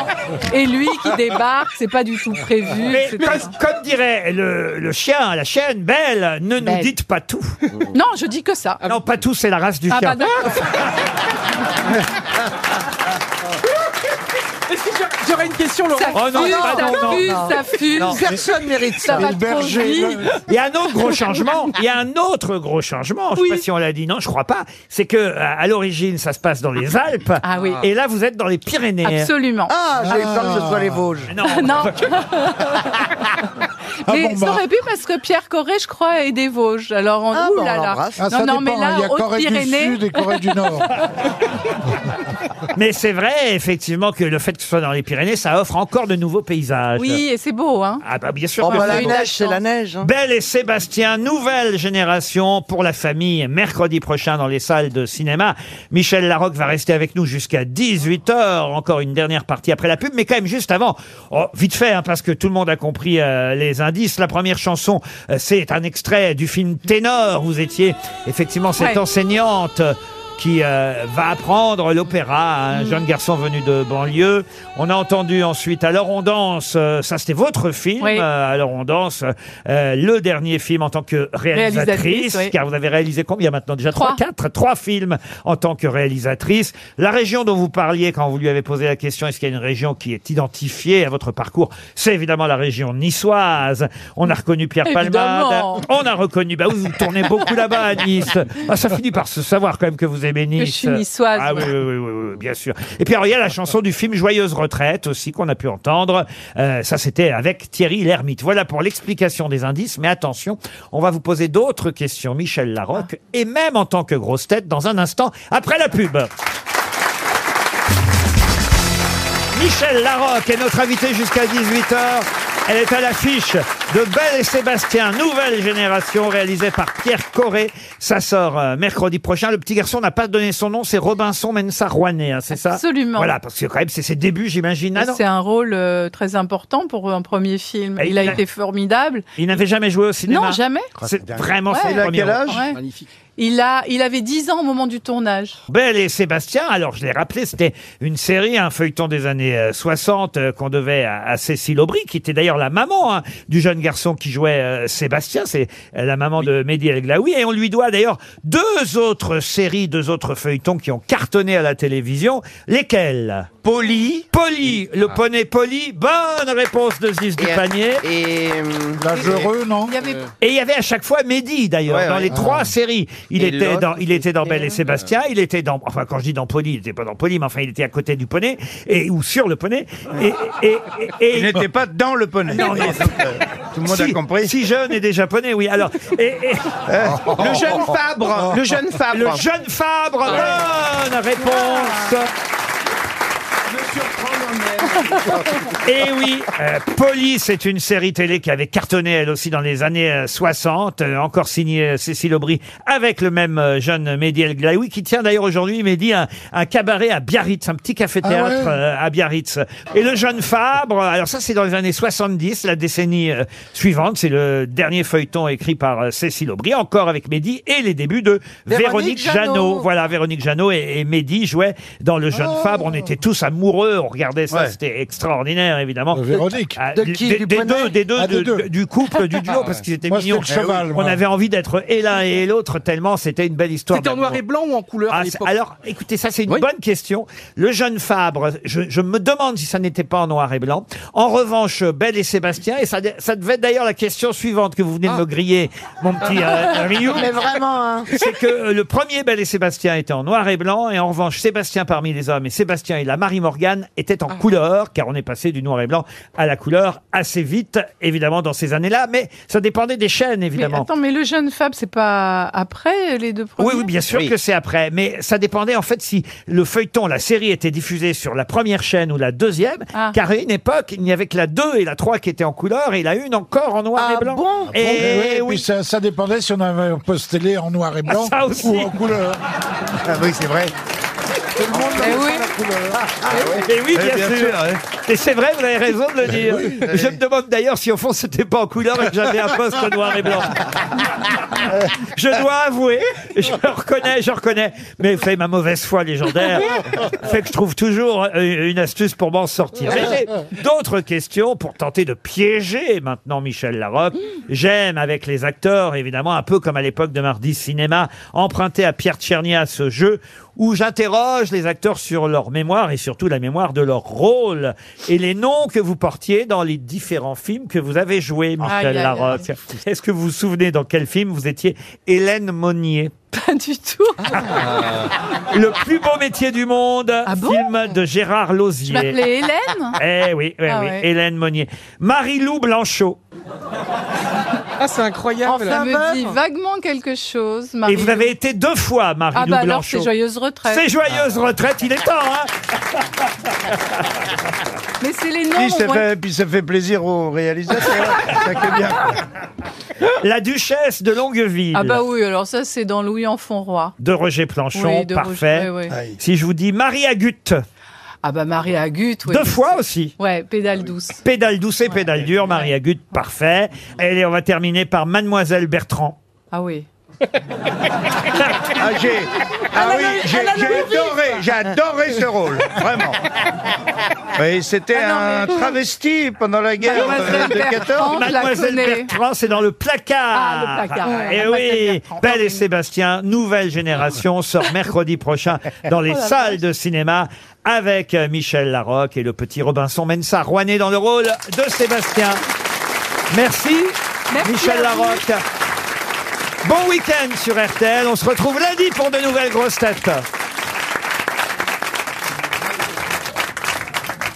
[SPEAKER 19] et lui qui débarque, c'est pas du tout prévu.
[SPEAKER 2] Mais
[SPEAKER 19] etc.
[SPEAKER 2] comme, comme dirait le, le chien, la chienne, Belle, ne nous
[SPEAKER 19] Belle.
[SPEAKER 2] dites pas tout.
[SPEAKER 19] Non, je dis que ça.
[SPEAKER 2] Non, pas tout, c'est la race du
[SPEAKER 19] Ah,
[SPEAKER 2] chien.
[SPEAKER 19] bah non.
[SPEAKER 9] Est-ce que je- j'aurais une question, Laurent.
[SPEAKER 2] Oh non,
[SPEAKER 9] fuse,
[SPEAKER 2] pas- non, non, non. Non.
[SPEAKER 9] va
[SPEAKER 2] Le
[SPEAKER 9] trop
[SPEAKER 2] berger,
[SPEAKER 9] vite.
[SPEAKER 2] le- Il y a un autre gros changement. Il y a un autre gros changement. Je ne sais pas si on l'a dit. Non, je crois pas. C'est que à à l'origine, ça se passe dans les Alpes.
[SPEAKER 19] Ah oui.
[SPEAKER 2] Et là, vous êtes dans les Pyrénées.
[SPEAKER 19] Absolument.
[SPEAKER 2] Ah, j'ai Ah. peur que ce soit les
[SPEAKER 19] Vosges.
[SPEAKER 2] Ah, Non.
[SPEAKER 19] non. mais
[SPEAKER 6] bon,
[SPEAKER 19] ça
[SPEAKER 6] bah.
[SPEAKER 19] aurait pu parce que Pierre Corré, je crois, est des Vosges. Alors, on...
[SPEAKER 6] Ah,
[SPEAKER 19] ouh
[SPEAKER 6] bah,
[SPEAKER 19] là
[SPEAKER 6] on
[SPEAKER 19] là.
[SPEAKER 6] l'embrasse.
[SPEAKER 19] Non,
[SPEAKER 6] Ah, ça
[SPEAKER 19] non, mais
[SPEAKER 6] dépend, il y
[SPEAKER 19] là,
[SPEAKER 6] a Corée du
[SPEAKER 19] Hautes-Pyrénées.
[SPEAKER 6] Sud et Corée du Nord.
[SPEAKER 2] Mais c'est vrai, effectivement, que le fait que ce soit dans les Pyrénées, ça offre encore de nouveaux paysages.
[SPEAKER 19] Oui, et c'est beau, hein.
[SPEAKER 2] Ah bah bien sûr.
[SPEAKER 19] Oh,
[SPEAKER 2] que
[SPEAKER 19] bah,
[SPEAKER 2] c'est
[SPEAKER 19] la
[SPEAKER 2] beau.
[SPEAKER 19] neige, c'est la neige, hein.
[SPEAKER 2] Belle et Sébastien, nouvelle génération pour la famille, mercredi prochain dans les salles de cinéma. Michel Larocque va rester avec nous jusqu'à 18h, encore une dernière partie après la pub, mais quand même juste avant, oh, vite fait, hein, parce que tout le monde a compris euh, les indices. La première chanson, euh, c'est un extrait du film Ténor, vous étiez effectivement cette
[SPEAKER 9] Ouais.
[SPEAKER 2] enseignante qui euh, va apprendre l'opéra à
[SPEAKER 9] Mm.
[SPEAKER 2] un jeune garçon venu de banlieue. On a entendu ensuite Alors on danse, euh, ça c'était votre film,
[SPEAKER 9] Oui.
[SPEAKER 2] euh, Alors on danse, euh, le dernier film en tant que réalisatrice,
[SPEAKER 9] Réalisatrice, oui.
[SPEAKER 2] car vous avez réalisé combien maintenant déjà Trois, quatre, trois films en tant que réalisatrice. La région dont vous parliez quand vous lui avez posé la question, est-ce qu'il y a une région qui est identifiée à votre parcours C'est évidemment la région niçoise. On a reconnu Pierre
[SPEAKER 9] Évidemment.
[SPEAKER 2] Palmade, on a reconnu, bah vous, vous tournez beaucoup là-bas à Nice. Ah, ça finit par se savoir quand même que vous aimez Nice.
[SPEAKER 19] je suis niçoise,
[SPEAKER 2] Ah oui,
[SPEAKER 19] moi.
[SPEAKER 2] oui, oui, oui, oui, bien sûr. Et puis alors, il y a la chanson du film Joyeuse Retraite aussi qu'on a pu entendre. Euh, ça, c'était avec Thierry Lhermitte. Voilà pour l'explication des indices. Mais attention, on va vous poser d'autres questions, Michel Larocque, et même en tant que grosse tête, dans un instant, après la pub. Michel Larocque est notre invitée jusqu'à 18h. Elle est à l'affiche de Belle et Sébastien, nouvelle génération, réalisée par Pierre Corré. Ça sort euh, mercredi prochain. Le petit garçon n'a pas donné son nom, c'est Robinson Mensa Rouanet, hein, c'est ça
[SPEAKER 19] Absolument.
[SPEAKER 2] Voilà, parce que quand même, c'est ses débuts, j'imagine. Ah non,
[SPEAKER 19] C'est un rôle euh, très important pour un premier film.
[SPEAKER 2] Et
[SPEAKER 19] Il a
[SPEAKER 2] il a-
[SPEAKER 19] été formidable.
[SPEAKER 2] Il n'avait jamais joué au cinéma
[SPEAKER 19] Non, jamais.
[SPEAKER 2] C'est vraiment
[SPEAKER 19] Ouais.
[SPEAKER 2] son premier rôle.
[SPEAKER 19] Ouais. il, a, il avait 10 ans au moment du tournage.
[SPEAKER 2] Belle et Sébastien, alors je l'ai rappelé, c'était une série, un feuilleton des années euh, 60 euh, qu'on devait à, à Cécile Aubry, qui était d'ailleurs la maman hein, du jeune garçon qui jouait euh, Sébastien, c'est euh, la maman de Mehdi El Glaoui, et on lui doit d'ailleurs deux autres séries, deux autres feuilletons qui ont cartonné à la télévision, lesquels Poli. Poli, le poney Poli, bonne réponse de Ziz du panier. Et...
[SPEAKER 6] Dangereux, non
[SPEAKER 2] Et il y avait à chaque fois Mehdi d'ailleurs
[SPEAKER 6] Ouais,
[SPEAKER 2] dans
[SPEAKER 6] ouais.
[SPEAKER 2] les
[SPEAKER 6] Ah.
[SPEAKER 2] trois séries. Il
[SPEAKER 6] Et
[SPEAKER 2] était
[SPEAKER 6] l'autre,
[SPEAKER 2] dans il était dans Belle et Sébastien, il était dans enfin quand je dis dans Poli, il était pas dans Poli, mais enfin il était à côté du poney et ou sur le poney et et, il n'était pas dans le poney. euh, Tout
[SPEAKER 3] le monde a
[SPEAKER 2] compris. Si jeune et des japonais, oui. Alors et, et-
[SPEAKER 7] Le jeune Fabre, le jeune Fabre. Ah.
[SPEAKER 2] Le jeune Fabre. Bonne réponse.
[SPEAKER 7] Ah.
[SPEAKER 2] Et oui, euh, Police est une série télé qui avait cartonné elle aussi dans les années euh, 60, euh, encore signée euh, Cécile Aubry avec le même euh, jeune Mehdi El Glaoui qui tient d'ailleurs aujourd'hui Mehdi un, un cabaret à Biarritz, un petit café théâtre
[SPEAKER 9] Ah ouais
[SPEAKER 2] à Biarritz. Et le jeune Fabre, euh, alors ça c'est dans les années 70, la décennie euh, suivante, c'est le dernier feuilleton écrit par euh, Cécile Aubry, encore avec Mehdi et les débuts de Véronique,
[SPEAKER 9] Véronique
[SPEAKER 2] Jeannot.
[SPEAKER 9] Jeannot.
[SPEAKER 2] Voilà, Véronique Jeannot et, et Mehdi jouaient dans le jeune Fabre, on était tous amoureux, on regardait ça,
[SPEAKER 9] Ouais.
[SPEAKER 2] c'était extraordinaire évidemment.
[SPEAKER 6] Véronique.
[SPEAKER 2] Ah,
[SPEAKER 6] De qui,
[SPEAKER 2] des,
[SPEAKER 6] du
[SPEAKER 2] des
[SPEAKER 6] poney
[SPEAKER 2] deux, des deux,
[SPEAKER 6] Ah,
[SPEAKER 2] de-
[SPEAKER 6] des deux.
[SPEAKER 2] de- du couple, du duo,
[SPEAKER 6] Ah ouais.
[SPEAKER 2] parce qu'ils étaient
[SPEAKER 6] Moi,
[SPEAKER 2] mignons.
[SPEAKER 6] c'était le cheval, moi.
[SPEAKER 2] on avait envie d'être et l'un et l'autre tellement c'était une belle histoire.
[SPEAKER 9] C'était en
[SPEAKER 2] d'amour.
[SPEAKER 9] noir et blanc ou en couleur à
[SPEAKER 2] Ah,
[SPEAKER 9] l'époque
[SPEAKER 2] c'est- alors, écoutez, ça c'est une bonne question. Le jeune Fabre, je, je me demande si ça n'était pas en noir et blanc. En revanche, Belle et Sébastien, et ça, ça devait être d'ailleurs la question suivante que vous venez
[SPEAKER 9] Ah.
[SPEAKER 2] de me griller, mon petit euh, Ryu.
[SPEAKER 13] Mais vraiment, hein.
[SPEAKER 2] C'est que euh, le premier Belle et Sébastien était en noir et blanc, et en revanche, Sébastien parmi les hommes et Sébastien et la Marie Morgane étaient
[SPEAKER 19] Ah.
[SPEAKER 2] en couleur, car on est passé du noir et blanc à la couleur assez vite, évidemment, dans ces années-là, mais ça dépendait des chaînes,
[SPEAKER 19] Mais
[SPEAKER 2] évidemment.
[SPEAKER 19] attends, mais le jeune Fab, c'est pas après les deux premiers
[SPEAKER 2] Oui, oui, bien sûr que c'est après. Mais ça dépendait en fait si le feuilleton, la série était diffusée sur la première chaîne ou la deuxième.
[SPEAKER 19] Ah.
[SPEAKER 2] Car à une époque, il n'y avait que la 2 et la 3 qui étaient en couleur et la 1 encore en noir
[SPEAKER 19] Ah
[SPEAKER 2] et blanc.
[SPEAKER 6] Et,
[SPEAKER 2] et
[SPEAKER 6] oui, puis ça, ça dépendait si on avait un poste télé en noir et blanc
[SPEAKER 2] Ah, ça aussi.
[SPEAKER 6] ou en couleur.
[SPEAKER 2] Ah oui, c'est vrai.
[SPEAKER 3] Ah
[SPEAKER 2] Eh Et Eh
[SPEAKER 3] Eh,
[SPEAKER 2] oui, bien, sûr. Eh Et c'est vrai, vous avez raison de le dire. Je me demande d'ailleurs si au fond c'était pas en couleur et que j'avais un poste noir et blanc. Je dois avouer, je reconnais, je reconnais. Mais vous savez, ma mauvaise foi légendaire fait que je trouve toujours euh, une astuce pour m'en sortir. Mais j'ai D'autres questions pour tenter de piéger maintenant Michel Larocque. J'aime avec les acteurs, évidemment, un peu comme à l'époque de Mardi Cinéma, emprunter à Pierre Tchernia ce jeu où j'interroge les acteurs sur leur leur mémoire et surtout la mémoire de leur rôle et les noms que vous portiez dans les différents films que vous avez joués, Michel
[SPEAKER 19] Aïe, aïe, aïe.
[SPEAKER 2] Larocque. Est-ce que vous vous souvenez dans quel film vous étiez Hélène Monnier Ah,
[SPEAKER 19] Pas du tout.
[SPEAKER 2] Le plus beau métier du monde,
[SPEAKER 19] Ah
[SPEAKER 2] film de Gérard Lausier.
[SPEAKER 19] Je m'appelais Bah, Hélène
[SPEAKER 2] Eh oui, oui,
[SPEAKER 19] Ah
[SPEAKER 2] oui,
[SPEAKER 19] ouais.
[SPEAKER 2] Hélène Monnier. Marie-Lou Blanchot.
[SPEAKER 9] Ah, c'est incroyable.
[SPEAKER 19] Ça me dit vaguement quelque chose.
[SPEAKER 2] Et
[SPEAKER 19] Marie-Lou.
[SPEAKER 2] vous avez été deux fois Marie-Lou
[SPEAKER 19] Ah bah alors
[SPEAKER 2] Blanchot.
[SPEAKER 19] c'est joyeuse retraite.
[SPEAKER 2] C'est joyeuse retraite, il est temps, hein
[SPEAKER 19] Mais c'est les noms.
[SPEAKER 3] Puis ça,
[SPEAKER 19] on-
[SPEAKER 3] fait, puis ça fait plaisir aux réalisateurs. ça qui est bien.
[SPEAKER 2] La duchesse de Longueville.
[SPEAKER 19] Ah bah oui, alors ça c'est dans Louis Enfonroy.
[SPEAKER 2] De Roger Planchon,
[SPEAKER 19] Oui, de
[SPEAKER 2] parfait.
[SPEAKER 19] Roger, oui, oui.
[SPEAKER 2] Si je vous dis Marie Agut.
[SPEAKER 19] Ah bah Marie Agut, oui.
[SPEAKER 2] Deux fois aussi.
[SPEAKER 19] Ouais, pédale douce.
[SPEAKER 2] Pédale douce et pédale dure, Marie Agut, parfait. Et on va terminer par Mademoiselle Bertrand.
[SPEAKER 19] Ah oui.
[SPEAKER 3] Ah, j'ai, ah oui, j'ai, j'ai adoré, j'ai adoré ce rôle, vraiment. Oui, c'était
[SPEAKER 2] Ah
[SPEAKER 3] un travesti pendant la guerre euh, de, de 14.
[SPEAKER 2] Mademoiselle Bertrand, c'est dans le placard.
[SPEAKER 3] Ah, le placard, ouais.
[SPEAKER 2] Eh oui, Belle et Sébastien, nouvelle génération, sort mercredi prochain dans les
[SPEAKER 3] Oh la
[SPEAKER 2] salles de cinéma avec euh, Michel Larocque et le petit Robinson Mensa, Rouanet dans le rôle de Sébastien. Merci,
[SPEAKER 4] Merci
[SPEAKER 2] Michel
[SPEAKER 4] à vous.
[SPEAKER 2] Larocque. Bon week-end sur RTL. On se retrouve lundi pour de nouvelles grosses têtes.